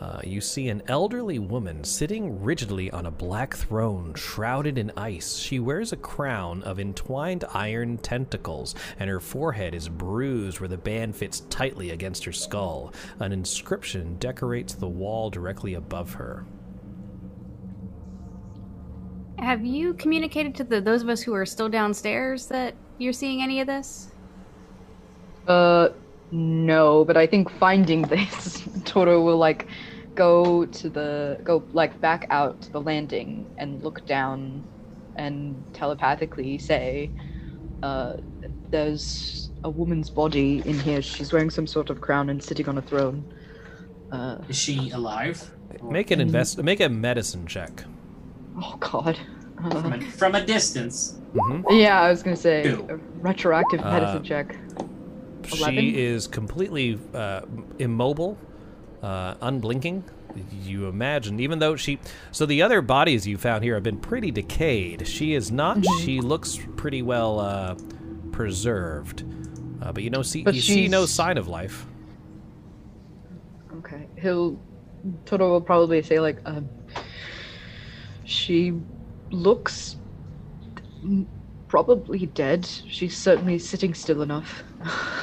Speaker 1: Uh, you see an elderly woman sitting rigidly on a black throne shrouded in ice. She wears a crown of entwined iron tentacles, and her forehead is bruised where the band fits tightly against her skull. An inscription decorates the wall directly above her.
Speaker 4: Have you communicated to the, those of us who are still downstairs that you're seeing any of this?
Speaker 8: Uh, no, but I think finding this, Toro will like go to the go like back out to the landing and look down and telepathically say, uh, there's a woman's body in here. She's wearing some sort of crown and sitting on a throne. Uh,
Speaker 12: Is she alive?
Speaker 1: Make an invest. Make a medicine check.
Speaker 8: Oh God. Uh,
Speaker 12: From a, from a distance.
Speaker 1: Mm-hmm.
Speaker 8: yeah, I was gonna say
Speaker 12: Ew.
Speaker 8: a retroactive medicine
Speaker 1: Uh,
Speaker 8: check. Eleven?
Speaker 1: She is completely uh, immobile, uh, unblinking. You imagine, even though she. So the other bodies you found here have been pretty decayed. She is not.
Speaker 8: Mhm.
Speaker 1: She looks pretty well uh, preserved, uh, but you know, see,
Speaker 8: But
Speaker 1: you see no
Speaker 8: she's-
Speaker 1: sign of life.
Speaker 8: Okay, he'll Toto will probably say like, um, she looks m- probably dead. She's certainly sitting still enough.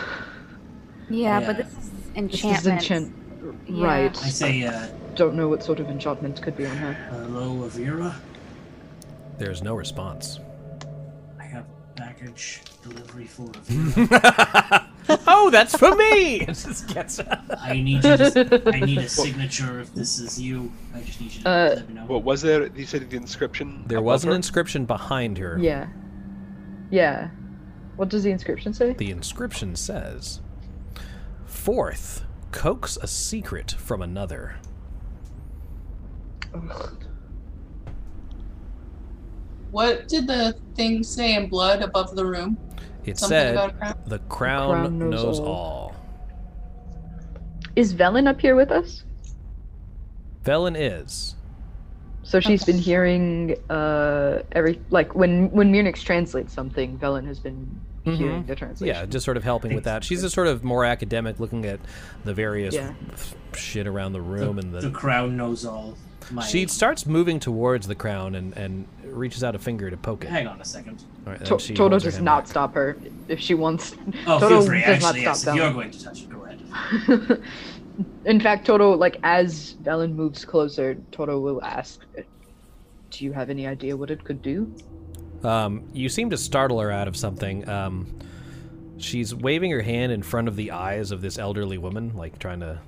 Speaker 4: Yeah, but
Speaker 12: Yeah.
Speaker 4: this is
Speaker 8: This
Speaker 4: enchantment.
Speaker 8: is enchant,
Speaker 4: Yeah.
Speaker 8: right?
Speaker 12: I say, uh,
Speaker 8: Don't know what sort of enchantment could be on her.
Speaker 12: hello, Avira.
Speaker 1: There's no response.
Speaker 12: I have a package delivery for Avira.
Speaker 1: oh, that's for me. It just gets-
Speaker 12: I need you to, I need a signature if this is you. I just need you to
Speaker 8: Uh,
Speaker 12: let me know.
Speaker 17: What was there? You said the inscription.
Speaker 1: there
Speaker 17: above
Speaker 1: was an
Speaker 17: her?
Speaker 1: inscription behind her.
Speaker 8: Yeah, yeah. What does the inscription say?
Speaker 1: The inscription says, Fourth, coax a secret from another.
Speaker 8: Ugh.
Speaker 13: What did the thing say in blood above the room?
Speaker 1: It
Speaker 13: Something
Speaker 1: said,
Speaker 13: about a crown?
Speaker 1: The crown,
Speaker 8: crown knows
Speaker 1: knows,
Speaker 8: all."
Speaker 1: all.
Speaker 8: Is Velen up here with us?
Speaker 1: Velen is.
Speaker 8: So she's been hearing uh every like when when Munich translates something, Velen has been hearing
Speaker 1: Mhm.
Speaker 8: the translation.
Speaker 1: Yeah, just sort of helping with that. She's just sort of more academic, looking at the various
Speaker 8: Yeah.
Speaker 1: f- shit around the room and the.
Speaker 12: The crown knows all. My,
Speaker 1: she starts moving towards the crown and, and reaches out a finger to poke it.
Speaker 12: Hang on a second.
Speaker 1: All right, and
Speaker 8: To-
Speaker 1: she
Speaker 8: Toto
Speaker 1: holds her
Speaker 8: does
Speaker 1: hand
Speaker 8: not
Speaker 1: back.
Speaker 8: stop her if she wants.
Speaker 12: Oh,
Speaker 8: Toto
Speaker 12: feel free.
Speaker 8: does
Speaker 12: Actually,
Speaker 8: not
Speaker 12: yes, if
Speaker 8: stop
Speaker 12: you're
Speaker 8: Velen.
Speaker 12: going to touch it, go ahead.
Speaker 8: In fact, Toto, like as Velen moves closer, Toto will ask, "Do you have any idea what it could do?"
Speaker 1: Um, you seem to startle her out of something. Um, she's waving her hand in front of the eyes of this elderly woman, like trying to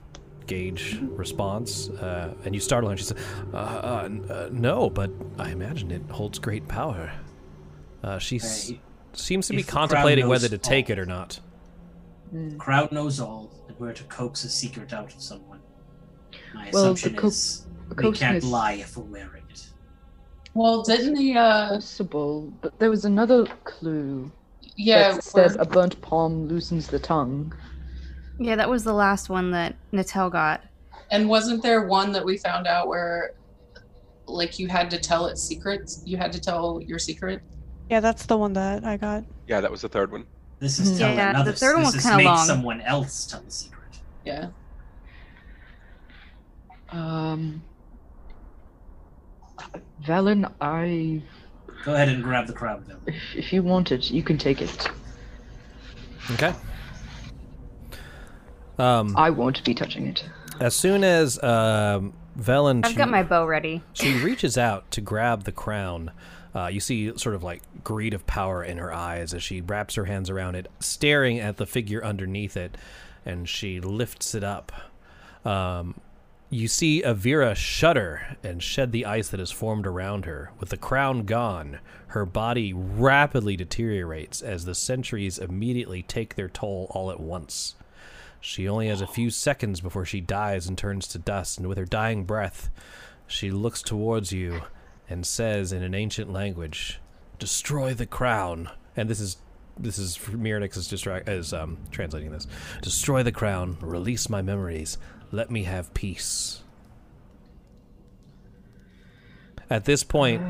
Speaker 1: gauge response. Uh, and you startle her, and she says, uh, uh, n- uh, "No, but I imagine it holds great power." Uh, she s-
Speaker 12: Hey,
Speaker 1: seems to be
Speaker 12: if the crown
Speaker 1: contemplating
Speaker 12: knows
Speaker 1: whether to take
Speaker 12: all.
Speaker 1: it or not.
Speaker 12: Crown knows all, and we're to coax a secret out of someone. My
Speaker 8: Well, the
Speaker 12: assumption
Speaker 8: co-
Speaker 12: is
Speaker 8: the
Speaker 12: we
Speaker 8: coaxing
Speaker 12: can't
Speaker 8: is-
Speaker 12: lie if we're wearing it.
Speaker 13: Well, didn't the uh
Speaker 8: Possible, but there was another clue
Speaker 13: yeah
Speaker 8: that said
Speaker 13: where-
Speaker 8: a burnt palm loosens the tongue.
Speaker 4: Yeah, that was the last one that Natel got.
Speaker 13: and wasn't there one that we found out where like you had to tell it secrets? You had to tell your secret?
Speaker 2: Yeah, that's the one that I got.
Speaker 17: Yeah, that was the third one.
Speaker 12: This is
Speaker 8: Mhm.
Speaker 12: telling
Speaker 4: Yeah, the
Speaker 12: another.
Speaker 4: third one
Speaker 12: this is
Speaker 4: was kinda
Speaker 12: make
Speaker 4: long.
Speaker 12: someone else tell the secret.
Speaker 13: Yeah.
Speaker 8: Um, Valen, I
Speaker 12: Go ahead and grab the crown, Bill.
Speaker 8: if, if you want it, you can take it.
Speaker 1: Okay. Um,
Speaker 8: I won't be touching it.
Speaker 1: as soon as um, Velen,
Speaker 4: I've
Speaker 1: she-
Speaker 4: got my bow ready.
Speaker 1: She reaches out to grab the crown. Uh, you see sort of like greed of power in her eyes as she wraps her hands around it, staring at the figure underneath it, and she lifts it up. Um, you see Avira shudder and shed the ice that has formed around her. With the crown gone, her body rapidly deteriorates as the centuries immediately take their toll all at once. She only has a few seconds before she dies and turns to dust, and with her dying breath, she looks towards you and says in an ancient language, "Destroy the crown." And this is this is Mirnix is distra- is um, translating this. Destroy the crown. Release my memories. Let me have peace. At this point,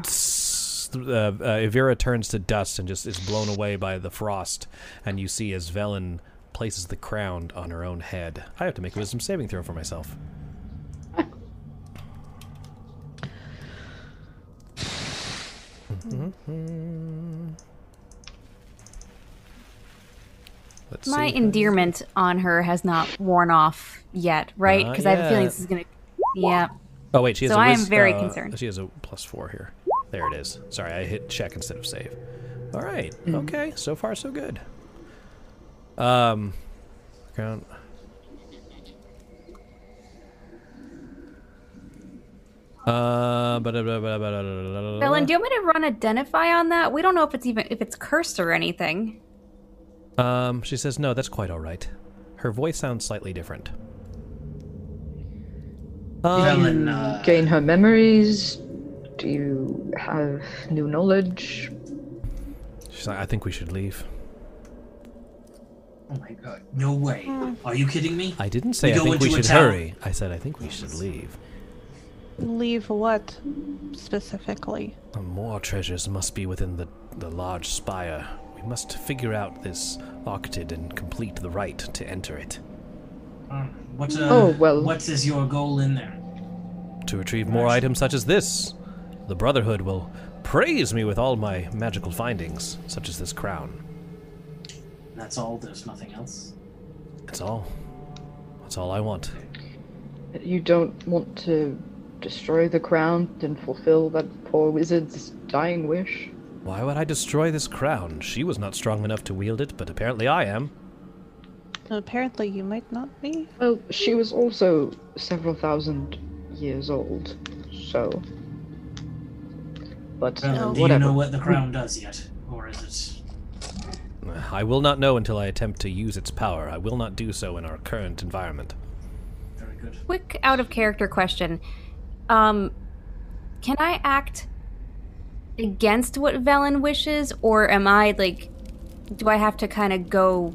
Speaker 1: s- uh, uh, Ivira turns to dust and just is blown away by the frost, and you see as Velen places the crown on her own head. I have to make a wisdom saving throw for myself.
Speaker 4: Mm-hmm. My endearment on her has not worn off yet, right?
Speaker 1: Not
Speaker 4: Because I have a feeling
Speaker 1: yet.
Speaker 4: this is gonna. Yeah.
Speaker 1: Oh wait, she has.
Speaker 4: So
Speaker 1: a
Speaker 4: I am
Speaker 1: wis-
Speaker 4: very
Speaker 1: uh,
Speaker 4: concerned.
Speaker 1: She has a plus four here. There it is. Sorry, I hit check instead of save. All right.
Speaker 8: Mm.
Speaker 1: Okay. So far, so good. Um, crown. Uh,
Speaker 4: Belen, do you want me to run identify on that? We don't know if it's even if it's cursed or anything.
Speaker 1: Um, she says, "No, that's quite all right." Her voice sounds slightly different. Um,
Speaker 8: you
Speaker 12: uh,
Speaker 8: gain her memories? Do you have new knowledge?
Speaker 1: She's like, "I think we should leave."
Speaker 12: Oh my god. No way. Are
Speaker 2: Hmm.
Speaker 12: you kidding me?
Speaker 1: I didn't say I
Speaker 12: go
Speaker 1: think we
Speaker 12: into a
Speaker 1: should
Speaker 12: town.
Speaker 1: hurry. I said I think we should leave.
Speaker 2: Leave what specifically?
Speaker 18: More treasures must be within the, the large spire. We must figure out this Arctid and complete the rite to enter it.
Speaker 12: What, uh,
Speaker 18: Oh, well.
Speaker 12: What is your goal in there?
Speaker 18: To retrieve more items such as this, the Brotherhood will praise me with all my magical findings, such as this crown.
Speaker 12: That's all. There's nothing else.
Speaker 18: That's all. That's all I want.
Speaker 8: You don't want to destroy the crown and fulfill that poor wizard's dying wish?
Speaker 18: Why would I destroy this crown? She was not strong enough to wield it, but apparently I am.
Speaker 2: Apparently, you might not be.
Speaker 8: Well, she was also several thousand years old, so. But
Speaker 12: Belen,
Speaker 8: uh,
Speaker 12: do
Speaker 8: whatever.
Speaker 12: you know what the crown does yet, or is it?
Speaker 1: I will not know until I attempt to use its power. I will not do so in our current environment.
Speaker 12: Very good.
Speaker 4: Quick out of character question. Um, can I act against what Velen wishes, or am I like, do I have to kind of go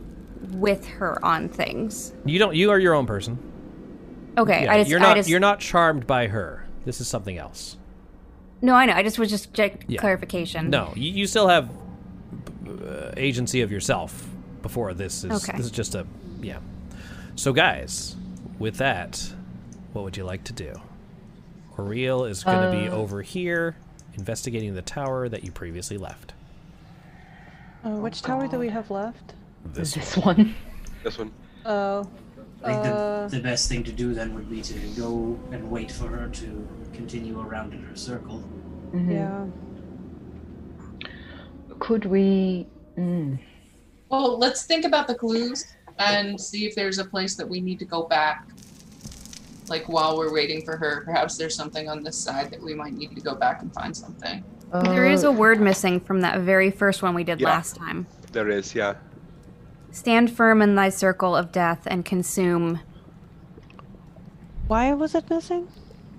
Speaker 4: with her on things?
Speaker 1: You don't. You are your own person.
Speaker 4: Okay,
Speaker 1: Yeah,
Speaker 4: I just,
Speaker 1: you're not.
Speaker 4: I just,
Speaker 1: You're not charmed by her. This is something else.
Speaker 4: No, I know. I just was just check
Speaker 1: Yeah.
Speaker 4: clarification.
Speaker 1: No, you, you still have uh, agency of yourself before this is.
Speaker 4: Okay.
Speaker 1: This is just a yeah. So guys, with that, what would you like to do? Oriel is going to be
Speaker 2: Uh.
Speaker 1: over here investigating the tower that you previously left.
Speaker 2: Uh, which tower do we have left?
Speaker 1: This,
Speaker 8: one.
Speaker 17: This one.
Speaker 2: Oh.
Speaker 12: I think
Speaker 2: uh,
Speaker 12: the, the best thing to do then would be to go and wait for her to continue around in her circle.
Speaker 8: Mhm.
Speaker 2: Yeah.
Speaker 8: Could we. Mm.
Speaker 13: Well, let's think about the clues and see if there's a place that we need to go back. Like while we're waiting for her, perhaps there's something on this side that we might need to go back and find something.
Speaker 4: There is a word missing from that very first one we did last time.
Speaker 17: There is, yeah.
Speaker 4: Stand firm in thy circle of death and consume.
Speaker 2: Why was it missing?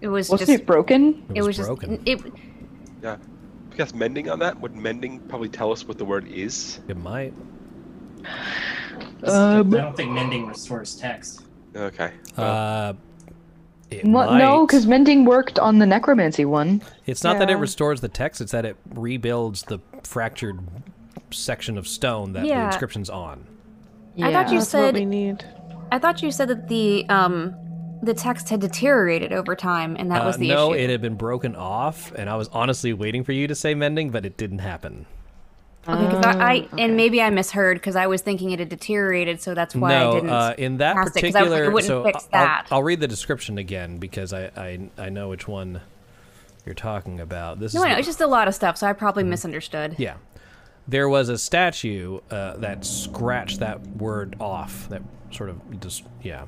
Speaker 4: It was
Speaker 8: Wasn't
Speaker 4: just
Speaker 8: it broken?
Speaker 4: It was, just it.
Speaker 17: Yeah. We guess mending on that? Would mending probably tell us what the word is?
Speaker 1: It might.
Speaker 8: Um,
Speaker 12: I don't think mending restores text.
Speaker 17: Okay.
Speaker 1: Uh, it
Speaker 8: Well, no,
Speaker 1: might.
Speaker 8: because mending worked on the necromancy one.
Speaker 1: It's not that it
Speaker 8: Yeah.
Speaker 1: restores the text; it's that it rebuilds the fractured section of stone that the
Speaker 4: Yeah.
Speaker 1: inscription's on.
Speaker 4: I thought you
Speaker 2: That's
Speaker 4: said
Speaker 2: what we need.
Speaker 4: I thought you said that the um the text had deteriorated over time, and that
Speaker 1: Uh,
Speaker 4: was the
Speaker 1: no,
Speaker 4: issue.
Speaker 1: it had been broken off, and I was honestly waiting for you to say mending, but it didn't happen.
Speaker 4: Oh, okay, 'cause I, I and maybe I misheard because I was thinking it had deteriorated, so that's why
Speaker 1: no,
Speaker 4: I didn't.
Speaker 1: uh, in that
Speaker 4: cast it, 'cause I was like,
Speaker 1: particular,
Speaker 4: it wouldn't
Speaker 1: so
Speaker 4: fix
Speaker 1: I'll-
Speaker 4: that.
Speaker 1: I'll, read the description again because I, I I know which one you're talking about. This
Speaker 4: no,
Speaker 1: is
Speaker 4: I know
Speaker 1: the- Mm-hmm.
Speaker 4: it's just a lot of stuff, so I probably misunderstood.
Speaker 1: Yeah. There was a statue uh, that scratched that word off. That sort of just yeah.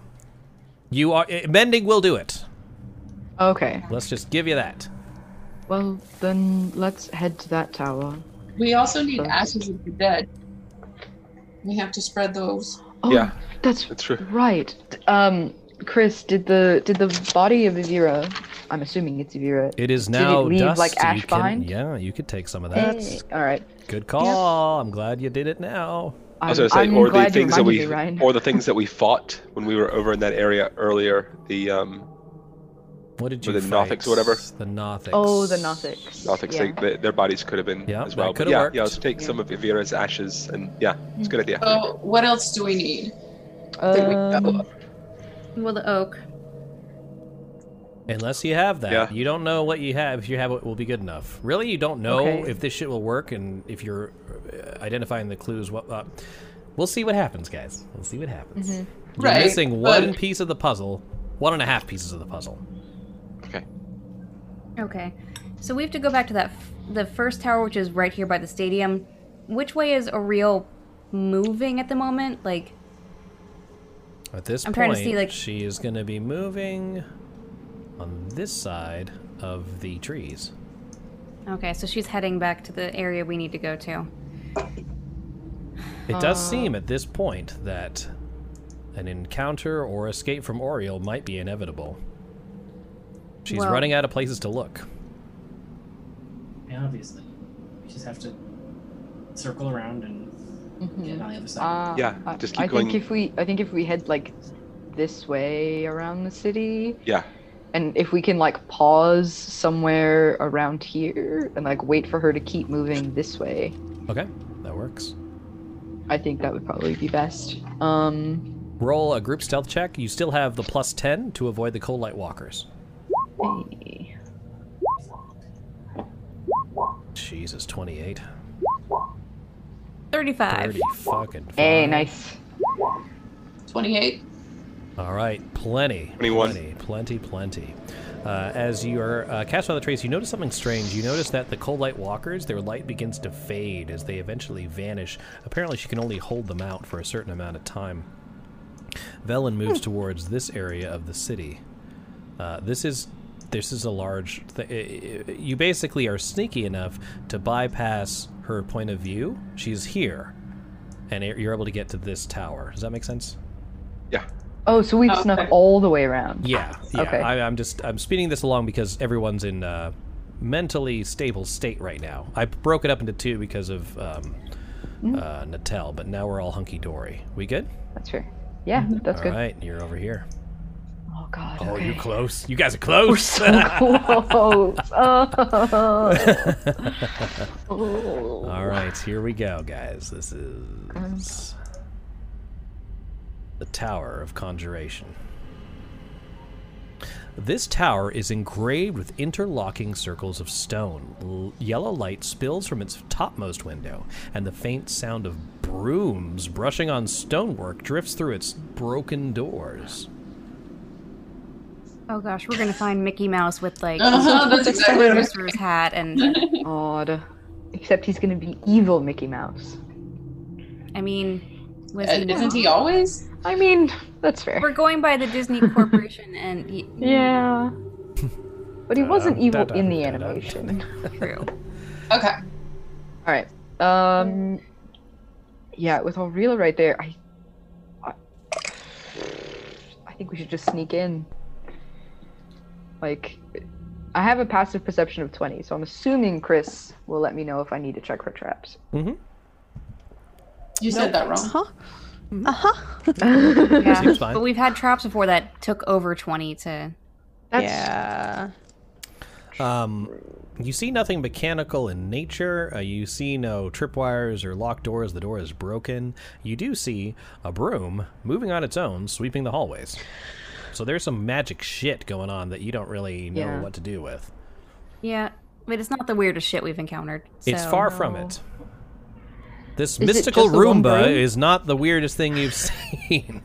Speaker 1: You are eh, mending will do it.
Speaker 8: Okay.
Speaker 1: Let's just give you that.
Speaker 8: Well, then let's head to that tower.
Speaker 13: We also need ashes of the dead. We have to spread those.
Speaker 17: yeah.
Speaker 8: That's,
Speaker 17: true.
Speaker 8: Right. Um, Chris, did the did the body of Evira? I'm assuming it's Evira.
Speaker 1: It is
Speaker 8: did
Speaker 1: now
Speaker 8: it leave
Speaker 1: dust.
Speaker 8: like
Speaker 1: You
Speaker 8: ash
Speaker 1: can-
Speaker 8: behind?
Speaker 1: Yeah, you could take some of that.
Speaker 8: Hey, all right.
Speaker 1: Good call. I'm glad you did it now.
Speaker 17: I was gonna say,
Speaker 8: I'm
Speaker 17: or the
Speaker 8: glad you
Speaker 17: things that we,
Speaker 8: reminded me, Ryan.
Speaker 17: or the things that we fought when we were over in that area earlier. The um,
Speaker 1: What did you
Speaker 17: Or the
Speaker 1: fight?
Speaker 17: Nothics, whatever.
Speaker 1: The Nothics.
Speaker 8: Oh, the Nothics.
Speaker 17: Nothics,
Speaker 8: yeah.
Speaker 17: they, they, their bodies could have been
Speaker 1: Yeah,
Speaker 17: as
Speaker 1: that
Speaker 17: well. But
Speaker 1: coulda
Speaker 17: yeah,
Speaker 1: worked.
Speaker 17: yeah, Oh. let's take some of Evira's ashes and yeah, it's a good idea.
Speaker 13: So, what else do we need? There we go.
Speaker 8: Um,
Speaker 4: Well, the oak.
Speaker 1: Unless you have that,
Speaker 17: Yeah.
Speaker 1: you don't know what you have. If you have it, will be good enough. Really, you don't know
Speaker 8: Okay.
Speaker 1: if this shit will work, and if you're uh, identifying the clues. What? Uh, we'll see what happens, guys. We'll see what happens. You're
Speaker 13: Right,
Speaker 1: missing
Speaker 13: but-
Speaker 1: one piece of the puzzle, one and a half pieces of the puzzle.
Speaker 17: Okay.
Speaker 4: Okay, so we have to go back to that f- the first tower, which is right here by the stadium. Which way is Oriel moving at the moment? Like,
Speaker 1: At this
Speaker 4: I'm
Speaker 1: point,
Speaker 4: trying to see, like-
Speaker 1: she is going to be moving on this side of the trees.
Speaker 4: okay, so she's heading back to the area we need to go to.
Speaker 1: It does seem at this point that an encounter or escape from Oriel might be inevitable. She's
Speaker 4: Well-
Speaker 1: running out of places to look.
Speaker 12: Yeah, obviously. We just have to circle around and get on the other side.
Speaker 8: Uh,
Speaker 17: Yeah,
Speaker 8: Mm-hmm. I-
Speaker 17: just
Speaker 8: I
Speaker 17: keep
Speaker 8: think
Speaker 17: going.
Speaker 8: if we, I think if we head like this way around the city,
Speaker 17: Yeah,
Speaker 8: and if we can like pause somewhere around here and like wait for her to keep moving this way,
Speaker 1: Okay, that works.
Speaker 8: I think that would probably be best. Um,
Speaker 1: Roll a group stealth check. You still have the plus 10 to avoid the cold light walkers.
Speaker 8: hey.
Speaker 1: Jesus, 28.
Speaker 4: 35.
Speaker 1: 30 fucking.
Speaker 8: hey,
Speaker 1: five.
Speaker 8: nice.
Speaker 13: 28.
Speaker 1: All right, plenty.
Speaker 17: 21.
Speaker 1: Plenty, plenty, plenty. Uh, as you are uh, cast by the trace, you notice something strange. You notice that the cold light walkers, their light begins to fade as they eventually vanish. Apparently, she can only hold them out for a certain amount of time. Velen moves towards this area of the city. Uh, this is this is a large. Th- i- i- you basically are sneaky enough to bypass her point of view. She's here, and you're able to get to this tower. Does that make sense?
Speaker 17: yeah.
Speaker 8: Oh, so we've
Speaker 13: Okay.
Speaker 8: snuck all the way around.
Speaker 1: Yeah, yeah.
Speaker 8: Okay.
Speaker 1: I, I'm just I'm speeding this along because everyone's in a mentally stable state right now. I broke it up into two because of um, uh, Natel, but now we're all hunky dory. We good?
Speaker 8: Mm-hmm. That's fair. Yeah, that's
Speaker 1: All
Speaker 8: good.
Speaker 1: right, you're over here.
Speaker 8: Oh god.
Speaker 1: Oh,
Speaker 8: okay.
Speaker 1: you're close. You guys are close.
Speaker 8: Close. Oh.
Speaker 1: all right, here we go, guys. This is the Tower of Conjuration. This tower is engraved with interlocking circles of stone. L- yellow light spills from its topmost window, and the faint sound of brooms brushing on stonework drifts through its broken doors.
Speaker 4: Oh gosh, we're gonna find Mickey Mouse with like
Speaker 13: Uh-huh, that's exactly what I was
Speaker 4: rooster's hat, and
Speaker 8: Odd. Except he's gonna be evil Mickey Mouse.
Speaker 4: I mean, was
Speaker 13: Uh,
Speaker 4: he?
Speaker 13: isn't he
Speaker 4: wrong?
Speaker 13: always?
Speaker 8: I mean, that's fair.
Speaker 4: We're going by the Disney Corporation, and he,
Speaker 8: Yeah. But he wasn't evil
Speaker 1: Da-dum,
Speaker 8: in the
Speaker 1: da-dum.
Speaker 8: animation.
Speaker 4: true.
Speaker 13: Okay.
Speaker 8: Alright. Um Yeah, with Aurelia right there, I, I I think we should just sneak in. Like I have a passive perception of twenty, so I'm assuming Chris will let me know if I need to check for traps.
Speaker 12: Mm-hmm.
Speaker 13: You said that wrong.
Speaker 8: Mm-hmm.
Speaker 4: Yeah.
Speaker 1: Seems fine.
Speaker 4: But we've had traps before that took over twenty to.
Speaker 2: yeah.
Speaker 1: Um, you see nothing mechanical in nature. Uh, you see no tripwires or locked doors. The door is broken. You do see a broom moving on its own, sweeping the hallways. So there's some magic shit going on that you don't really know
Speaker 8: Yeah.
Speaker 1: what to do with.
Speaker 4: Yeah, but it's not the weirdest shit we've encountered.
Speaker 1: it's
Speaker 4: so-
Speaker 1: far from it. This
Speaker 8: it
Speaker 1: mystical
Speaker 8: just the one
Speaker 1: Roomba
Speaker 8: broom?
Speaker 1: is not the weirdest thing you've seen.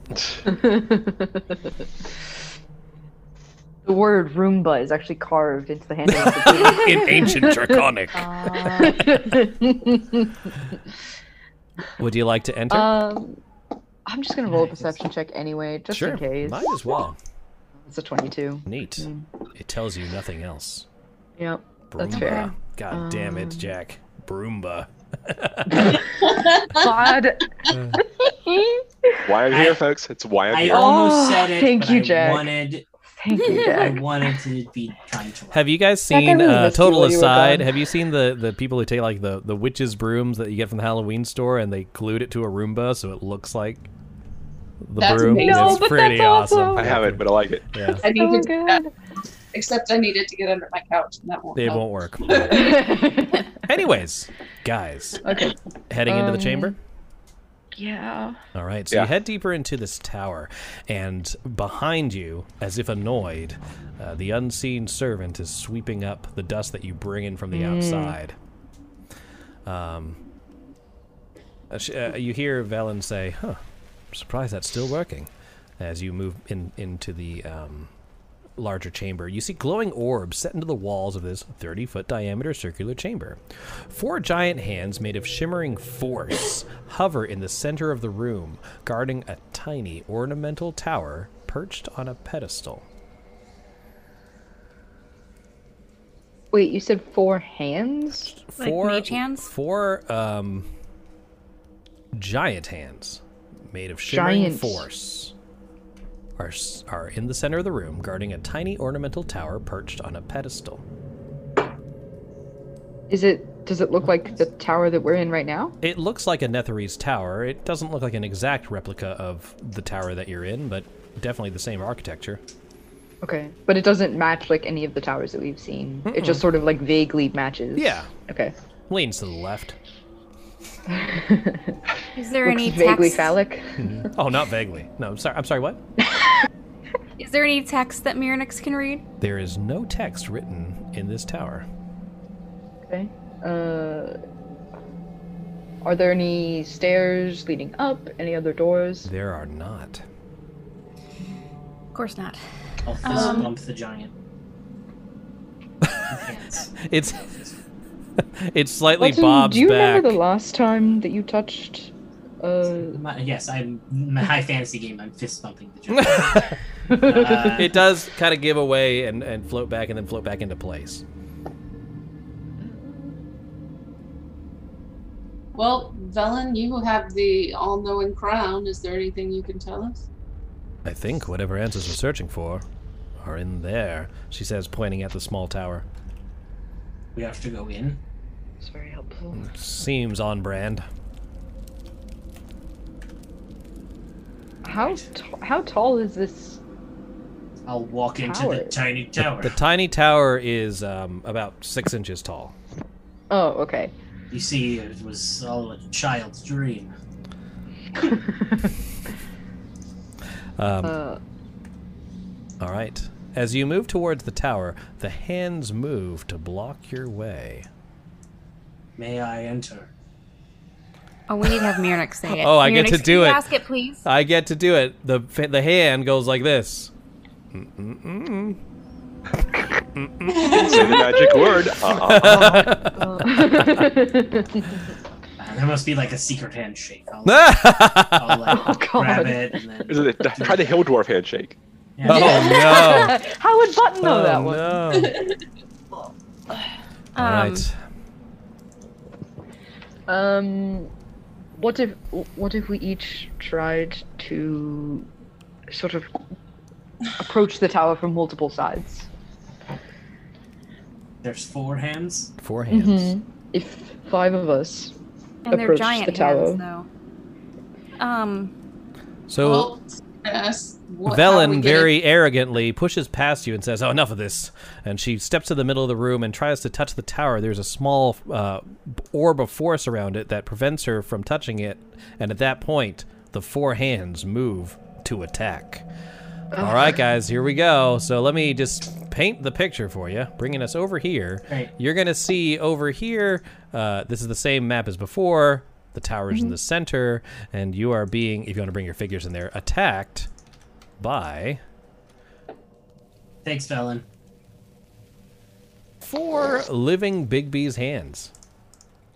Speaker 8: The word Roomba is actually carved into the handle of the
Speaker 1: in ancient draconic.
Speaker 8: key.
Speaker 1: Would you like to enter?
Speaker 8: um, I'm just gonna roll a perception check anyway, just
Speaker 1: sure.
Speaker 8: in case.
Speaker 1: Might as well.
Speaker 8: It's a 22.
Speaker 1: Neat. It tells you nothing else.
Speaker 8: Yep, that's
Speaker 1: Broomba.
Speaker 8: fair. Um,
Speaker 1: God damn it, Jack. Broomba.
Speaker 8: God.
Speaker 17: Why I'm here, folks. It's why I'm
Speaker 12: I
Speaker 17: here.
Speaker 12: almost
Speaker 8: Oh,
Speaker 12: said it.
Speaker 8: thank
Speaker 12: but
Speaker 8: you,
Speaker 12: I
Speaker 8: Jack.
Speaker 12: Wanted,
Speaker 8: Thank you,
Speaker 12: I
Speaker 8: Jack.
Speaker 12: wanted to be trying to.
Speaker 1: Have you guys
Speaker 8: Jack, I
Speaker 1: seen
Speaker 8: really
Speaker 1: uh,
Speaker 8: missed you
Speaker 1: total
Speaker 8: while you were
Speaker 1: aside?
Speaker 8: gone.
Speaker 1: Have you seen the the people who take like the the witches brooms that you get from the Halloween store and they glued it to a Roomba so it looks like the
Speaker 13: That's
Speaker 1: broom?
Speaker 13: amazing. No,
Speaker 1: it's
Speaker 8: but
Speaker 1: pretty
Speaker 8: that's
Speaker 1: awesome.
Speaker 8: awesome.
Speaker 17: I have it, but I like it.
Speaker 1: Yeah.
Speaker 13: I need
Speaker 8: Oh
Speaker 13: to do that. except I needed to get under my couch, and that won't.
Speaker 1: It
Speaker 13: help.
Speaker 1: won't work. Anyways, guys.
Speaker 8: Okay.
Speaker 1: Heading into the
Speaker 8: Um,
Speaker 1: chamber?
Speaker 8: Yeah.
Speaker 1: All right. So
Speaker 8: Yeah.
Speaker 1: you head deeper into this tower, and behind you, as if annoyed, uh, the unseen servant is sweeping up the dust that you bring in from the
Speaker 18: Mm.
Speaker 1: outside. Um, uh, sh- uh, you hear Velen say, "Huh, surprised that's still working." As you move in into the um, larger chamber, you see glowing orbs set into the walls of this 30 foot diameter circular chamber. Four giant hands made of shimmering force hover in the center of the room, guarding a tiny ornamental tower perched on a pedestal.
Speaker 8: Wait, you said four hands?
Speaker 1: Four, Four um, giant hands made of shimmering
Speaker 8: Giant.
Speaker 1: force are, s- are in the center of the room, guarding a tiny ornamental tower perched on a pedestal.
Speaker 8: Is it? Does it look like the tower that we're in right now?
Speaker 1: It looks like a Netherese tower. It doesn't look like an exact replica of the tower that you're in, but definitely the same architecture.
Speaker 8: Okay, but it doesn't match like any of the towers that we've seen. It just
Speaker 1: Mm-mm.
Speaker 8: sort of like vaguely matches.
Speaker 1: Yeah.
Speaker 8: Okay.
Speaker 1: Leans to the left.
Speaker 4: Is there
Speaker 8: Looks
Speaker 4: any
Speaker 8: vaguely
Speaker 4: text?
Speaker 8: phallic? Mm-hmm.
Speaker 1: oh, not vaguely. No, I'm sorry. I'm sorry. What?
Speaker 4: Is there any text that Miranix can read?
Speaker 1: There is no text written in this tower.
Speaker 8: Okay. Uh, are there any stairs leading up? Any other doors?
Speaker 1: There are not.
Speaker 4: Of course not.
Speaker 12: I'll fist
Speaker 4: Um,
Speaker 12: bump the giant.
Speaker 1: It's it's slightly
Speaker 8: Elton,
Speaker 1: bobs
Speaker 8: do you
Speaker 1: back.
Speaker 8: remember the last time that you touched? Uh,
Speaker 12: My, yes, I'm my high fantasy game. I'm fist bumping the giant. Uh,
Speaker 1: it does kind of give away and, and float back and then float back into place.
Speaker 13: Well, Velen, you have the all-knowing crown. Is there anything you can tell us?
Speaker 1: I think whatever answers we're searching for are in there, she says, pointing at the small tower.
Speaker 12: We have to go in.
Speaker 8: It's very helpful.
Speaker 1: Hmm, Seems on brand.
Speaker 8: how t- how tall is this?
Speaker 12: I'll walk into the
Speaker 8: Tower.
Speaker 12: tiny tower.
Speaker 1: The tiny tower is um, about six inches tall.
Speaker 8: Oh, okay.
Speaker 12: You see, it was all a child's dream.
Speaker 1: Um,
Speaker 8: uh,
Speaker 1: All right. As you move towards the tower, the hands move to block your way.
Speaker 12: May I enter?
Speaker 4: Oh, we need to have Miranix say it.
Speaker 1: Oh, I get
Speaker 4: Miranix,
Speaker 1: to
Speaker 4: can
Speaker 1: do
Speaker 4: you
Speaker 1: it.
Speaker 4: Ask it, please.
Speaker 1: I get to do it. The fa- the hand goes like this. Mm-mm-mm.
Speaker 17: Say the magic word. Uh-uh. Oh.
Speaker 4: Oh.
Speaker 12: Uh, there must be like a secret handshake. I'll, I'll like,
Speaker 17: oh,
Speaker 12: grab it and then.
Speaker 17: Try the hill dwarf handshake.
Speaker 1: Oh
Speaker 8: how would Button know
Speaker 1: Oh,
Speaker 8: that one?
Speaker 1: no! All right.
Speaker 8: Um, what if what if we each tried to sort of approach the tower from multiple sides?
Speaker 12: There's four hands.
Speaker 1: Four
Speaker 8: Mhm. If five of us
Speaker 4: And they're
Speaker 8: approach
Speaker 4: giant
Speaker 8: the tower,
Speaker 4: hands, though. Um,
Speaker 1: So
Speaker 13: Well, yes. What, how we
Speaker 1: Velen
Speaker 13: get
Speaker 1: very arrogantly pushes past you and says, "Oh, enough of this." And she steps to the middle of the room and tries to touch the tower. There's a small uh, orb of force around it that prevents her from touching it. And at that point, the four hands move to attack. All right, guys, here we go. So let me just paint the picture for you, bringing us over here.
Speaker 12: Right.
Speaker 1: You're going to see over here, uh, this is the same map as before. The tower is in
Speaker 18: Mhm.
Speaker 12: Mm-hmm.
Speaker 1: the center, and you are being, if you want to bring your figures in there, attacked by
Speaker 12: Thanks, Velen.
Speaker 1: four living Bigby's hands.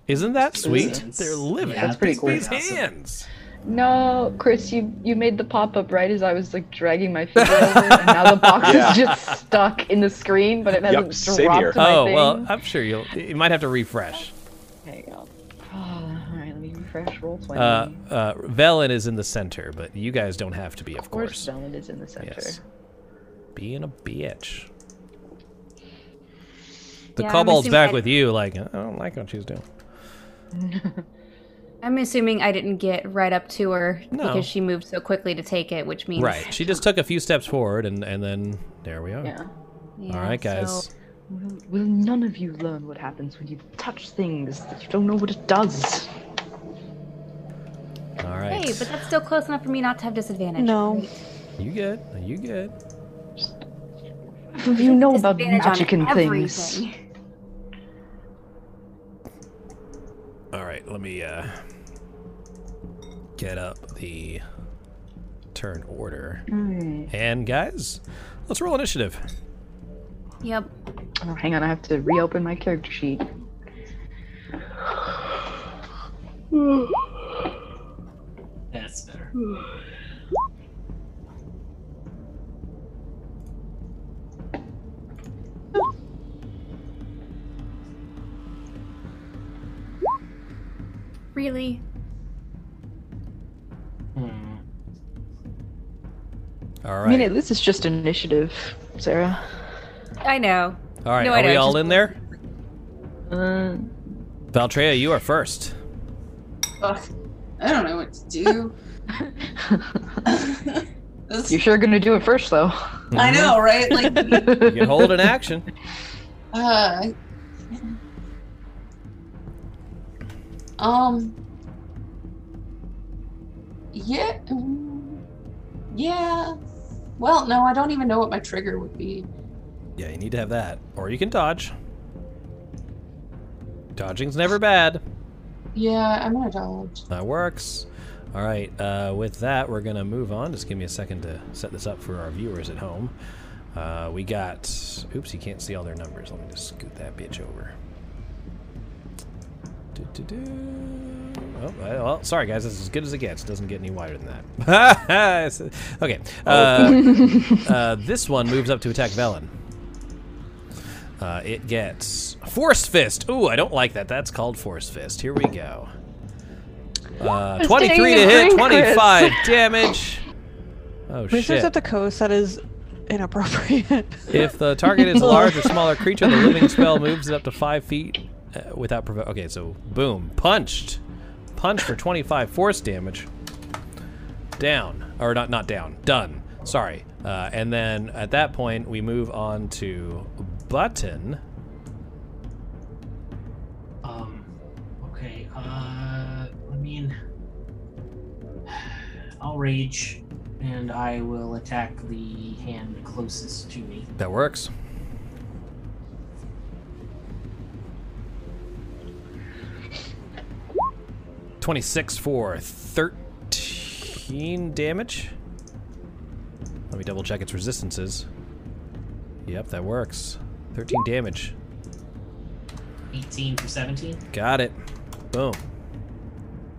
Speaker 1: Isn't that sweet?
Speaker 12: Hands.
Speaker 1: They're living
Speaker 12: Yeah, That's pretty cool.
Speaker 1: Bigby's
Speaker 12: Awesome.
Speaker 1: hands.
Speaker 8: No, Chris, you you made the pop up right as I was like dragging my finger over, and now the box
Speaker 1: Yeah.
Speaker 8: is just stuck in the screen, but it hasn't dropped to my
Speaker 1: Oh
Speaker 8: thing.
Speaker 1: well, I'm sure you'll. You might have to refresh.
Speaker 8: There you go. Oh, all right, let me refresh roll
Speaker 1: Uh,
Speaker 8: twenty.
Speaker 1: uh, Velen is in the center, but you guys don't have to be, of,
Speaker 8: of course, Velen is in the center.
Speaker 1: Yes. Being a bitch. The
Speaker 4: Yeah, I'm
Speaker 1: kobold's
Speaker 4: assuming
Speaker 1: back
Speaker 4: I-
Speaker 1: with you, like, I don't like what she's doing.
Speaker 4: I'm assuming I didn't get right up to her
Speaker 1: No.
Speaker 4: because she moved so quickly to take it, which means
Speaker 1: Right. She just took a few steps forward, and, and then there we are.
Speaker 4: Yeah.
Speaker 8: Yeah,
Speaker 1: All right, guys.
Speaker 8: so- Will, will none of you learn what happens when you touch things that you don't know what it does?
Speaker 1: All right.
Speaker 4: Hey, but that's still close enough for me not to have disadvantage.
Speaker 2: No.
Speaker 1: You good? Are you good?
Speaker 8: You know about
Speaker 4: Disadvantage on
Speaker 8: magic and things.
Speaker 4: everything.
Speaker 1: All right, let me uh, get up the turn order.
Speaker 8: Alright.
Speaker 1: And guys, let's roll initiative.
Speaker 4: Yep.
Speaker 8: Oh, hang on, I have to reopen my character sheet.
Speaker 12: That's better.
Speaker 4: Really?
Speaker 1: All
Speaker 8: I mean,
Speaker 1: right.
Speaker 8: at least it's just initiative, Sarah.
Speaker 4: I know.
Speaker 1: All right,
Speaker 4: No, I
Speaker 1: are
Speaker 4: know,
Speaker 1: we
Speaker 4: it's
Speaker 1: all
Speaker 4: just-
Speaker 1: in there?
Speaker 8: Uh,
Speaker 1: Valtrea, you are first.
Speaker 13: Ugh, I don't know what to do. This-
Speaker 8: You're sure gonna do it first, though.
Speaker 13: I know, right? Like,
Speaker 1: Mm-hmm. You can hold an action.
Speaker 13: uh, um, yeah, mm, yeah. Well, no, I don't even know what my trigger would be.
Speaker 1: Yeah, you need to have that. Or you can dodge. Dodging's never bad.
Speaker 13: Yeah, I'm gonna dodge.
Speaker 1: That works. All right, uh, with that, we're going to move on. Just give me a second to set this up for our viewers at home. Uh, we got. Oops, you can't see all their numbers. Let me just scoot that bitch over. Du-du-du. Oh, well, sorry, guys. This is as good as it gets. It doesn't get any wider than that. okay. Uh, uh, this one moves up to attack Velen. Uh, it gets Force Fist. Ooh, I don't like that. That's called Force Fist. Here we go. Uh,
Speaker 2: It's
Speaker 1: 23 to
Speaker 2: taking a
Speaker 1: hit,
Speaker 2: green
Speaker 1: 25 damage. Oh,
Speaker 2: Wizards
Speaker 1: shit.
Speaker 2: of the Coast, that is inappropriate.
Speaker 1: If the target is a large or smaller creature, the living spell moves it up to five feet uh, without provo- Okay, so boom, punched, punch for twenty-five force damage. Down, or not? Not down. Done. Sorry. Uh, and then at that point, we move on to Button.
Speaker 12: Um, okay, uh, I mean, I'll rage and I will attack the hand closest to me.
Speaker 1: That works. Twenty-six for thirteen damage. Let me double check its resistances. Yep, that works. Thirteen damage.
Speaker 12: 18 for 17.
Speaker 1: Got it. Boom.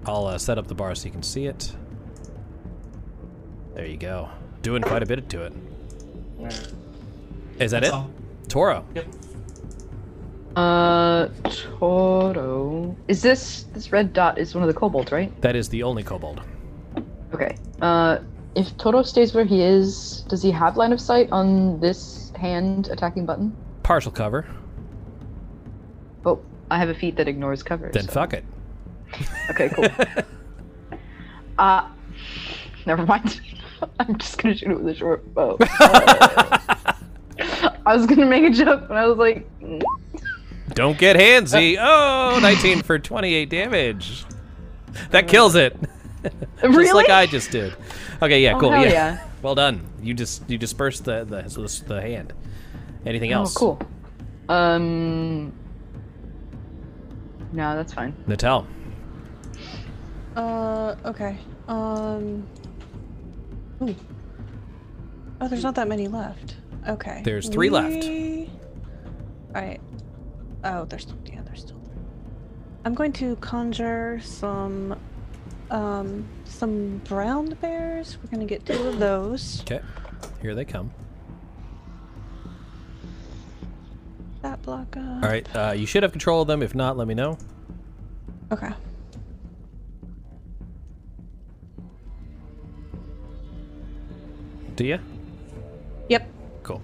Speaker 1: I'll uh, set up the bar so you can see it. There you go. Doing quite a bit to it. Is that
Speaker 12: That's
Speaker 1: it?
Speaker 12: all.
Speaker 1: Toro.
Speaker 8: Uh, Toro. Is this this red dot is one of the kobolds, right?
Speaker 1: That is the only kobold.
Speaker 8: Okay. Uh, if Toro stays where he is, does he have line of sight on this hand attacking button?
Speaker 1: Partial cover.
Speaker 8: Oh, I have a feat that ignores cover.
Speaker 1: Then fuck it.
Speaker 8: Okay, cool. uh, never mind. I'm just gonna shoot it with a short bow. I was gonna make a joke, but I was like, mm.
Speaker 1: Don't get handsy. Oh, 19 for 28 damage. That kills it. just like
Speaker 8: Really?
Speaker 1: I just did. Okay, yeah,
Speaker 8: Oh,
Speaker 1: cool.
Speaker 8: hell
Speaker 1: yeah.
Speaker 8: yeah.
Speaker 1: Well done. You just you dispersed the the, the, the hand. Anything
Speaker 8: oh,
Speaker 1: else?
Speaker 8: cool. Um, no, that's fine.
Speaker 1: Natal.
Speaker 2: Uh, okay. Um. ooh. Oh, there's not that many left. Okay.
Speaker 1: There's three left.
Speaker 2: left. Alright. Oh, there's still. Yeah, there's still. Three. I'm going to conjure some. Um, some brown bears. We're gonna get two of those.
Speaker 1: Okay. Here they come.
Speaker 2: That block up.
Speaker 1: All right. Uh, you should have control of them. If not, let me know.
Speaker 2: Okay.
Speaker 1: Do you?
Speaker 2: Yep.
Speaker 1: Cool.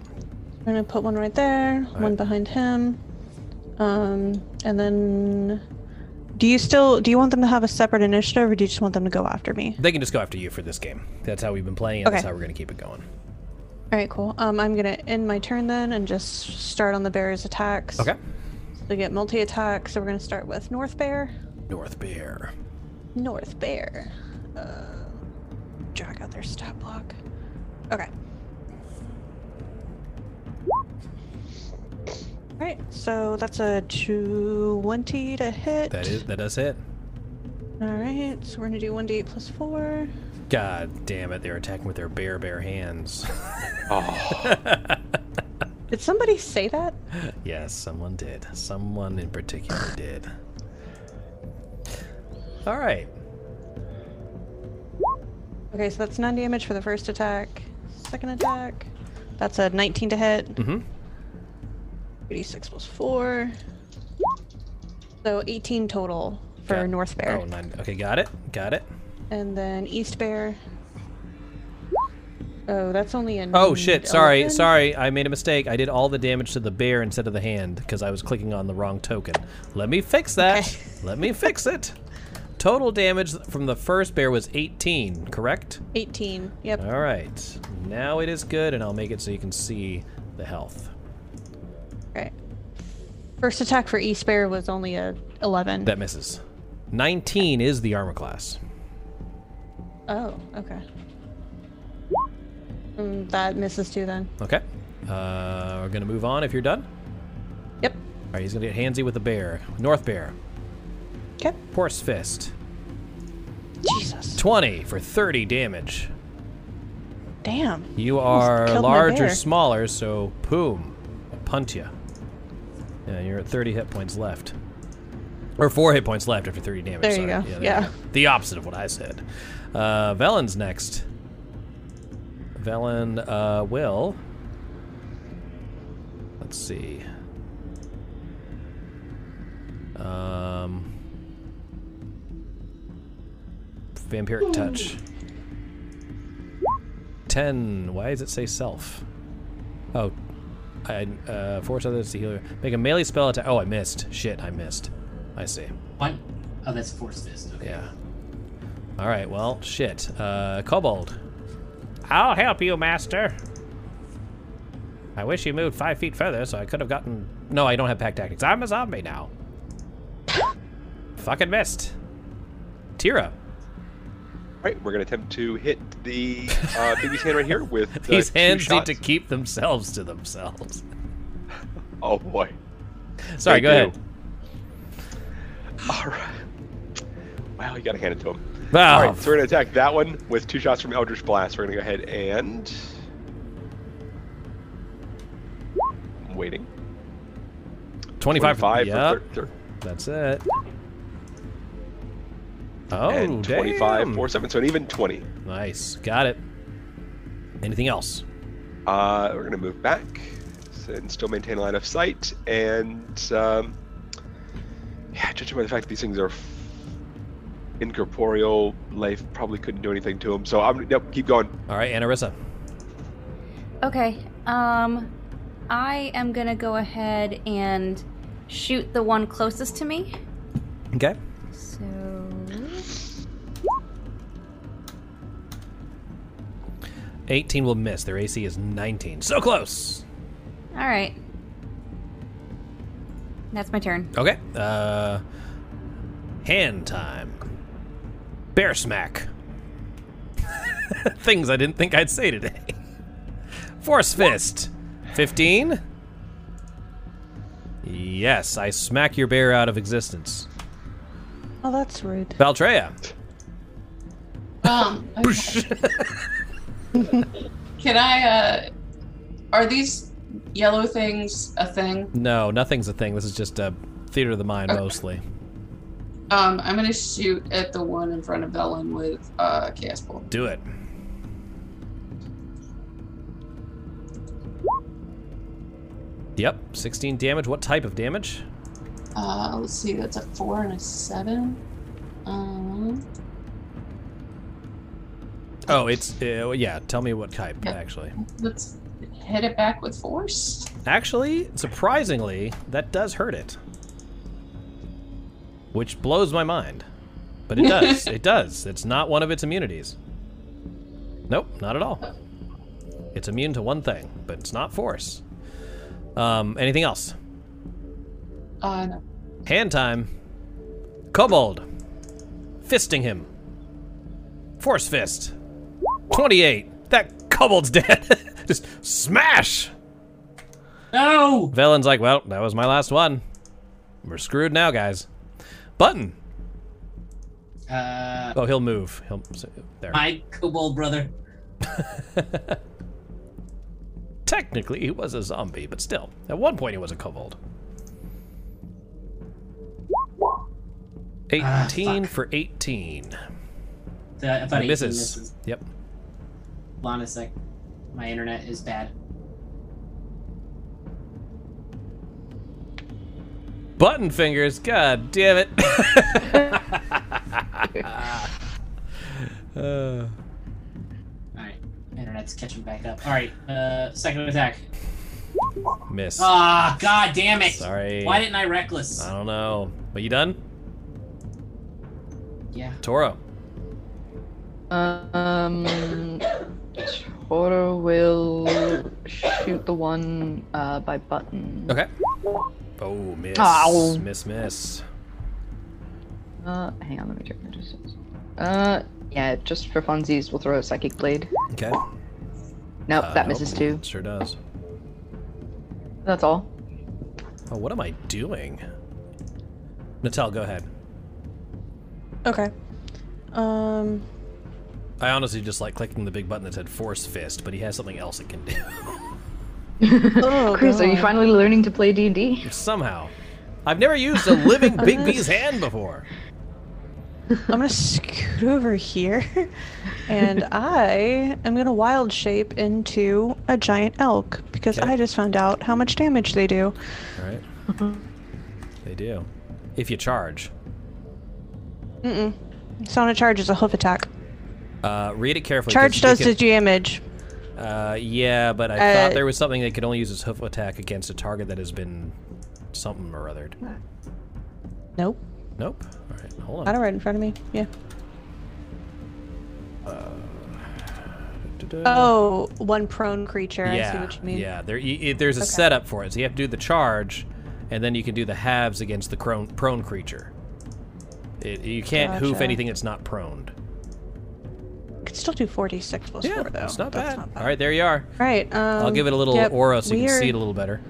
Speaker 2: I'm gonna put one right there, one behind him, um, and then. Do you still do you want them to have a separate initiative, or do you just want them to go after me?
Speaker 1: They can just go after you for this game. That's how we've been playing it. That's
Speaker 2: Okay.
Speaker 1: how we're going to keep it going.
Speaker 2: All right, cool. Um, I'm gonna end my turn then and just start on the bear's attacks.
Speaker 1: Okay.
Speaker 2: So we get multi attack. So we're gonna start with North Bear.
Speaker 1: North Bear.
Speaker 2: North Bear. Uh, drag out their stat block. Okay. All right. So that's a twenty to hit.
Speaker 1: That is that does hit.
Speaker 2: All right. So we're gonna do one d8 plus four.
Speaker 1: God damn it! They're attacking with their bare bare hands.
Speaker 17: oh.
Speaker 2: Did somebody say that?
Speaker 1: Yes, someone did. Someone in particular did. All right.
Speaker 2: Okay, so that's nine damage for the first attack. Second attack. That's a 19 to hit.
Speaker 1: Mm-hmm.
Speaker 2: 86 plus 4. So 18 total for
Speaker 1: Got-
Speaker 2: North Bear.
Speaker 1: Oh, nine. Okay, got it. Got it.
Speaker 2: And then East Bear. Oh, that's only a.
Speaker 1: Oh shit! Sorry,
Speaker 2: 11.
Speaker 1: sorry. I made a mistake. I did all the damage to the bear instead of the hand because I was clicking on the wrong token. Let me fix that. Let me fix it. Total damage from the first bear was 18, correct?
Speaker 2: 18. Yep.
Speaker 1: All right. Now it is good, and I'll make it so you can see the health.
Speaker 2: Right. First attack for East Bear was only a 11.
Speaker 1: That misses. 19 is the armor class.
Speaker 2: Oh, okay. Mm, that misses too then.
Speaker 1: Okay. Uh, we're gonna move on. If you're done.
Speaker 2: Yep.
Speaker 1: All right. He's gonna get handsy with the bear. North bear.
Speaker 2: Okay.
Speaker 1: Horse fist.
Speaker 2: Jesus.
Speaker 1: 20 for 30 damage.
Speaker 2: Damn.
Speaker 1: You
Speaker 2: Almost
Speaker 1: are
Speaker 2: killed my
Speaker 1: large or
Speaker 2: bear.
Speaker 1: smaller, so boom, I punt you. Yeah, you're at 30 hit points left, or four hit points left after 30 damage.
Speaker 2: There
Speaker 1: sorry.
Speaker 2: you go.
Speaker 1: there
Speaker 2: Yeah.
Speaker 1: The opposite of what I said. Uh, Velen's next. Velen uh, will. Let's see. Um, vampiric touch. 10. Why does it say self? Oh, I uh, force others to heal. Make a melee spell attack. Oh, I missed. Shit, I missed. I see.
Speaker 12: One. Oh, that's force fist. Okay.
Speaker 1: Yeah. All right. Well, shit. Uh, Kobold. I'll help you, Master. I wish you moved five feet further, so I could have gotten. No, I don't have pack tactics. I'm a zombie now. Fucking missed. Tira.
Speaker 17: Alright, we're gonna attempt to hit the uh, baby's hand right here with the
Speaker 1: These
Speaker 17: two
Speaker 1: hands need
Speaker 17: shots.
Speaker 1: to keep themselves to themselves.
Speaker 17: Oh boy. They
Speaker 1: Sorry, go ahead.
Speaker 17: Alright. Wow, you gotta hand it to him.
Speaker 1: Wow.
Speaker 17: Alright, so we're gonna attack that one with two shots from Eldritch Blast. We're gonna go ahead and I'm waiting.
Speaker 1: 25.
Speaker 17: 25 for
Speaker 1: Yep.
Speaker 17: thir- thir-
Speaker 1: That's it. Oh,
Speaker 17: and 25
Speaker 1: damn.
Speaker 17: for 7, so an even 20.
Speaker 1: Nice. Got it. Anything else?
Speaker 17: Uh, we're gonna move back so- and still maintain a line of sight. And um, yeah, judging by the fact that these things are f- incorporeal, life probably couldn't do anything to them. So I'm nope, keep going.
Speaker 1: All right, Anarissa.
Speaker 4: Okay. Um, I am gonna go ahead and shoot the one closest to me.
Speaker 1: Okay.
Speaker 4: So
Speaker 1: Eighteen will miss. Their AC is nineteen. So close.
Speaker 4: all right. That's my turn.
Speaker 1: Okay. Uh, hand time. Bear smack. Things I didn't think I'd say today. Force fist. Fifteen. Yes, I smack your bear out of existence.
Speaker 2: Oh, that's rude.
Speaker 1: Valtreya.
Speaker 13: Um, can I? uh Are these yellow things a thing?
Speaker 1: No, nothing's a thing. This is just a theater of the mind
Speaker 13: Okay.
Speaker 1: mostly.
Speaker 13: Um, I'm gonna shoot at the one in front of Ellen with uh chaos bolt.
Speaker 1: Do it. Yep, 16 damage. What type of damage?
Speaker 13: Uh, let's see, that's a four and a seven. Um,
Speaker 1: Oh, it's uh, yeah. Tell me what type actually.
Speaker 13: let's hit it back with force.
Speaker 1: Actually, surprisingly, that does hurt it, which blows my mind. But it does. it does. It's not one of its immunities. Nope, not at all. It's immune to one thing, but it's not force. Um, anything else?
Speaker 20: Uh, no.
Speaker 1: Hand time. Kobold. Fisting him. Force fist. 28. That kobold's dead. Just smash!
Speaker 12: No!
Speaker 1: Velen's like, well, that was my last one. We're screwed now, guys. Button.
Speaker 12: Uh,
Speaker 1: oh, he'll move. He'll there.
Speaker 12: My kobold brother.
Speaker 1: Technically, he was a zombie, but still,
Speaker 12: Ah,
Speaker 1: at one point he was a kobold. 18 uh, for 18.
Speaker 12: The, about 18
Speaker 1: misses.
Speaker 12: misses.
Speaker 1: Yep.
Speaker 12: Hold on a sec. My internet is bad.
Speaker 1: Button fingers, god damn it.
Speaker 12: uh. Alright, internet's catching back up. Alright, uh, second attack.
Speaker 1: Miss.
Speaker 12: Ah, oh, god damn it!
Speaker 1: Sorry. Uh,
Speaker 12: Why didn't I reckless?
Speaker 1: I don't know. But you done?
Speaker 12: Yeah.
Speaker 1: Toro.
Speaker 8: Um, Toro will shoot the one uh, by button.
Speaker 1: Okay. Oh, miss. Ow. Miss, miss.
Speaker 8: Uh, hang on, let me check my distance. Uh, yeah, just for funsies, we'll throw a psychic blade.
Speaker 1: Okay.
Speaker 8: Nope,
Speaker 1: Uh,
Speaker 8: that misses too.
Speaker 1: Sure does.
Speaker 8: That's all.
Speaker 1: Oh, what am I doing? Natal, go ahead.
Speaker 2: Okay. Um.
Speaker 1: I honestly just like clicking the big button that said force fist, but he has something else it can do.
Speaker 2: oh,
Speaker 8: Chris, are
Speaker 2: God.
Speaker 8: you finally learning to play D and D?
Speaker 1: Somehow. I've never used a living
Speaker 2: I'm
Speaker 1: Big
Speaker 2: gonna-
Speaker 1: B's hand before.
Speaker 2: I'm gonna scoot over here, and I am gonna wild shape into a giant elk because
Speaker 1: Okay.
Speaker 2: I just found out how much damage they do.
Speaker 1: All right. They do. If you charge.
Speaker 2: Mm-mm. Sauna charge is a hoof attack.
Speaker 1: Uh, read it carefully. 'cause
Speaker 2: Charge
Speaker 1: it
Speaker 2: does
Speaker 1: can-
Speaker 2: the damage.
Speaker 1: Uh, yeah, but I thought
Speaker 2: Uh,
Speaker 1: there was something that could only use its hoof attack against a target that has been something or othered.
Speaker 2: Nope.
Speaker 1: Nope. All right, hold
Speaker 2: Not
Speaker 1: on.
Speaker 2: right in front of me. Yeah.
Speaker 1: Uh, da-da.
Speaker 2: Oh, one prone creature. I see
Speaker 1: yeah,
Speaker 2: what you mean.
Speaker 1: yeah. There, y- y- there's a
Speaker 2: Okay.
Speaker 1: setup for it. So you have to do the charge, and then you can do the halves against the prone, prone creature. It, you can't hoof
Speaker 2: Gotcha.
Speaker 1: anything that's not proned.
Speaker 2: Could still do 46 plus 4 though.
Speaker 1: It's not,
Speaker 2: That's
Speaker 1: bad. All right, there you are.
Speaker 2: Right. Um,
Speaker 1: I'll give it a little
Speaker 2: yep,
Speaker 1: aura so you
Speaker 2: we
Speaker 1: can
Speaker 2: are-
Speaker 1: see it a little better.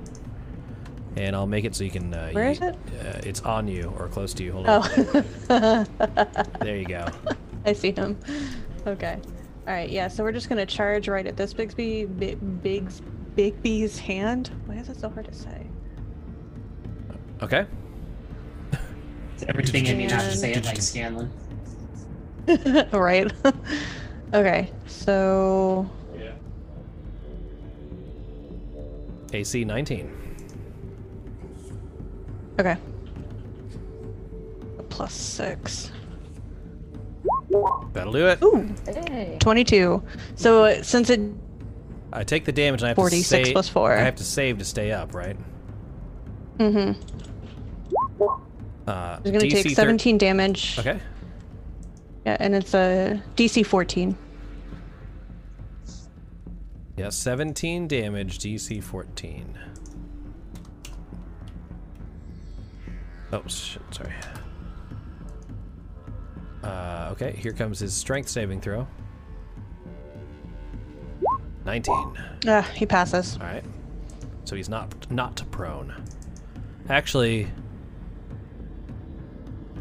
Speaker 1: And I'll make it so you can. Uh,
Speaker 2: Where
Speaker 1: you-
Speaker 2: is it?
Speaker 1: Uh, it's on you or close to you. Hold on.
Speaker 2: Oh.
Speaker 1: There you go.
Speaker 2: I see him. Okay. All right. Yeah. So we're just gonna charge right at this Bigsby, Bi- Bigs, Bigby's hand. Why is it so hard to say?
Speaker 1: Okay.
Speaker 12: It's everything in me not to say it like Scanlan.
Speaker 2: right. okay. So
Speaker 12: Yeah.
Speaker 1: AC 19.
Speaker 2: okay. Plus six.
Speaker 1: That'll do it.
Speaker 2: Ooh. Twenty-two. So uh, since it
Speaker 1: I take the damage and I have to
Speaker 2: 46
Speaker 1: save.
Speaker 2: plus four.
Speaker 1: I have to save to stay up, right?
Speaker 2: Mm-hmm.
Speaker 1: Uh,
Speaker 2: It's gonna
Speaker 1: DC
Speaker 2: take
Speaker 1: thir-
Speaker 2: 17 damage.
Speaker 1: Okay.
Speaker 2: Yeah, and it's a DC 14.
Speaker 1: Yeah, 17 damage, DC 14. Oh, shit, sorry. Uh, okay, here comes his strength saving throw. 19.
Speaker 2: Ah, he passes.
Speaker 1: All right. So he's not not prone. Actually,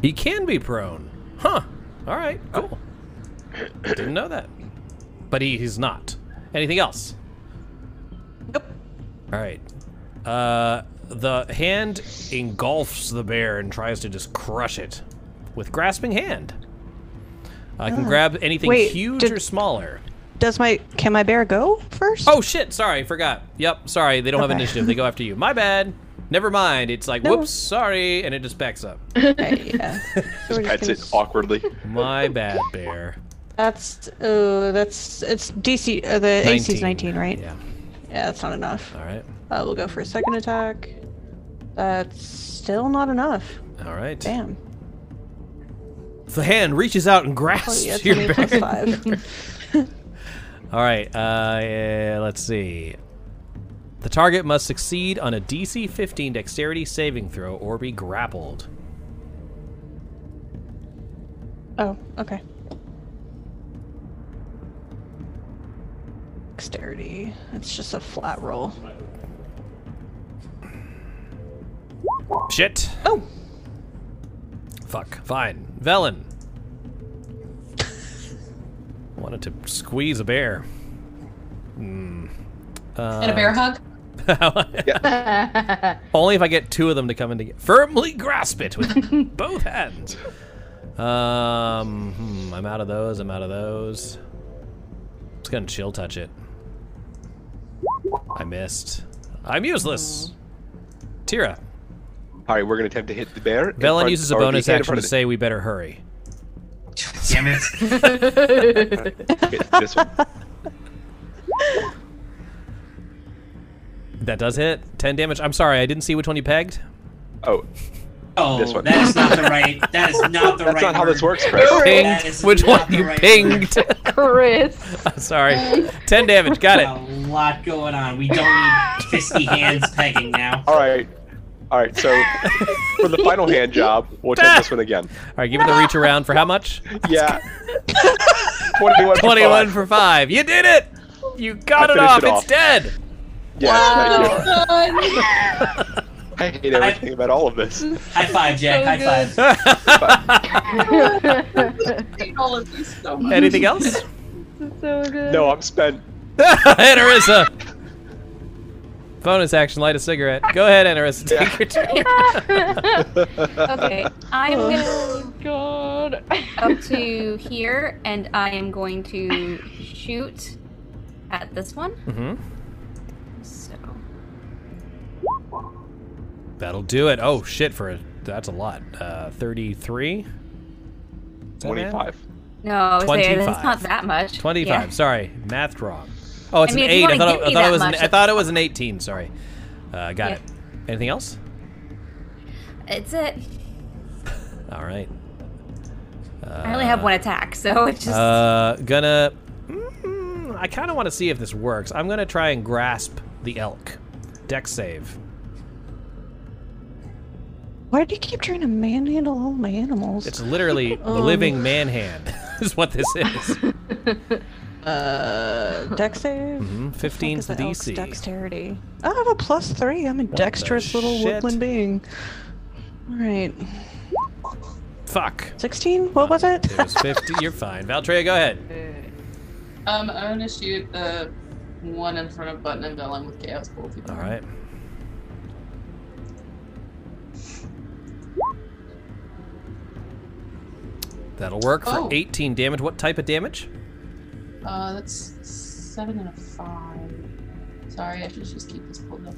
Speaker 1: he can be prone. Huh. All right. Cool. Didn't know that. But he, he's not. Anything else? Nope. All right. Uh, the hand engulfs the bear and tries to just crush it with grasping hand. I can
Speaker 2: Ah.
Speaker 1: grab anything
Speaker 2: Wait,
Speaker 1: huge
Speaker 2: did-
Speaker 1: or smaller.
Speaker 2: Does my can my bear go first?
Speaker 1: Oh shit! Sorry, forgot. Yep, sorry. They don't have
Speaker 2: Okay.
Speaker 1: initiative. They go after you. My bad. Never mind. It's like
Speaker 2: No.
Speaker 1: whoops, sorry, and it just backs up.
Speaker 2: Okay, yeah. So we're
Speaker 17: Pets it
Speaker 2: just gonna-
Speaker 17: awkwardly.
Speaker 1: My bad, bear.
Speaker 2: That's oh, that's it's DC. Uh, the AC is 19, right?
Speaker 1: Yeah.
Speaker 2: Yeah, that's not enough.
Speaker 1: All right.
Speaker 2: Uh, we'll go for a second attack. That's still not enough.
Speaker 1: All right.
Speaker 2: Damn.
Speaker 1: The hand reaches out and
Speaker 2: Oh
Speaker 1: grasps
Speaker 2: yeah, it's
Speaker 1: your
Speaker 2: only plus
Speaker 1: bear.
Speaker 2: five.
Speaker 1: All right. Uh, yeah, let's see. The target must succeed on a DC 15 Dexterity saving throw or be grappled.
Speaker 2: Oh, okay. Dexterity. It's just a flat roll.
Speaker 1: Shit.
Speaker 2: Oh.
Speaker 1: Fuck. Fine. Velen. Wanted to squeeze a bear. Hmm.
Speaker 13: Mm. Uh, and a bear hug.
Speaker 1: Only if I get two of them to come in to get, firmly grasp it with both hands. Um, hmm, I'm out of those. I'm out of those. I'm just gonna chill touch it. I missed. I'm useless. Tira.
Speaker 17: All right, we're gonna attempt to hit the bear.
Speaker 1: Velen uses a bonus action to say we better hurry.
Speaker 12: Damn it.
Speaker 17: this one.
Speaker 1: That does hit. 10 damage. I'm sorry, I didn't see which one you pegged.
Speaker 17: Oh.
Speaker 12: Oh,
Speaker 17: this one.
Speaker 12: that is not the right. That is not the
Speaker 17: That's
Speaker 12: right.
Speaker 17: not how
Speaker 12: word.
Speaker 17: this works, Chris.
Speaker 1: Pinged. Which one you
Speaker 12: right
Speaker 1: pinged?
Speaker 8: Chris.
Speaker 1: I'm sorry. 10 damage. Got
Speaker 12: A
Speaker 1: it.
Speaker 12: lot going on. We don't need fisty hands pegging now.
Speaker 17: All right. All right, so for the final hand job, we'll attempt this one again.
Speaker 1: All right, give it the reach around for how much?
Speaker 17: Yeah. 21 for
Speaker 1: 21
Speaker 17: five.
Speaker 1: for 5. You did it. You got
Speaker 17: I
Speaker 1: it
Speaker 17: finished
Speaker 1: off.
Speaker 17: it off.
Speaker 1: It's dead.
Speaker 17: Yes, thank you.
Speaker 13: Done.
Speaker 17: I hate everything about all of this.
Speaker 12: High five, Jack.
Speaker 13: So
Speaker 12: High
Speaker 13: good.
Speaker 12: five.
Speaker 13: Hate all of these so much.
Speaker 1: Anything else?
Speaker 8: so good.
Speaker 17: No, I'm spent.
Speaker 1: and Arissa. Bonus action, light a cigarette. Go ahead, Arissa. Take your turn.
Speaker 16: Okay, I'm gonna
Speaker 8: Oh god.
Speaker 16: up to here, and I am going to shoot at this one.
Speaker 1: Mm-hmm.
Speaker 16: So
Speaker 1: That'll do it. Oh shit! For a, that's a lot. Uh, Thirty-three.
Speaker 17: 25.
Speaker 16: no, I was saying, it's
Speaker 1: 25.
Speaker 16: not that much.
Speaker 1: Twenty-five.
Speaker 16: Yeah.
Speaker 1: Sorry, math wrong. Oh, it's
Speaker 16: I mean,
Speaker 1: an
Speaker 16: if you
Speaker 1: eight. I
Speaker 16: wanna
Speaker 1: thought,
Speaker 16: give
Speaker 1: it- I
Speaker 16: me
Speaker 1: thought
Speaker 16: that
Speaker 1: it was. An,
Speaker 16: much,
Speaker 1: I thought it was an eighteen. Sorry. Uh, got
Speaker 16: Yeah.
Speaker 1: it. Anything else?
Speaker 16: It's it.
Speaker 1: All right. Uh,
Speaker 16: I only have one attack, so it's just
Speaker 1: Uh, gonna. Mm, I kind of want to see if this works. I'm gonna try and grasp the elk. Deck save.
Speaker 2: Why do you keep trying to manhandle all my animals?
Speaker 1: It's literally the
Speaker 2: Um.
Speaker 1: living man hand. Is what this is.
Speaker 2: uh, dex save.
Speaker 1: Mhm,
Speaker 2: What
Speaker 1: 15's
Speaker 2: the
Speaker 1: the
Speaker 2: fuck is the
Speaker 1: DC.
Speaker 2: elk's dexterity. I have a plus three. I'm a dexterous little
Speaker 1: shit?
Speaker 2: woodland being. All right,
Speaker 1: Fuck.
Speaker 2: sixteen. What was it?
Speaker 1: It was 50. You're fine. Valtrea, go ahead.
Speaker 13: Um, I'm gonna shoot the one in front of Button and Velen with Chaos Bolt.
Speaker 1: All right. That'll work for
Speaker 13: Oh.
Speaker 1: 18 damage. What type of damage?
Speaker 13: Uh, that's seven and a five. Sorry, I should just keep this pulled up.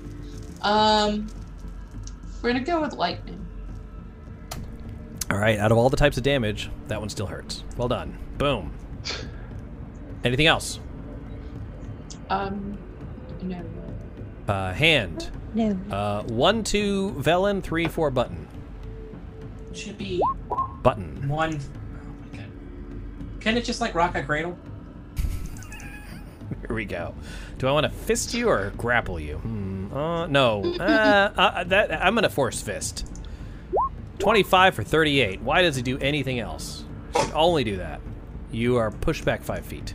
Speaker 13: Um, we're gonna go with lightning.
Speaker 1: All right. Out of all the types of damage, that one still hurts. Well done. Boom. Anything else?
Speaker 13: Um, no.
Speaker 1: Uh, hand.
Speaker 2: No.
Speaker 1: Uh, one, two, Velen, three, four, button.
Speaker 12: Should be
Speaker 1: Button.
Speaker 12: one. Oh my god. Can it just like rock a cradle?
Speaker 1: Here we go. Do I want to fist you or grapple you? Hmm, uh, no. Uh, uh, that I'm gonna force fist. Twenty-five for thirty-eight. Why does he do anything else? Should only do that. You are pushed back five feet.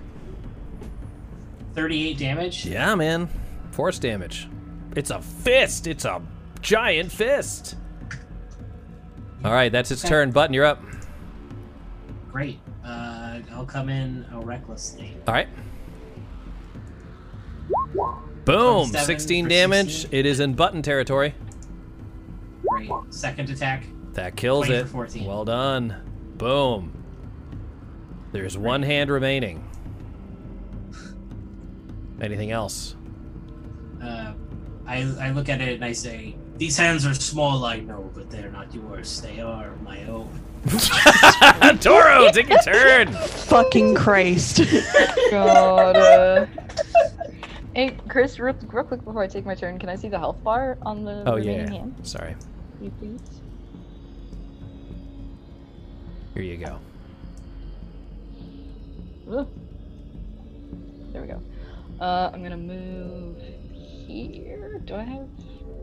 Speaker 12: Thirty-eight damage.
Speaker 1: Yeah, man. Force damage. It's a fist. It's a giant fist. All right, that's its turn. Button, you're up.
Speaker 12: Great. Uh, I'll come in uh, recklessly.
Speaker 1: All right. Boom.
Speaker 12: 27
Speaker 1: Sixteen
Speaker 12: for
Speaker 1: damage.
Speaker 12: 16.
Speaker 1: It is in button territory.
Speaker 12: Great. Second attack.
Speaker 1: That kills
Speaker 12: 20 for
Speaker 1: it.
Speaker 12: 14.
Speaker 1: Well done. Boom. There's one hand remaining. Anything else?
Speaker 12: Uh, I I look at it and I say, "These hands are small, I know, but they're not yours. They are my own."
Speaker 1: Toro, take your turn.
Speaker 2: Fucking Christ.
Speaker 8: God. Uh... Hey, Chris, real, real quick before I take my turn, can I see the health bar on the
Speaker 1: Oh
Speaker 8: remaining
Speaker 1: yeah.
Speaker 8: hand?
Speaker 1: Sorry.
Speaker 8: Can You please.
Speaker 1: Here you go.
Speaker 8: Ugh. There we go. Uh, I'm gonna move here. Do I have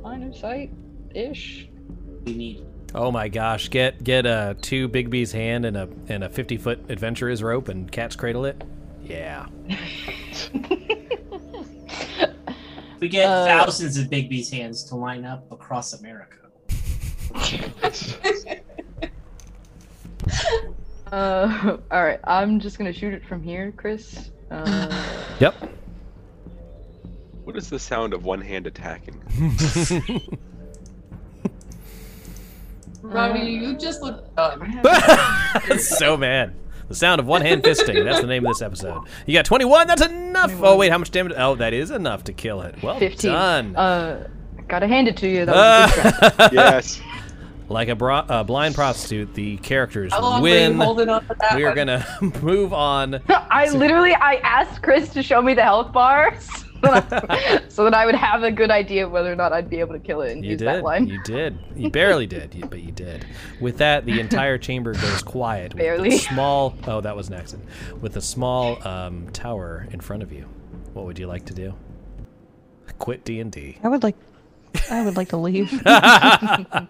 Speaker 8: line of sight ish?
Speaker 12: You need.
Speaker 1: Oh my gosh! Get get uh, two Bigby's hand and a and a fifty foot adventurer's rope and cat's cradle it. Yeah.
Speaker 12: we get uh, thousands of Bigby's hands to line up across America.
Speaker 8: uh, all right. I'm just gonna shoot it from here, Chris. Uh,
Speaker 1: yep.
Speaker 17: What is the sound of one hand attacking?
Speaker 13: Robbie,
Speaker 8: Um,
Speaker 13: you just look dumb.
Speaker 1: so mad. The sound of one hand fisting. That's the name of this episode. You got 21. That's enough. 21. Oh, wait. How much damage? Oh, that is enough to kill it. Well 15. done.
Speaker 8: Uh, gotta hand it to you. Oh, That
Speaker 17: uh, yes.
Speaker 1: Like a bro- uh, blind prostitute, the characters
Speaker 8: Oh,
Speaker 1: win. we are gonna move on.
Speaker 8: I to... literally, I asked Chris to show me the health bars so that I would have a good idea of whether or not I'd be able to kill it and
Speaker 1: you
Speaker 8: use
Speaker 1: did,
Speaker 8: that line.
Speaker 1: You did. You barely did, you, but you did. With that, the entire chamber goes quiet.
Speaker 8: Barely.
Speaker 1: small. Oh, that was an accident. With a small um, tower in front of you, what would you like to do? Quit D and D.
Speaker 21: I would like. I would like to leave.
Speaker 8: uh,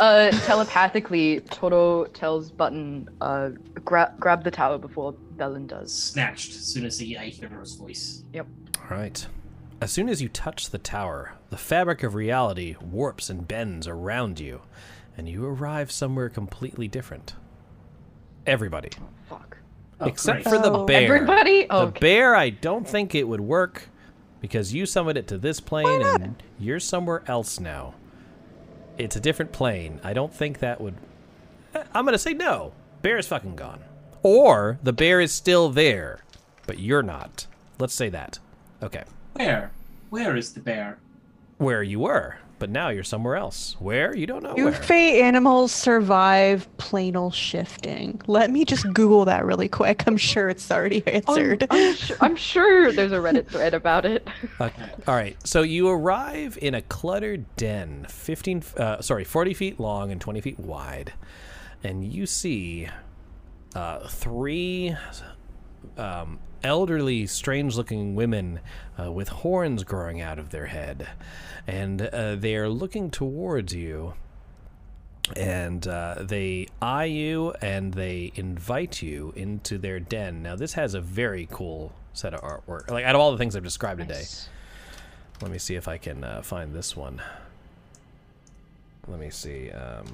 Speaker 8: telepathically, Toto tells Button, uh, gra- grab the tower before Belen does.
Speaker 12: Snatched as soon as he, I hear his voice.
Speaker 8: Yep.
Speaker 1: All right. As soon as you touch the tower, the fabric of reality warps and bends around you, and you arrive somewhere completely different. Everybody.
Speaker 8: Oh, fuck.
Speaker 1: Oh, Except Christ. for the bear.
Speaker 8: Everybody? Oh,
Speaker 1: the okay. bear, I don't think it would work because you summoned it to this plane and you're somewhere else now. It's a different plane. I don't think that would. I'm going to say no. Bear is fucking gone. Or the bear is still there, but you're not. Let's say that. Okay.
Speaker 12: Where? Where is the bear?
Speaker 1: Where you were, but now you're somewhere else. Where? You don't know.
Speaker 21: Do fey animals survive planal shifting? Let me just Google that really quick. I'm sure it's already answered.
Speaker 8: I'm, I'm, su- I'm sure there's a Reddit thread about it.
Speaker 1: Okay. Uh, All right. So you arrive in a cluttered den, 15, uh, sorry, 40 feet long and 20 feet wide, and you see uh, three um, elderly, strange looking women uh, with horns growing out of their head. And uh, they are looking towards you. And uh, they eye you and they invite you into their den. Now, this has a very cool set of artwork. Like, out of all the things I've described nice. today, let me see if I can uh, find this one. Let me see. Um...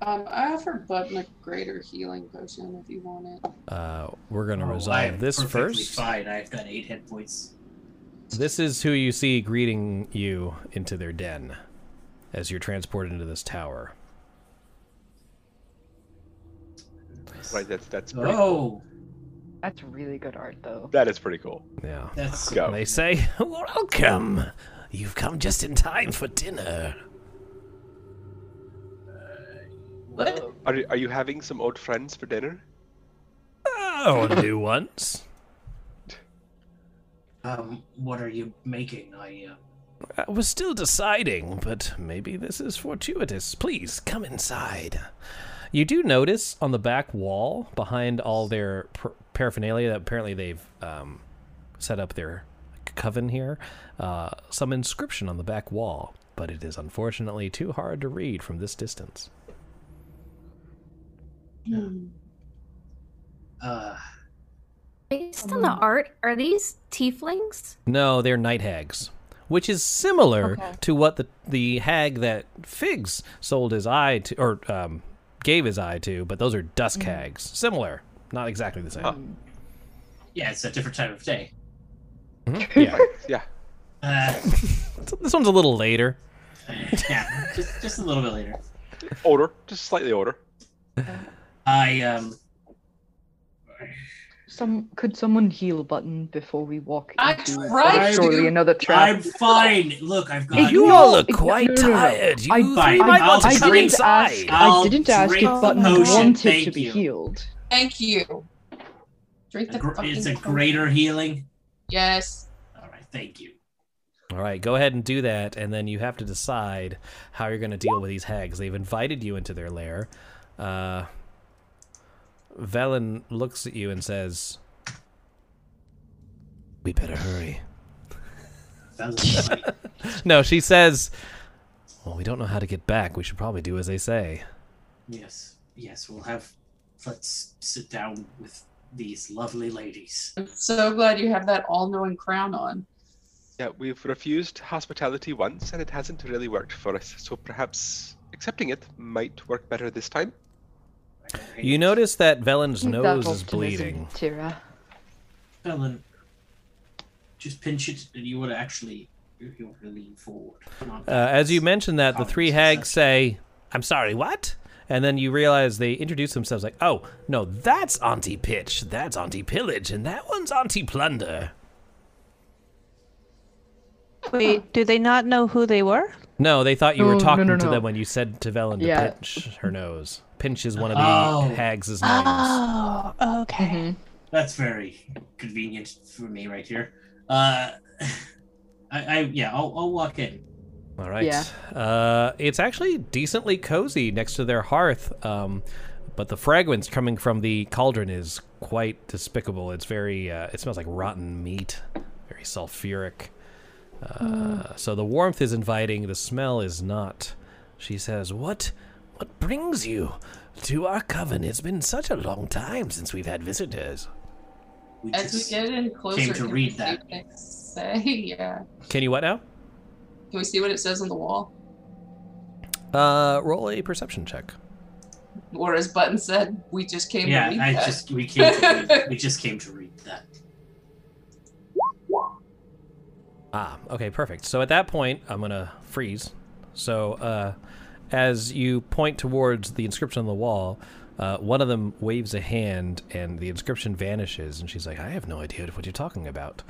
Speaker 13: Um, I offer Button a greater healing potion if you want it.
Speaker 1: Uh, we're gonna oh, resolve this first.
Speaker 12: Fine, I've got eight hit points.
Speaker 1: This is who you see greeting you into their den, as you're transported into this tower.
Speaker 17: Right, that's that's.
Speaker 12: Pretty oh, cool.
Speaker 8: that's really good art, though.
Speaker 17: That is pretty cool.
Speaker 1: Yeah,
Speaker 12: that's
Speaker 17: go.
Speaker 1: They say, "Welcome. You've come just in time for dinner."
Speaker 12: What?
Speaker 17: Are, are you having some old friends for dinner?
Speaker 1: Oh, new ones.
Speaker 12: Um, what are you making? I,
Speaker 1: uh... I was still deciding, but maybe this is fortuitous. Please come inside. You do notice on the back wall, behind all their per- paraphernalia, that apparently they've um, set up their coven here, uh, some inscription on the back wall, but it is unfortunately too hard to read from this distance.
Speaker 12: Uh,
Speaker 4: Based on the art, are these tieflings?
Speaker 1: No, they're night hags, which is similar okay. to what the the hag that Figs sold his eye to, or um, gave his eye to. But those are dusk mm. hags, similar, not exactly the same. Huh.
Speaker 12: Yeah, it's a different time of day.
Speaker 1: Mm-hmm. Yeah,
Speaker 17: yeah.
Speaker 12: Uh,
Speaker 1: this one's a little later.
Speaker 12: yeah, just just a little bit later.
Speaker 17: Older, just slightly older.
Speaker 12: I um.
Speaker 8: Some could someone heal button before we walk
Speaker 12: I tried
Speaker 8: surely another trap.
Speaker 12: I'm fine. Look, I've got.
Speaker 1: You all look quite tired. You I, I, I,
Speaker 8: I, didn't ask. I didn't ask if button wanted to be healed.
Speaker 13: Thank you. Drink the
Speaker 12: gr- it's a greater healing.
Speaker 13: Yes.
Speaker 12: All right. Thank you.
Speaker 1: All right, go ahead and do that, and then you have to decide how you're going to deal with these hags. They've invited you into their lair. Uh, Velen looks at you and says,
Speaker 18: We better hurry.
Speaker 1: no, she says, Well, we don't know how to get back. We should probably do as they say.
Speaker 12: Yes, yes, we'll have. Let's sit down with these lovely ladies.
Speaker 13: I'm so glad you have that all-knowing crown on.
Speaker 17: Yeah, we've refused hospitality once, and it hasn't really worked for us. So perhaps accepting it might work better this time.
Speaker 1: You notice that Velen's nose is bleeding.
Speaker 8: Tira.
Speaker 12: Ellen, just pinch it, and you want to actually you want to lean forward.
Speaker 1: Uh, as you mention that, the three hags say, "I'm sorry, what?" And then you realize they introduce themselves like, "Oh, no, that's Auntie Pitch, that's Auntie Pillage, and that one's Auntie Plunder."
Speaker 21: Wait, do they not know who they were?
Speaker 1: No, they thought you were
Speaker 21: No, no,
Speaker 1: talking
Speaker 21: no,
Speaker 1: to
Speaker 21: no.
Speaker 1: them when you said to Velen to
Speaker 21: Yeah.
Speaker 1: pinch her nose. Pinch is one of the
Speaker 12: Oh.
Speaker 1: hags' names.
Speaker 21: Oh, okay.
Speaker 8: Mm-hmm.
Speaker 12: That's very convenient for me right here. Uh, I, I yeah, I'll, I'll walk in.
Speaker 1: All right.
Speaker 12: Yeah.
Speaker 1: Uh, it's actually decently cozy next to their hearth, um, but the fragrance coming from the cauldron is quite despicable. It's very. Uh, it smells like rotten meat, very sulfuric. Uh, So the warmth is inviting. The smell is not. She says, "What? What brings you to our coven? It's been such a long time since we've had visitors."
Speaker 12: We
Speaker 13: As we
Speaker 12: just
Speaker 13: get in closer,
Speaker 1: to
Speaker 13: can
Speaker 1: read
Speaker 13: we
Speaker 1: that.
Speaker 13: see what it Say yeah.
Speaker 1: Can you what now?
Speaker 13: Can we see what it says on the wall?
Speaker 1: Uh, roll a perception check.
Speaker 13: Or as Button said, we just came.
Speaker 12: yeah,
Speaker 13: to read
Speaker 12: I
Speaker 13: that.
Speaker 12: just we came to read, we just came to read that.
Speaker 1: Ah, okay, perfect. So at that point, I'm gonna freeze. So uh, as you point towards the inscription on the wall, uh, one of them waves a hand, and the inscription vanishes. And she's like, "I have no idea what you're talking about."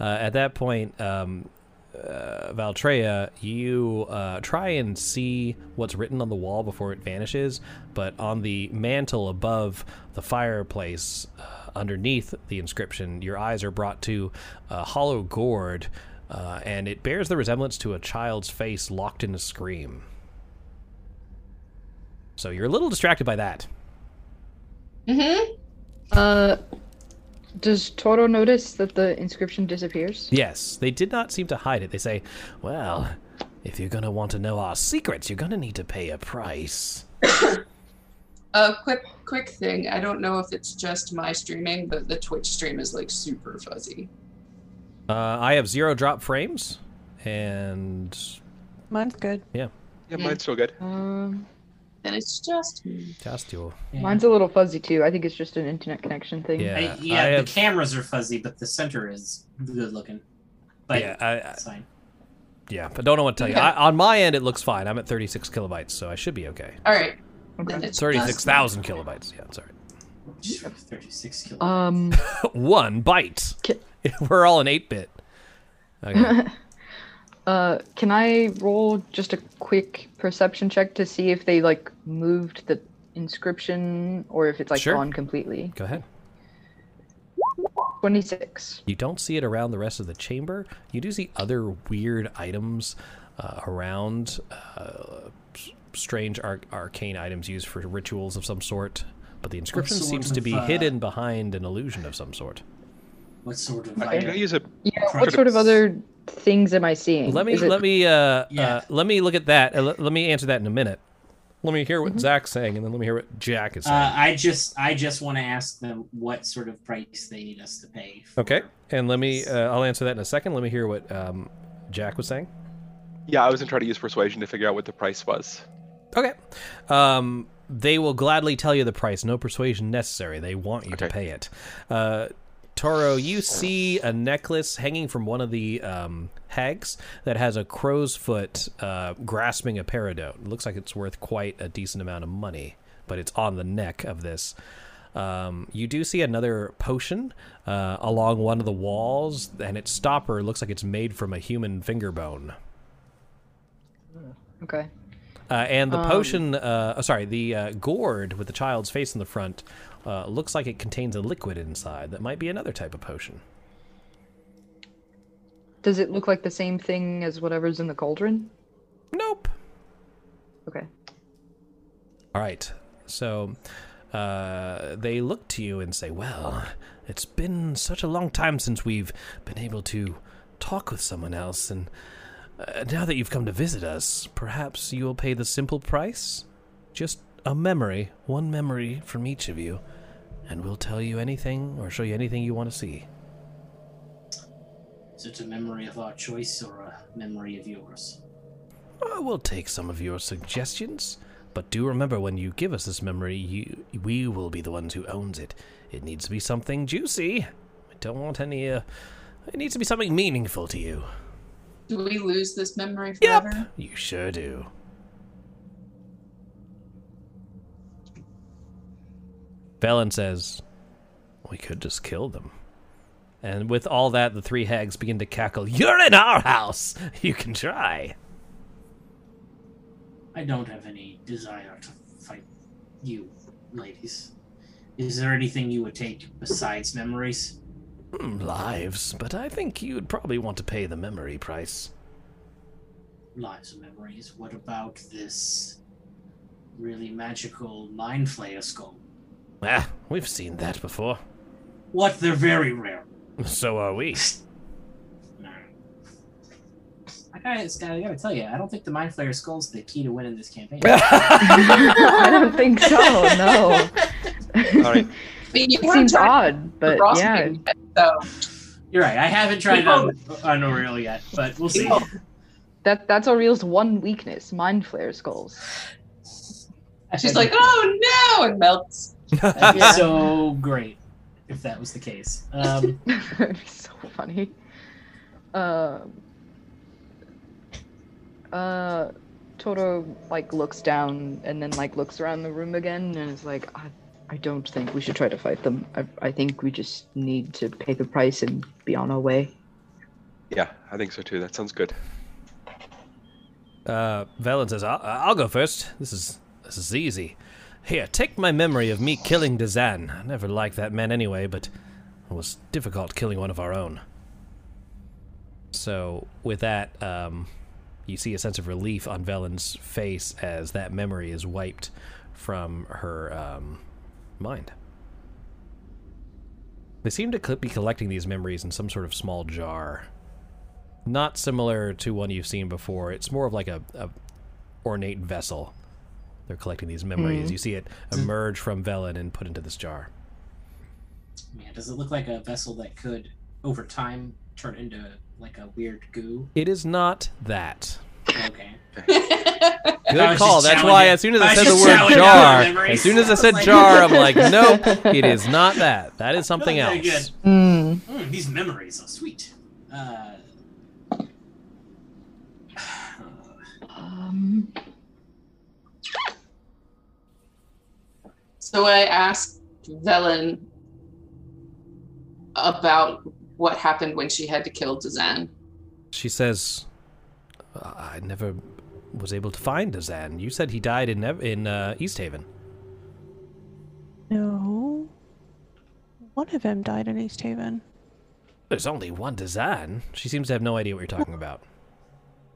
Speaker 1: Uh, at that point, um, uh, Valtreya, you uh, try and see what's written on the wall before it vanishes, but on the mantle above the fireplace, uh, underneath the inscription, your eyes are brought to a hollow gourd, uh, and it bears the resemblance to a child's face locked in a scream. So you're a little distracted by that.
Speaker 8: Mm-hmm. Uh, does Toro notice that the inscription disappears?
Speaker 1: Yes, they did not seem to hide it. They say, well, if you're going to want to know our secrets, you're going to need to pay a price.
Speaker 13: A quick, quick thing. I don't know if it's just my streaming, but the Twitch stream is like super fuzzy.
Speaker 1: Uh, I have zero drop frames, and
Speaker 21: Mine's good.
Speaker 1: yeah,
Speaker 17: Yeah, mine's still good.
Speaker 8: Um,
Speaker 13: Mm. then it's just me.
Speaker 1: just you.
Speaker 8: Mine's a little fuzzy too. I think it's just an internet connection thing.
Speaker 12: I, yeah. the cameras are fuzzy, but the center is good looking. But
Speaker 1: Yeah, I-
Speaker 12: it's fine.
Speaker 1: yeah, but don't know what to tell you.
Speaker 12: Okay.
Speaker 1: I, on my end, it looks fine. I'm at 36 kilobytes, so I should be okay.
Speaker 13: All right. Then it's just me.
Speaker 1: 36,000 kilobytes. Yeah, it's all right.
Speaker 12: 36 kilobytes.
Speaker 8: Um,
Speaker 1: One byte. We're all in 8 bit.
Speaker 8: uh,
Speaker 1: Okay.
Speaker 8: can I roll just a quick perception check to see if they like moved the inscription or if it's like
Speaker 1: Sure.
Speaker 8: gone completely?
Speaker 1: Go ahead.
Speaker 8: Twenty-six.
Speaker 1: You don't see it around the rest of the chamber. You do see other weird items uh, around, uh, s- strange ar- arcane items used for rituals of some sort, but the inscription
Speaker 12: sort
Speaker 1: seems
Speaker 12: of,
Speaker 1: to be
Speaker 12: uh,
Speaker 1: hidden behind an illusion of some sort.
Speaker 12: What sort of
Speaker 17: Okay, can I use a
Speaker 8: Yeah. What sort of other things am I seeing?
Speaker 1: Let me
Speaker 8: Is it-
Speaker 1: let me uh, uh, let me look at that. Uh, let, let me answer that in a minute. Let me hear
Speaker 8: Mm-hmm.
Speaker 1: what Zach's saying, and then let me hear what Jack is saying.
Speaker 12: Uh, I just I just want to ask them what sort of price they need us to pay.
Speaker 1: okay, and let me uh, I'll answer that in a second. Let me hear what um, Jack was saying.
Speaker 17: Yeah, I was gonna try to use persuasion to figure out what the price was.
Speaker 1: Okay. Um, they will gladly tell you the price. No persuasion necessary. They want you to pay it. Uh, Toro, you see a necklace hanging from one of the um, hags that has a crow's foot uh, grasping a peridot. It looks like it's worth quite a decent amount of money, but it's on the neck of this. Um, you do see another potion uh, along one of the walls, and its stopper looks like it's made from a human finger bone.
Speaker 8: Okay.
Speaker 1: Uh, and the
Speaker 8: Um,
Speaker 1: potion, uh, oh, sorry, the uh, gourd with the child's face in the front uh, looks like it contains a liquid inside that might be another type of potion.
Speaker 8: Does it look like the same thing as whatever's in the cauldron?
Speaker 1: Nope.
Speaker 8: Okay.
Speaker 1: All right. So uh, they look to you and say, Well, it's been such a long time since we've been able to talk with someone else, and uh, now that you've come to visit us, perhaps you'll pay the simple price? Just a memory, one memory from each of you, and we'll tell you anything or show you anything you want to see.
Speaker 12: Is it a memory of our choice or a memory of yours?
Speaker 1: Uh, we'll take some of your suggestions, but do remember when you give us this memory, you, we will be the ones who owns it. It needs to be something juicy. I don't want any. Uh, it needs to be something meaningful to you.
Speaker 13: Do we lose this memory forever? Yep,
Speaker 1: you sure do. Velen says, We could just kill them. And with all that, the three hags begin to cackle, You're in our house! You can try.
Speaker 12: I don't have any desire to fight you, ladies. Is there anything you would take besides memories?
Speaker 1: Mm, lives, but I think you'd probably want to pay the memory price.
Speaker 12: Lives and memories. What about this really magical mind flayer skull?
Speaker 1: Ah, we've seen that before.
Speaker 12: What? They're very rare.
Speaker 1: So are we.
Speaker 12: I gotta, I gotta tell you, I don't think the Mind Flayer Skull's the key to winning this campaign.
Speaker 8: I don't think so, no. All right. I mean, it seems odd, but yeah. Yet,
Speaker 12: so. You're right. I haven't tried on, on O'Real yet, but we'll see.
Speaker 8: That That's O'Real's one weakness Mind Flayer Skulls.
Speaker 13: She's like, oh no, and melts.
Speaker 12: That'd be yeah. so great if that was the case. Um,
Speaker 8: That'd be so funny. Uh, uh, Toto like looks down and then like looks around the room again and is like, I, I don't think we should try to fight them. I, I think we just need to pay the price and be on our way.
Speaker 17: Yeah, I think so too. That sounds good.
Speaker 1: Uh, Velen says, I'll, I'll go first. This is this is easy. Here, take my memory of me killing Dazan. I never liked that man anyway, but it was difficult killing one of our own. So, with that, um, you see a sense of relief on Velen's face as that memory is wiped from her um, mind. They seem to be collecting these memories in some sort of small jar. Not similar to one you've seen before. It's more of like a, a ornate vessel they're collecting these memories. Mm. You see it emerge from Velen and put into this jar.
Speaker 12: Man, does it look like a vessel that could, over time, turn into like a weird goo?
Speaker 1: It is not that.
Speaker 12: Okay.
Speaker 1: Good call. That's why it. as soon as I, I said the word jar, as soon as I said jar, I'm like, nope, it is not that. That is something no, else. Hmm.
Speaker 8: Mm.
Speaker 12: Mm, these memories are sweet. Uh...
Speaker 8: um.
Speaker 13: So I asked Velen about what happened when she had to kill Dazan.
Speaker 1: She says, "I never was able to find Dazan. You said he died in in uh, East Haven."
Speaker 21: No, one of them died in East Haven.
Speaker 1: There's only one Dazan. She seems to have no idea what you're talking about.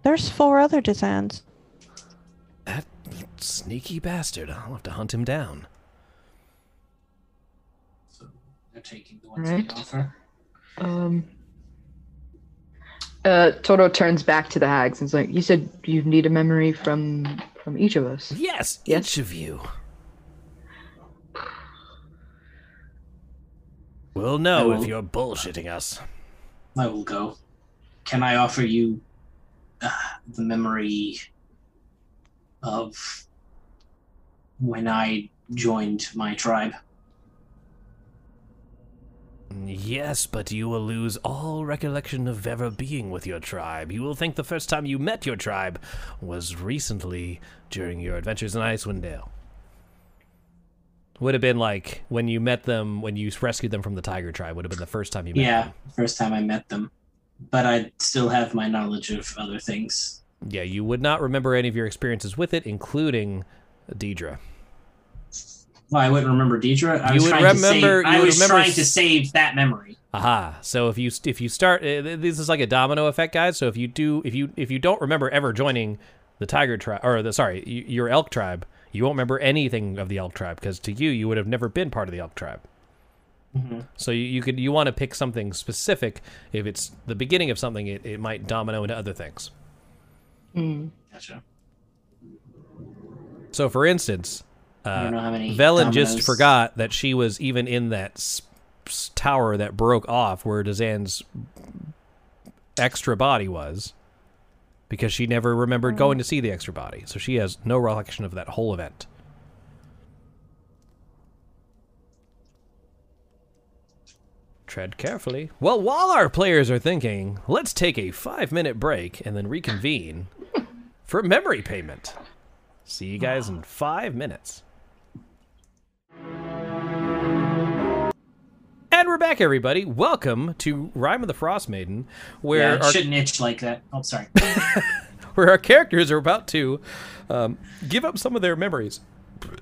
Speaker 21: There's four other Dazans.
Speaker 1: That sneaky bastard. I'll have to hunt him down.
Speaker 12: They're taking the ones right. they offer.
Speaker 8: Um. Uh, Toto turns back to the hags and's like, "You said you need a memory from from each of us."
Speaker 1: Yes, yes. each of you. We'll know will, if you're bullshitting us.
Speaker 12: I will go. Can I offer you uh, the memory of when I joined my tribe?
Speaker 1: Yes, but you will lose all recollection of ever being with your tribe. You will think the first time you met your tribe was recently during your adventures in Icewind Dale. Would have been like when you met them, when you rescued them from the tiger tribe, would have been the first time you met
Speaker 12: yeah,
Speaker 1: them.
Speaker 12: Yeah, first time I met them. But i still have my knowledge of other things.
Speaker 1: Yeah, you would not remember any of your experiences with it, including Deidre.
Speaker 12: Well, I wouldn't remember Deidre. I you was trying remember, to save, I was remember... trying to save that memory.
Speaker 1: Aha! So if you if you start, eh, this is like a domino effect, guys. So if you do, if you if you don't remember ever joining the tiger tribe or the sorry your elk tribe, You won't remember anything of the elk tribe because to you, you would have never been part of the elk tribe. Mm-hmm. So you, you could you want to pick something specific. If it's the beginning of something, it, it might domino into other things.
Speaker 8: Mm.
Speaker 12: Gotcha.
Speaker 1: So, for instance, uh,
Speaker 12: Velen
Speaker 1: Velen just
Speaker 12: dominoes.
Speaker 1: forgot that she was even in that s- s- tower that broke off where Dazan's extra body was, because she never remembered
Speaker 18: Oh.
Speaker 1: going to see the extra body. So she has no recollection of that whole event. Tread carefully. Well, while our players are thinking, let's take a five minute break and then reconvene for memory payment. See you guys in five minutes. And we're back, everybody. Welcome to Rhyme of the Frost Maiden,
Speaker 12: yeah,
Speaker 1: where
Speaker 12: it
Speaker 1: our,
Speaker 12: shouldn't itch like that. Oh, sorry.
Speaker 1: where our characters are about to um, give up some of their memories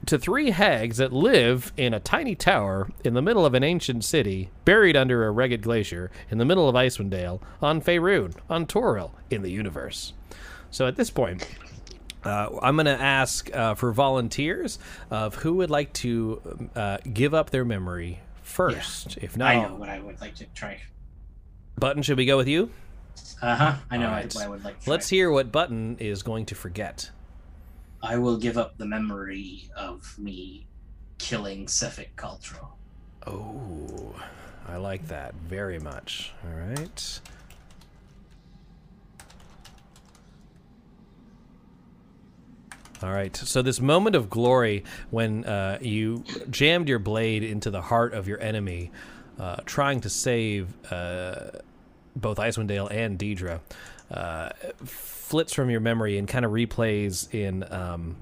Speaker 1: to three hags that live in a tiny tower in the middle of an ancient city, buried under a ragged glacier, in the middle of Icewind Dale, on Faerun, on Toril, in the universe. So at this point, uh, I'm going to ask uh, for volunteers of who would like to uh, give up their memory first. If not,
Speaker 12: I know what I would like to try.
Speaker 1: Button, should we go with you?
Speaker 12: Uh huh. I know
Speaker 1: All
Speaker 12: what I would like to
Speaker 1: Let's hear what Button is going to forget.
Speaker 12: I will give up the memory of me killing Sefik Caltro.
Speaker 1: Oh, I like that very much. All right. All right. So this moment of glory when uh, you jammed your blade into the heart of your enemy, uh, trying to save uh, both Icewind Dale and Deidre, uh, flits from your memory and kind of replays in. Um,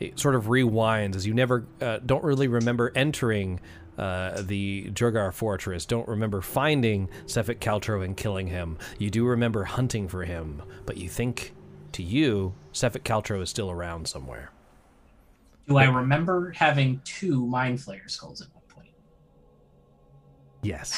Speaker 1: it sort of rewinds as you never uh, don't really remember entering uh, the Jurgar fortress. Don't remember finding Sefik Caltro and killing him. You do remember hunting for him, but you think to you Sefik Caltro is still around somewhere.
Speaker 12: Do I remember having two Mind Flayer skulls at one point?
Speaker 1: Yes,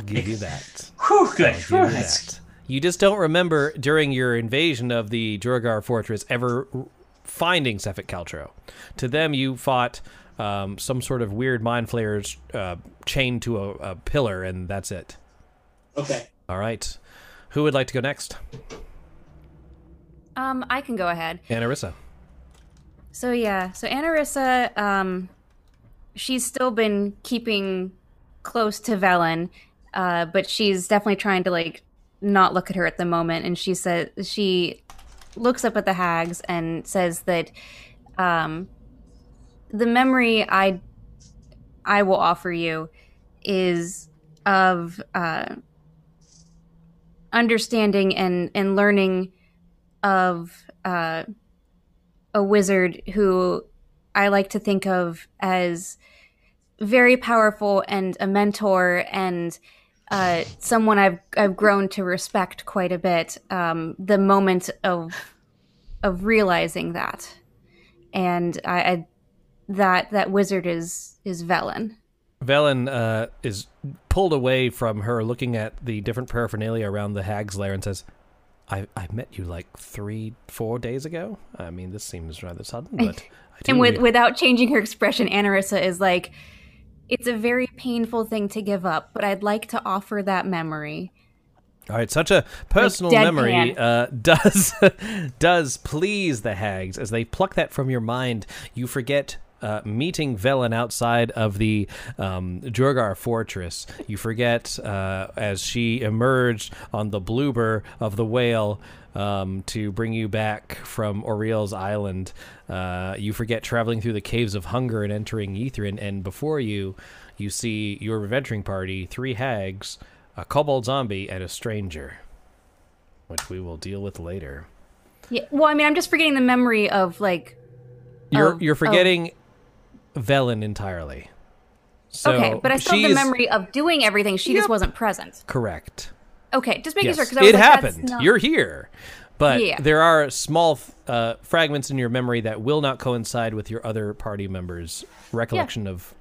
Speaker 1: give you that.
Speaker 12: Whew, good.
Speaker 1: I'll give
Speaker 12: Whew,
Speaker 1: you
Speaker 12: that's-
Speaker 1: that. You just don't remember during your invasion of the Jurgar fortress ever r- finding Sefik Caltro. To them, you fought um, some sort of weird mind flayers uh, chained to a, a pillar, and that's it.
Speaker 12: Okay.
Speaker 1: All right. Who would like to go next?
Speaker 4: Um, I can go ahead.
Speaker 1: Anarissa.
Speaker 4: So yeah, so Anarissa, um, she's still been keeping close to Velen, uh, but she's definitely trying to like not look at her at the moment. And she says she looks up at the hags and says that um, the memory I I will offer you is of uh, understanding and and learning of. Uh, a wizard who I like to think of as very powerful and a mentor and uh, someone I've I've grown to respect quite a bit. Um, the moment of of realizing that, and I, I that that wizard is is Velen.
Speaker 1: Velen uh, is pulled away from her, looking at the different paraphernalia around the hag's lair, and says, I, I met you like three, four days ago. I mean, this seems rather sudden, but I do
Speaker 4: And with,
Speaker 1: re-
Speaker 4: without changing her expression, Anarissa is like, "It's a very painful thing to give up, but I'd like to offer that memory."
Speaker 1: All right, such a personal
Speaker 4: deadpan.
Speaker 1: memory uh, does does please the hags as they pluck that from your mind. You forget uh, meeting Velen outside of the um, Jurgar fortress. You forget uh, as she emerged on the bloober of the whale um, to bring you back from Oriel's island. Uh, you forget traveling through the caves of hunger and entering Ethrin, and before you, you see your adventuring party, three hags a kobold zombie and a stranger, which we will deal with later.
Speaker 4: Yeah. Well, I mean, I'm just forgetting the memory of like. oh,
Speaker 1: You're
Speaker 4: of-
Speaker 1: you're
Speaker 4: of-
Speaker 1: forgetting Velen entirely. So
Speaker 4: okay, but I still have the
Speaker 1: she's-
Speaker 4: memory of doing everything. She just wasn't present.
Speaker 1: Correct.
Speaker 4: Okay, just making
Speaker 1: yes.
Speaker 4: sure because
Speaker 1: it happened. You're here, but
Speaker 4: Yeah.
Speaker 1: there are small uh, fragments in your memory that will not coincide with your other party members' recollection of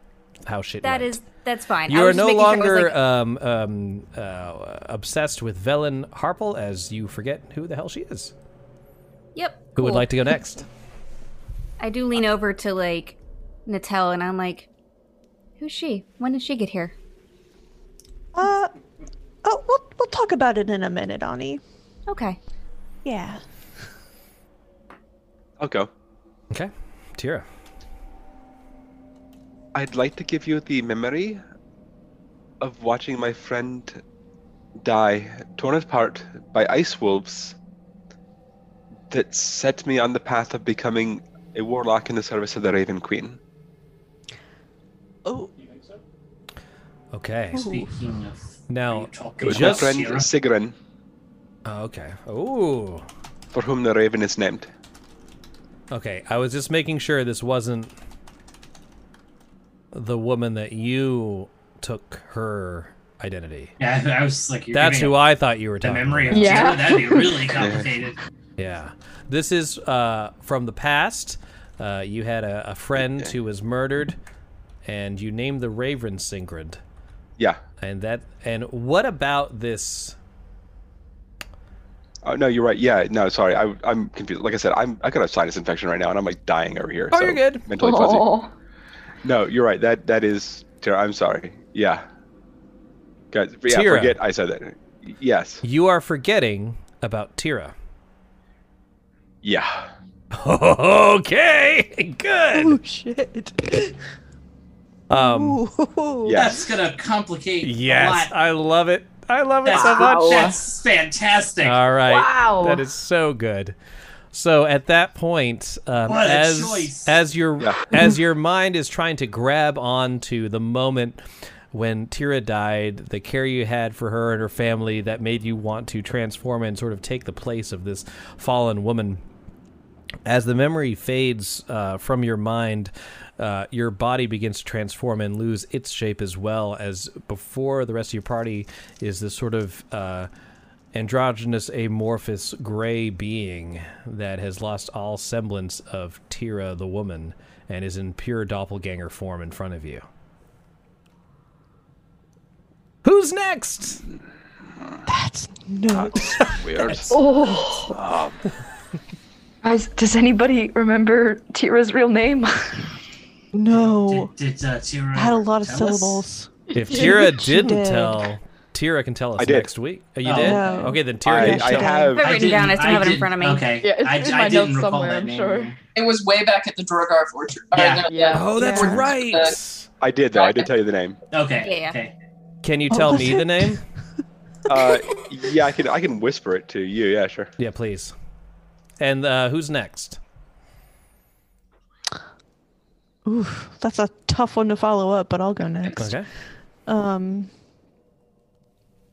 Speaker 1: how shit
Speaker 4: That
Speaker 1: went.
Speaker 4: is that's fine.
Speaker 1: You
Speaker 4: I
Speaker 1: are
Speaker 4: was just
Speaker 1: no
Speaker 4: making sure
Speaker 1: longer
Speaker 4: I was, like,
Speaker 1: um, um, uh, obsessed with Velen Harple, as you forget who the hell she is.
Speaker 4: yep.
Speaker 1: uh, Who would
Speaker 4: cool.
Speaker 1: like to go next?
Speaker 4: I do lean over to like Natel and I'm like, who's she? When did she get here?
Speaker 2: Uh, oh, we'll, we'll talk about it in a minute, Ani.
Speaker 4: Okay.
Speaker 2: Yeah.
Speaker 17: I'll go.
Speaker 1: Okay. Tira.
Speaker 17: I'd like to give you the memory of watching my friend die, torn apart by ice wolves that set me on the path of becoming a warlock in the service of the Raven Queen.
Speaker 2: Oh.
Speaker 1: Okay.
Speaker 12: Speaking of.
Speaker 1: Now,
Speaker 17: it was my friend Sigrun.
Speaker 1: Oh, okay. Oh.
Speaker 17: For whom the raven is named.
Speaker 1: Okay, I was just making sure this wasn't the woman that you took her identity.
Speaker 12: Yeah, I was like, you're
Speaker 1: that's
Speaker 12: giving
Speaker 1: who
Speaker 12: up
Speaker 1: I thought you were
Speaker 12: the
Speaker 1: talking.
Speaker 12: memory
Speaker 1: about.
Speaker 12: of yeah. That'd be really complicated.
Speaker 1: Yeah. This is uh, from the past. Uh, you had a, a friend who was murdered, and you named the Raven Syncrid.
Speaker 17: Yeah.
Speaker 1: And that. And what about this?
Speaker 17: Oh no, you're right. Yeah, no, sorry, I, I'm confused. Like I said, I'm I got a sinus infection right now, and I'm like dying over here.
Speaker 1: Oh,
Speaker 17: so
Speaker 1: you're good.
Speaker 17: Mentally
Speaker 2: Oh.
Speaker 17: fuzzy. No, you're right. That that is. Tara, I'm sorry. Yeah. Guys, yeah,
Speaker 1: Tira.
Speaker 17: forget I said that. Yes.
Speaker 1: You are forgetting about Tira.
Speaker 17: Yeah.
Speaker 1: Okay. Good.
Speaker 2: Oh shit.
Speaker 1: Um.
Speaker 2: Ooh.
Speaker 12: That's gonna complicate.
Speaker 1: Yes,
Speaker 12: A lot.
Speaker 1: I love it. I love it
Speaker 12: That's,
Speaker 1: so much.
Speaker 12: That's fantastic.
Speaker 1: All right.
Speaker 12: Wow.
Speaker 1: That is so good. So at that point, um,
Speaker 12: What a
Speaker 1: as
Speaker 12: choice.
Speaker 1: as your as your mind is trying to grab onto the moment when Tira died, the care you had for her and her family that made you want to transform and sort of take the place of this fallen woman. As the memory fades uh, from your mind, uh, your body begins to transform and lose its shape as well. As before, the rest of your party is this sort of uh, androgynous, amorphous, gray being that has lost all semblance of Tira the woman and is in pure doppelganger form in front of you. Who's next?
Speaker 2: That's nuts.
Speaker 17: Weird.
Speaker 8: Oh.
Speaker 2: Um.
Speaker 8: Guys, does anybody remember Tira's real name?
Speaker 2: no.
Speaker 12: Did uh, Tira
Speaker 2: Had a lot of
Speaker 12: tell us?
Speaker 2: syllables.
Speaker 1: If Tira didn't
Speaker 2: did.
Speaker 1: tell, Tira can tell us
Speaker 17: I did.
Speaker 1: next week. Oh, you
Speaker 12: Oh.
Speaker 1: did?
Speaker 12: No.
Speaker 1: Okay, then Tira
Speaker 17: I,
Speaker 1: can
Speaker 17: I
Speaker 1: tell.
Speaker 17: have.
Speaker 4: I've written down. I still have it in
Speaker 12: didn't-
Speaker 4: front of me.
Speaker 12: Okay.
Speaker 8: Yeah, it's
Speaker 12: I,
Speaker 8: in
Speaker 12: I
Speaker 8: my
Speaker 12: didn't
Speaker 8: notes
Speaker 12: recall
Speaker 8: somewhere,
Speaker 12: that
Speaker 8: I'm
Speaker 12: name.
Speaker 8: sure.
Speaker 13: It was way back at the Drogar Fortune. or
Speaker 12: Yeah.
Speaker 13: the-
Speaker 8: Yeah.
Speaker 1: Oh, that's
Speaker 13: Yeah.
Speaker 1: right.
Speaker 17: did though. I did tell you the name.
Speaker 12: Okay.
Speaker 4: Yeah, yeah.
Speaker 12: Okay.
Speaker 1: Can you
Speaker 2: What
Speaker 1: tell
Speaker 2: Oh, was
Speaker 1: me
Speaker 2: it?
Speaker 1: the name?
Speaker 17: Uh, yeah, I can I can whisper it to you. Yeah, sure.
Speaker 1: Yeah, please. And uh, who's next?
Speaker 2: Oof, that's a tough one to follow up, but I'll go next.
Speaker 1: Okay.
Speaker 2: Um.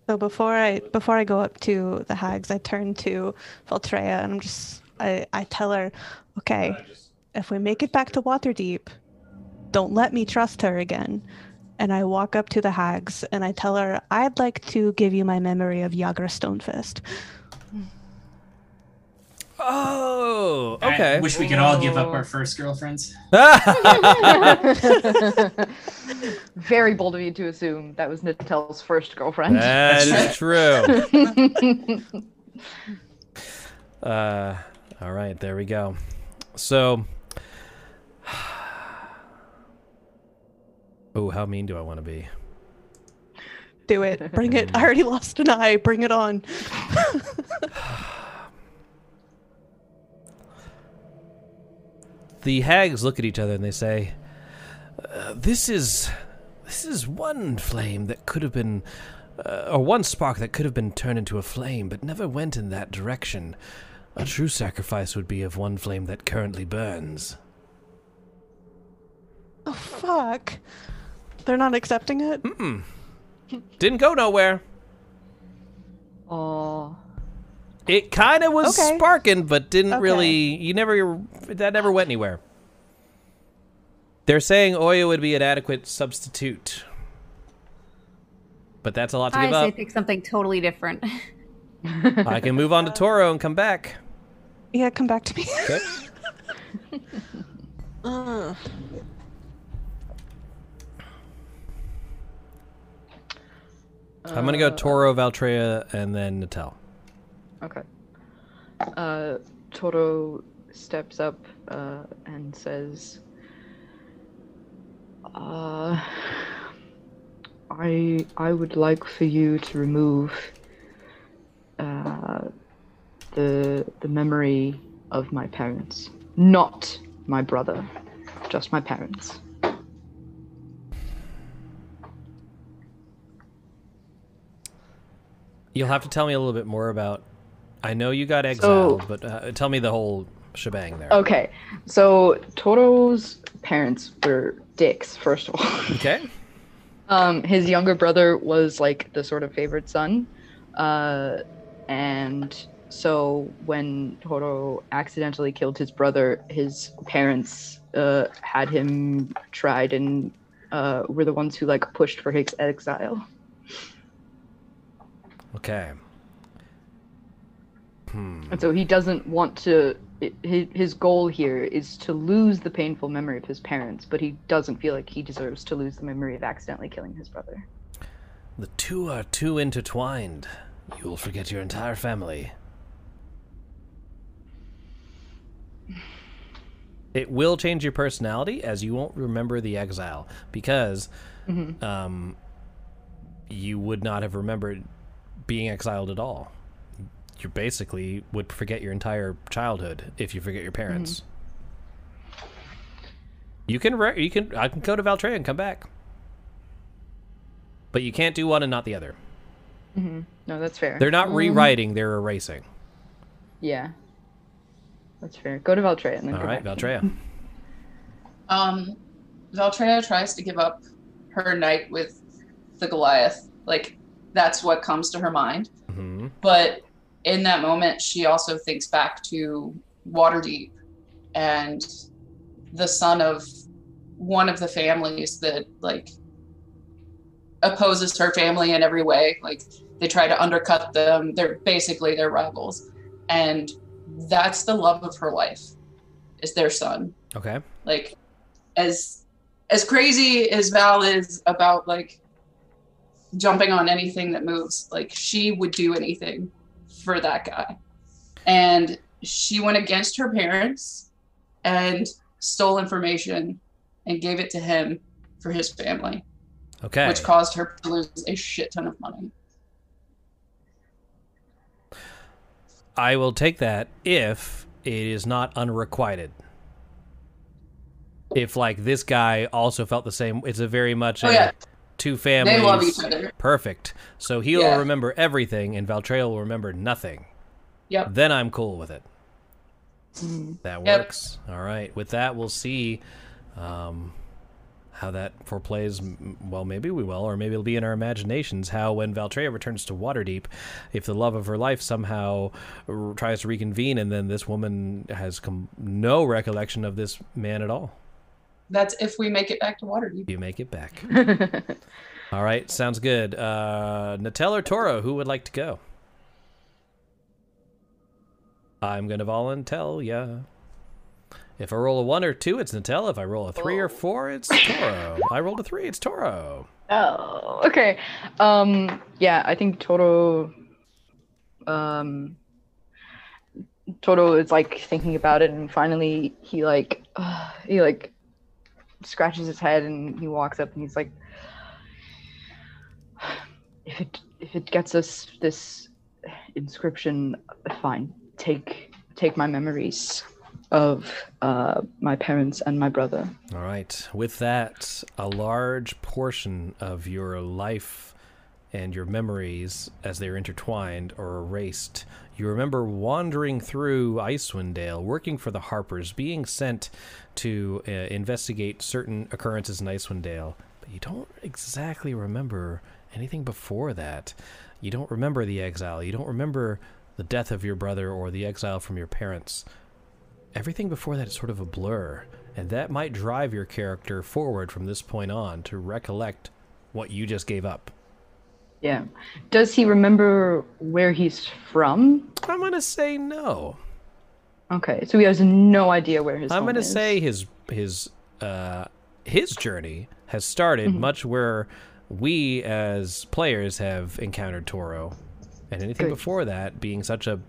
Speaker 2: So before I before I go up to the hags, I turn to Valtreya and I'm just I I tell her, okay, if we make it back to Waterdeep, don't let me trust her again. And I walk up to the hags and I tell her I'd like to give you my memory of Yagra Stonefist.
Speaker 1: Oh,
Speaker 12: I
Speaker 1: okay.
Speaker 12: wish we could all give up our first girlfriends.
Speaker 8: Very bold of you to assume that was Natel's first girlfriend.
Speaker 1: that is true. Uh, all right, there we go. So, oh, how mean do I want to be?
Speaker 2: Do it. Bring it. I already lost an eye. Bring it on.
Speaker 1: The hags look at each other and they say, uh, "This is, this is one flame that could have been, uh, or one spark that could have been turned into a flame, but never went in that direction. A true sacrifice would be of one flame that currently burns."
Speaker 2: Oh fuck. They're not accepting it?
Speaker 1: Mm-mm. Hmm. Didn't go nowhere.
Speaker 8: Oh.
Speaker 1: It kind of was
Speaker 2: Okay.
Speaker 1: sparking, but didn't
Speaker 2: Okay.
Speaker 1: really. You never. That never went anywhere. They're saying Oya would be an adequate substitute, but that's a lot to
Speaker 4: I
Speaker 1: give
Speaker 4: say
Speaker 1: up.
Speaker 4: pick something totally different.
Speaker 1: I can move on to Toro and come back.
Speaker 2: Yeah, come back to me.
Speaker 1: Okay.
Speaker 2: Uh,
Speaker 1: I'm gonna go
Speaker 8: Uh.
Speaker 1: Toro, Valtrea, and then Natel.
Speaker 8: Okay. Uh, Toro steps up uh, and says, uh, I I would like for you to remove uh, the the memory of my parents, not my brother, just my parents.
Speaker 1: You'll have to tell me a little bit more about. I know you got exiled, so, but uh, tell me the whole shebang there.
Speaker 8: Okay, so Toro's parents were dicks, first of all.
Speaker 1: Okay.
Speaker 8: um, his younger brother was like the sort of favorite son, uh, and so when Toro accidentally killed his brother, his parents uh, had him tried and uh, were the ones who like pushed for his exile.
Speaker 1: Okay.
Speaker 8: Hmm. And so he doesn't want to. His, his goal here is to lose the painful memory of his parents, but he doesn't feel like he deserves to lose the memory of accidentally killing his brother.
Speaker 1: The two are too intertwined. You will forget your entire family. It will change your personality as you won't remember the exile because mm-hmm. um, you would not have remembered being exiled at all. You basically would forget your entire childhood if you forget your parents. Mm-hmm. You can re- you can I can go to Valtrea and come back, but you can't do one and not the other.
Speaker 8: Mm-hmm. No, that's fair.
Speaker 1: They're not rewriting; they're erasing.
Speaker 8: Yeah, that's fair. Go to Valtrea and then.
Speaker 1: All
Speaker 8: go
Speaker 1: right,
Speaker 8: back.
Speaker 1: Valtrea.
Speaker 13: Um, Valtrea tries to give up her night with the Goliath. Like that's what comes to her mind. Mm-hmm. But in that moment, she also thinks back to Waterdeep and the son of one of the families that like opposes her family in every way. Like they try to undercut them. They're basically their rivals, and that's the love of her life is their son
Speaker 1: okay
Speaker 13: like as as crazy as val is about like jumping on anything that moves like she would do anything for that guy and she went against her parents and stole information and gave it to him for his family
Speaker 1: okay
Speaker 13: which caused her to lose a shit ton of money
Speaker 1: I will take that if it is not unrequited. If like this guy also felt the same, it's a very much a
Speaker 13: oh, yeah.
Speaker 1: two families. They love
Speaker 13: each other.
Speaker 1: Perfect. So he'll yeah. remember everything, and Valtreya will remember nothing.
Speaker 13: Yep.
Speaker 1: Then I'm cool with it. That works. Yep. All right. With that, we'll see um, how that foreplays. Well, maybe we will, or maybe it'll be in our imaginations. How when Valtreya returns to Waterdeep, if the love of her life somehow r- tries to reconvene, and then this woman has com- no recollection of this man at all.
Speaker 13: That's if we make it back to Waterdeep.
Speaker 1: You make it back. all right, sounds good. Uh, Natel or Toro, who would like to go? I'm gonna volunteer ya. If I roll a one or two, it's Natel. If I roll a three oh. or four, it's Toro. I rolled a three, it's Toro.
Speaker 8: Oh, okay. Um, yeah, I think Toro. Um, Toro is like thinking about it, and finally he like uh, he like scratches his head, and he walks up, and he's like, "If it if it gets us this inscription, fine. Take take my memories." of uh, my parents and my brother.
Speaker 1: All right. With that, a large portion of your life and your memories, as they're intertwined, are erased. You remember wandering through Icewind Dale, working for the Harpers, being sent to uh, investigate certain occurrences in Icewind Dale, but you don't exactly remember anything before that. You don't remember the exile. You don't remember the death of your brother or the exile from your parents everything before that is sort of a blur, and that might drive your character forward from this point on to recollect what you just gave up.
Speaker 8: Yeah. Does he remember where he's from?
Speaker 1: I'm going to say no.
Speaker 8: Okay. So he has no idea where his
Speaker 1: I'm going to
Speaker 8: is.
Speaker 1: say his his uh his journey has started mm-hmm. much where we as players have encountered Toro and anything Good. before that being such a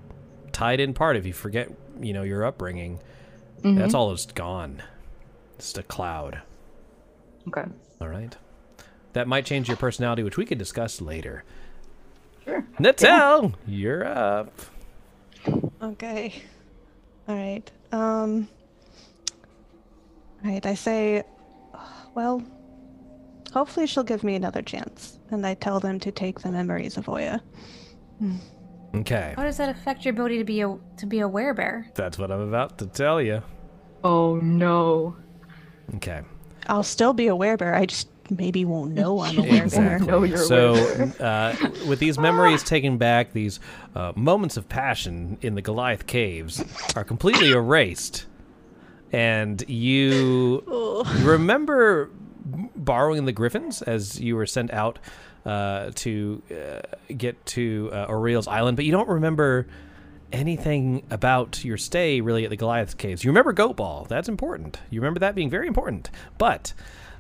Speaker 1: tied in part if you forget you know your upbringing.
Speaker 8: Mhm.
Speaker 1: That's all just gone. Just a cloud.
Speaker 8: Okay.
Speaker 1: All right. That might change your personality, which we could discuss later.
Speaker 8: Sure.
Speaker 1: Natel, you're up.
Speaker 21: Okay. All right. Um. All right. I say, well, hopefully she'll give me another chance, and I tell them to take the memories of Oya.
Speaker 1: Okay.
Speaker 4: How does that affect your ability to be a to be a werebear?
Speaker 1: That's what I'm about to tell you.
Speaker 8: Oh no.
Speaker 1: Okay.
Speaker 21: I'll still be a werebear. I just maybe won't know I'm a werebear.
Speaker 8: Oh,
Speaker 1: so, uh, with these memories taken back, these uh, moments of passion in the Goliath caves are completely erased, and you remember borrowing the griffins as you were sent out uh, to uh, get to uh, Oriole's Island, but you don't remember anything about your stay really at the Goliath Caves. You remember Goat Ball. That's important. You remember that being very important. But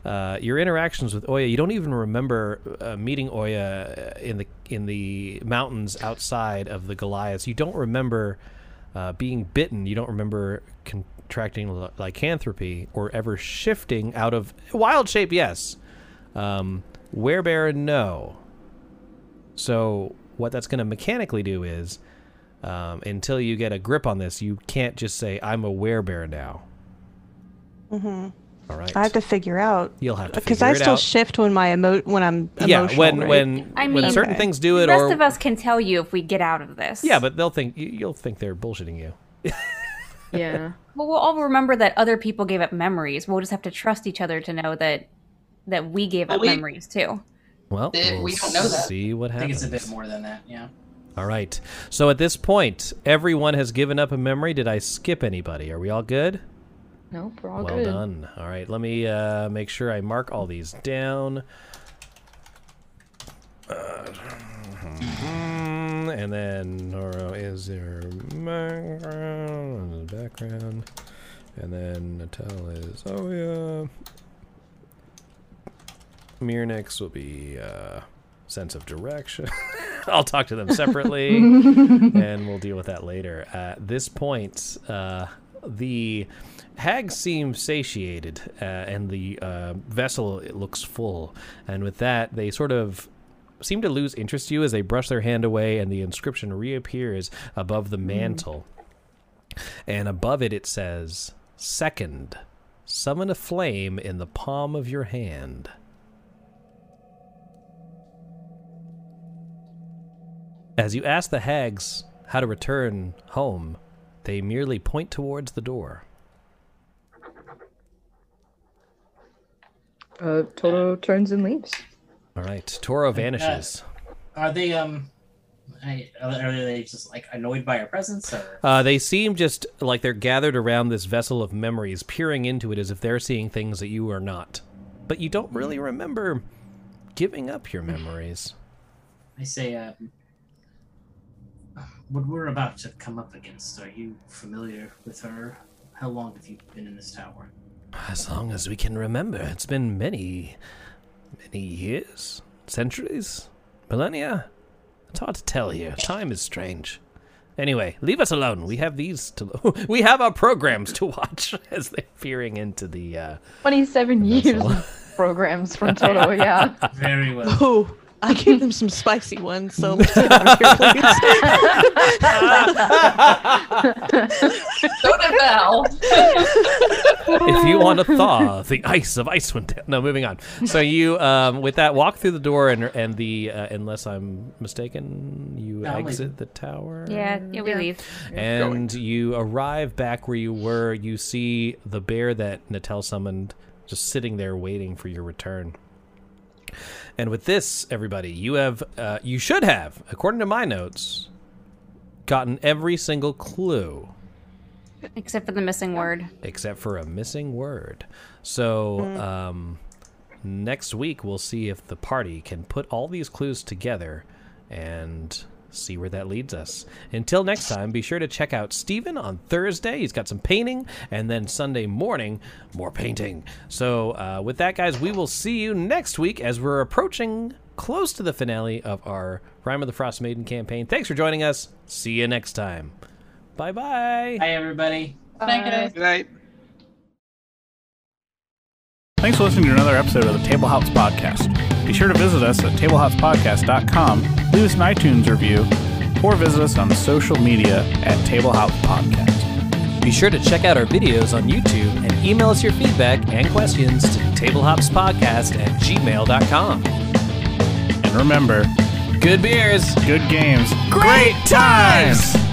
Speaker 1: uh, your interactions with Oya, you don't even remember uh, meeting Oya uh, in the in the mountains outside of the Goliaths. You don't remember uh, being bitten. You don't remember contracting li- lycanthropy or ever shifting out of wild shape. Yes, um, werebear. No. So what that's going to mechanically do is, um, until you get a grip on this, you can't just say I'm a werebear now.
Speaker 21: hmm
Speaker 1: All right.
Speaker 21: I have to figure out
Speaker 1: You'll have to
Speaker 21: because
Speaker 1: figure
Speaker 21: I
Speaker 1: it
Speaker 21: still
Speaker 1: out.
Speaker 21: shift when my emo- when I'm
Speaker 1: yeah,
Speaker 21: emotional,
Speaker 1: when
Speaker 21: right?
Speaker 1: when
Speaker 4: I
Speaker 1: when
Speaker 4: mean,
Speaker 1: certain things do it,
Speaker 4: the rest
Speaker 1: or
Speaker 4: of us can tell you if we get out of this.
Speaker 1: yeah, but they'll think you- you'll think they're bullshitting you.
Speaker 8: Yeah.
Speaker 4: Well, we'll all remember that other people gave up memories. We'll just have to trust each other to know that that we gave up memories too.
Speaker 1: Well,
Speaker 4: Eh,
Speaker 1: we'll
Speaker 4: we don't know that.
Speaker 1: See what
Speaker 12: I think
Speaker 1: happens.
Speaker 12: it's a bit more than that. Yeah.
Speaker 1: All right. So at this point, everyone has given up a memory. Did I skip anybody? Are we all good?
Speaker 8: Nope, we're all
Speaker 1: well
Speaker 8: good.
Speaker 1: done. All right. Let me uh, make sure I mark all these down. Uh, and then Noro is your background, background, and then Natal is oh yeah. Mirnix will be uh, sense of direction. I'll talk to them separately, and we'll deal with that later. At this point, uh, the hags seem satiated, uh, and the uh, vessel it looks full. And with that, they sort of seem to lose interest in you as they brush their hand away, and the inscription reappears above the mantle. And above it, it says, Second, summon a flame in the palm of your hand. As you ask the hags how to return home, they merely point towards the door.
Speaker 8: Uh, Toto turns and leaves.
Speaker 1: All right, Toro
Speaker 12: uh,
Speaker 1: vanishes.
Speaker 12: Are they um? I, are they just like annoyed by our presence or?
Speaker 1: Uh, they seem just like they're gathered around this vessel of memories, peering into it as if they're seeing things that you are not. But you don't really remember giving up your memories.
Speaker 12: I say, um, what we're about to come up against, are you familiar with her? How long have you been in this tower?
Speaker 1: As long as we can remember, it's been many, many years, centuries, millennia. It's hard to tell here. Time is strange. Anyway, leave us alone. We have these to. we have our programs to watch as they're peering into the. Uh,
Speaker 8: 27 years of programs from Toto, yeah.
Speaker 12: Very well.
Speaker 21: Oh, I gave them some spicy ones, so let's get out of here, please.
Speaker 13: Don't embel.
Speaker 1: if you want to thaw the ice of Icewind Dale. No, moving on. So you, um, with that, walk through the door and and the uh, unless I'm mistaken, you
Speaker 4: No, I'm
Speaker 1: exit
Speaker 4: leaving.
Speaker 1: the tower.
Speaker 4: Yeah, yeah, we leave.
Speaker 1: And you arrive back where you were. You see the bear that Natel summoned just sitting there waiting for your return. And with this, everybody, you have, uh, you should have, according to my notes, gotten every single clue
Speaker 4: Except for the missing word.
Speaker 1: except for a missing word. So,
Speaker 4: Mm.
Speaker 1: um, next week we'll see if the party can put all these clues together and see where that leads us. Until next time, be sure to check out Steven on Thursday. He's got some painting, and then Sunday morning, more painting. So, uh, with that, guys, we will see you next week as we're approaching close to the finale of our Rhyme of the Frost Maiden campaign. Thanks for joining us. See you next time. Bye bye.
Speaker 12: Hi, everybody.
Speaker 13: Bye. guys.
Speaker 17: Good night.
Speaker 22: Thanks for listening to another episode of the Table Hops Podcast. Be sure to visit us at tablehopspodcast.com, leave us an iTunes review, or visit us on social media at Table Hops Podcast.
Speaker 1: Be sure to check out our videos on YouTube and email us your feedback and questions to tablehopspodcast at gmail.com.
Speaker 22: And remember,
Speaker 1: good beers,
Speaker 22: good games,
Speaker 1: great, times!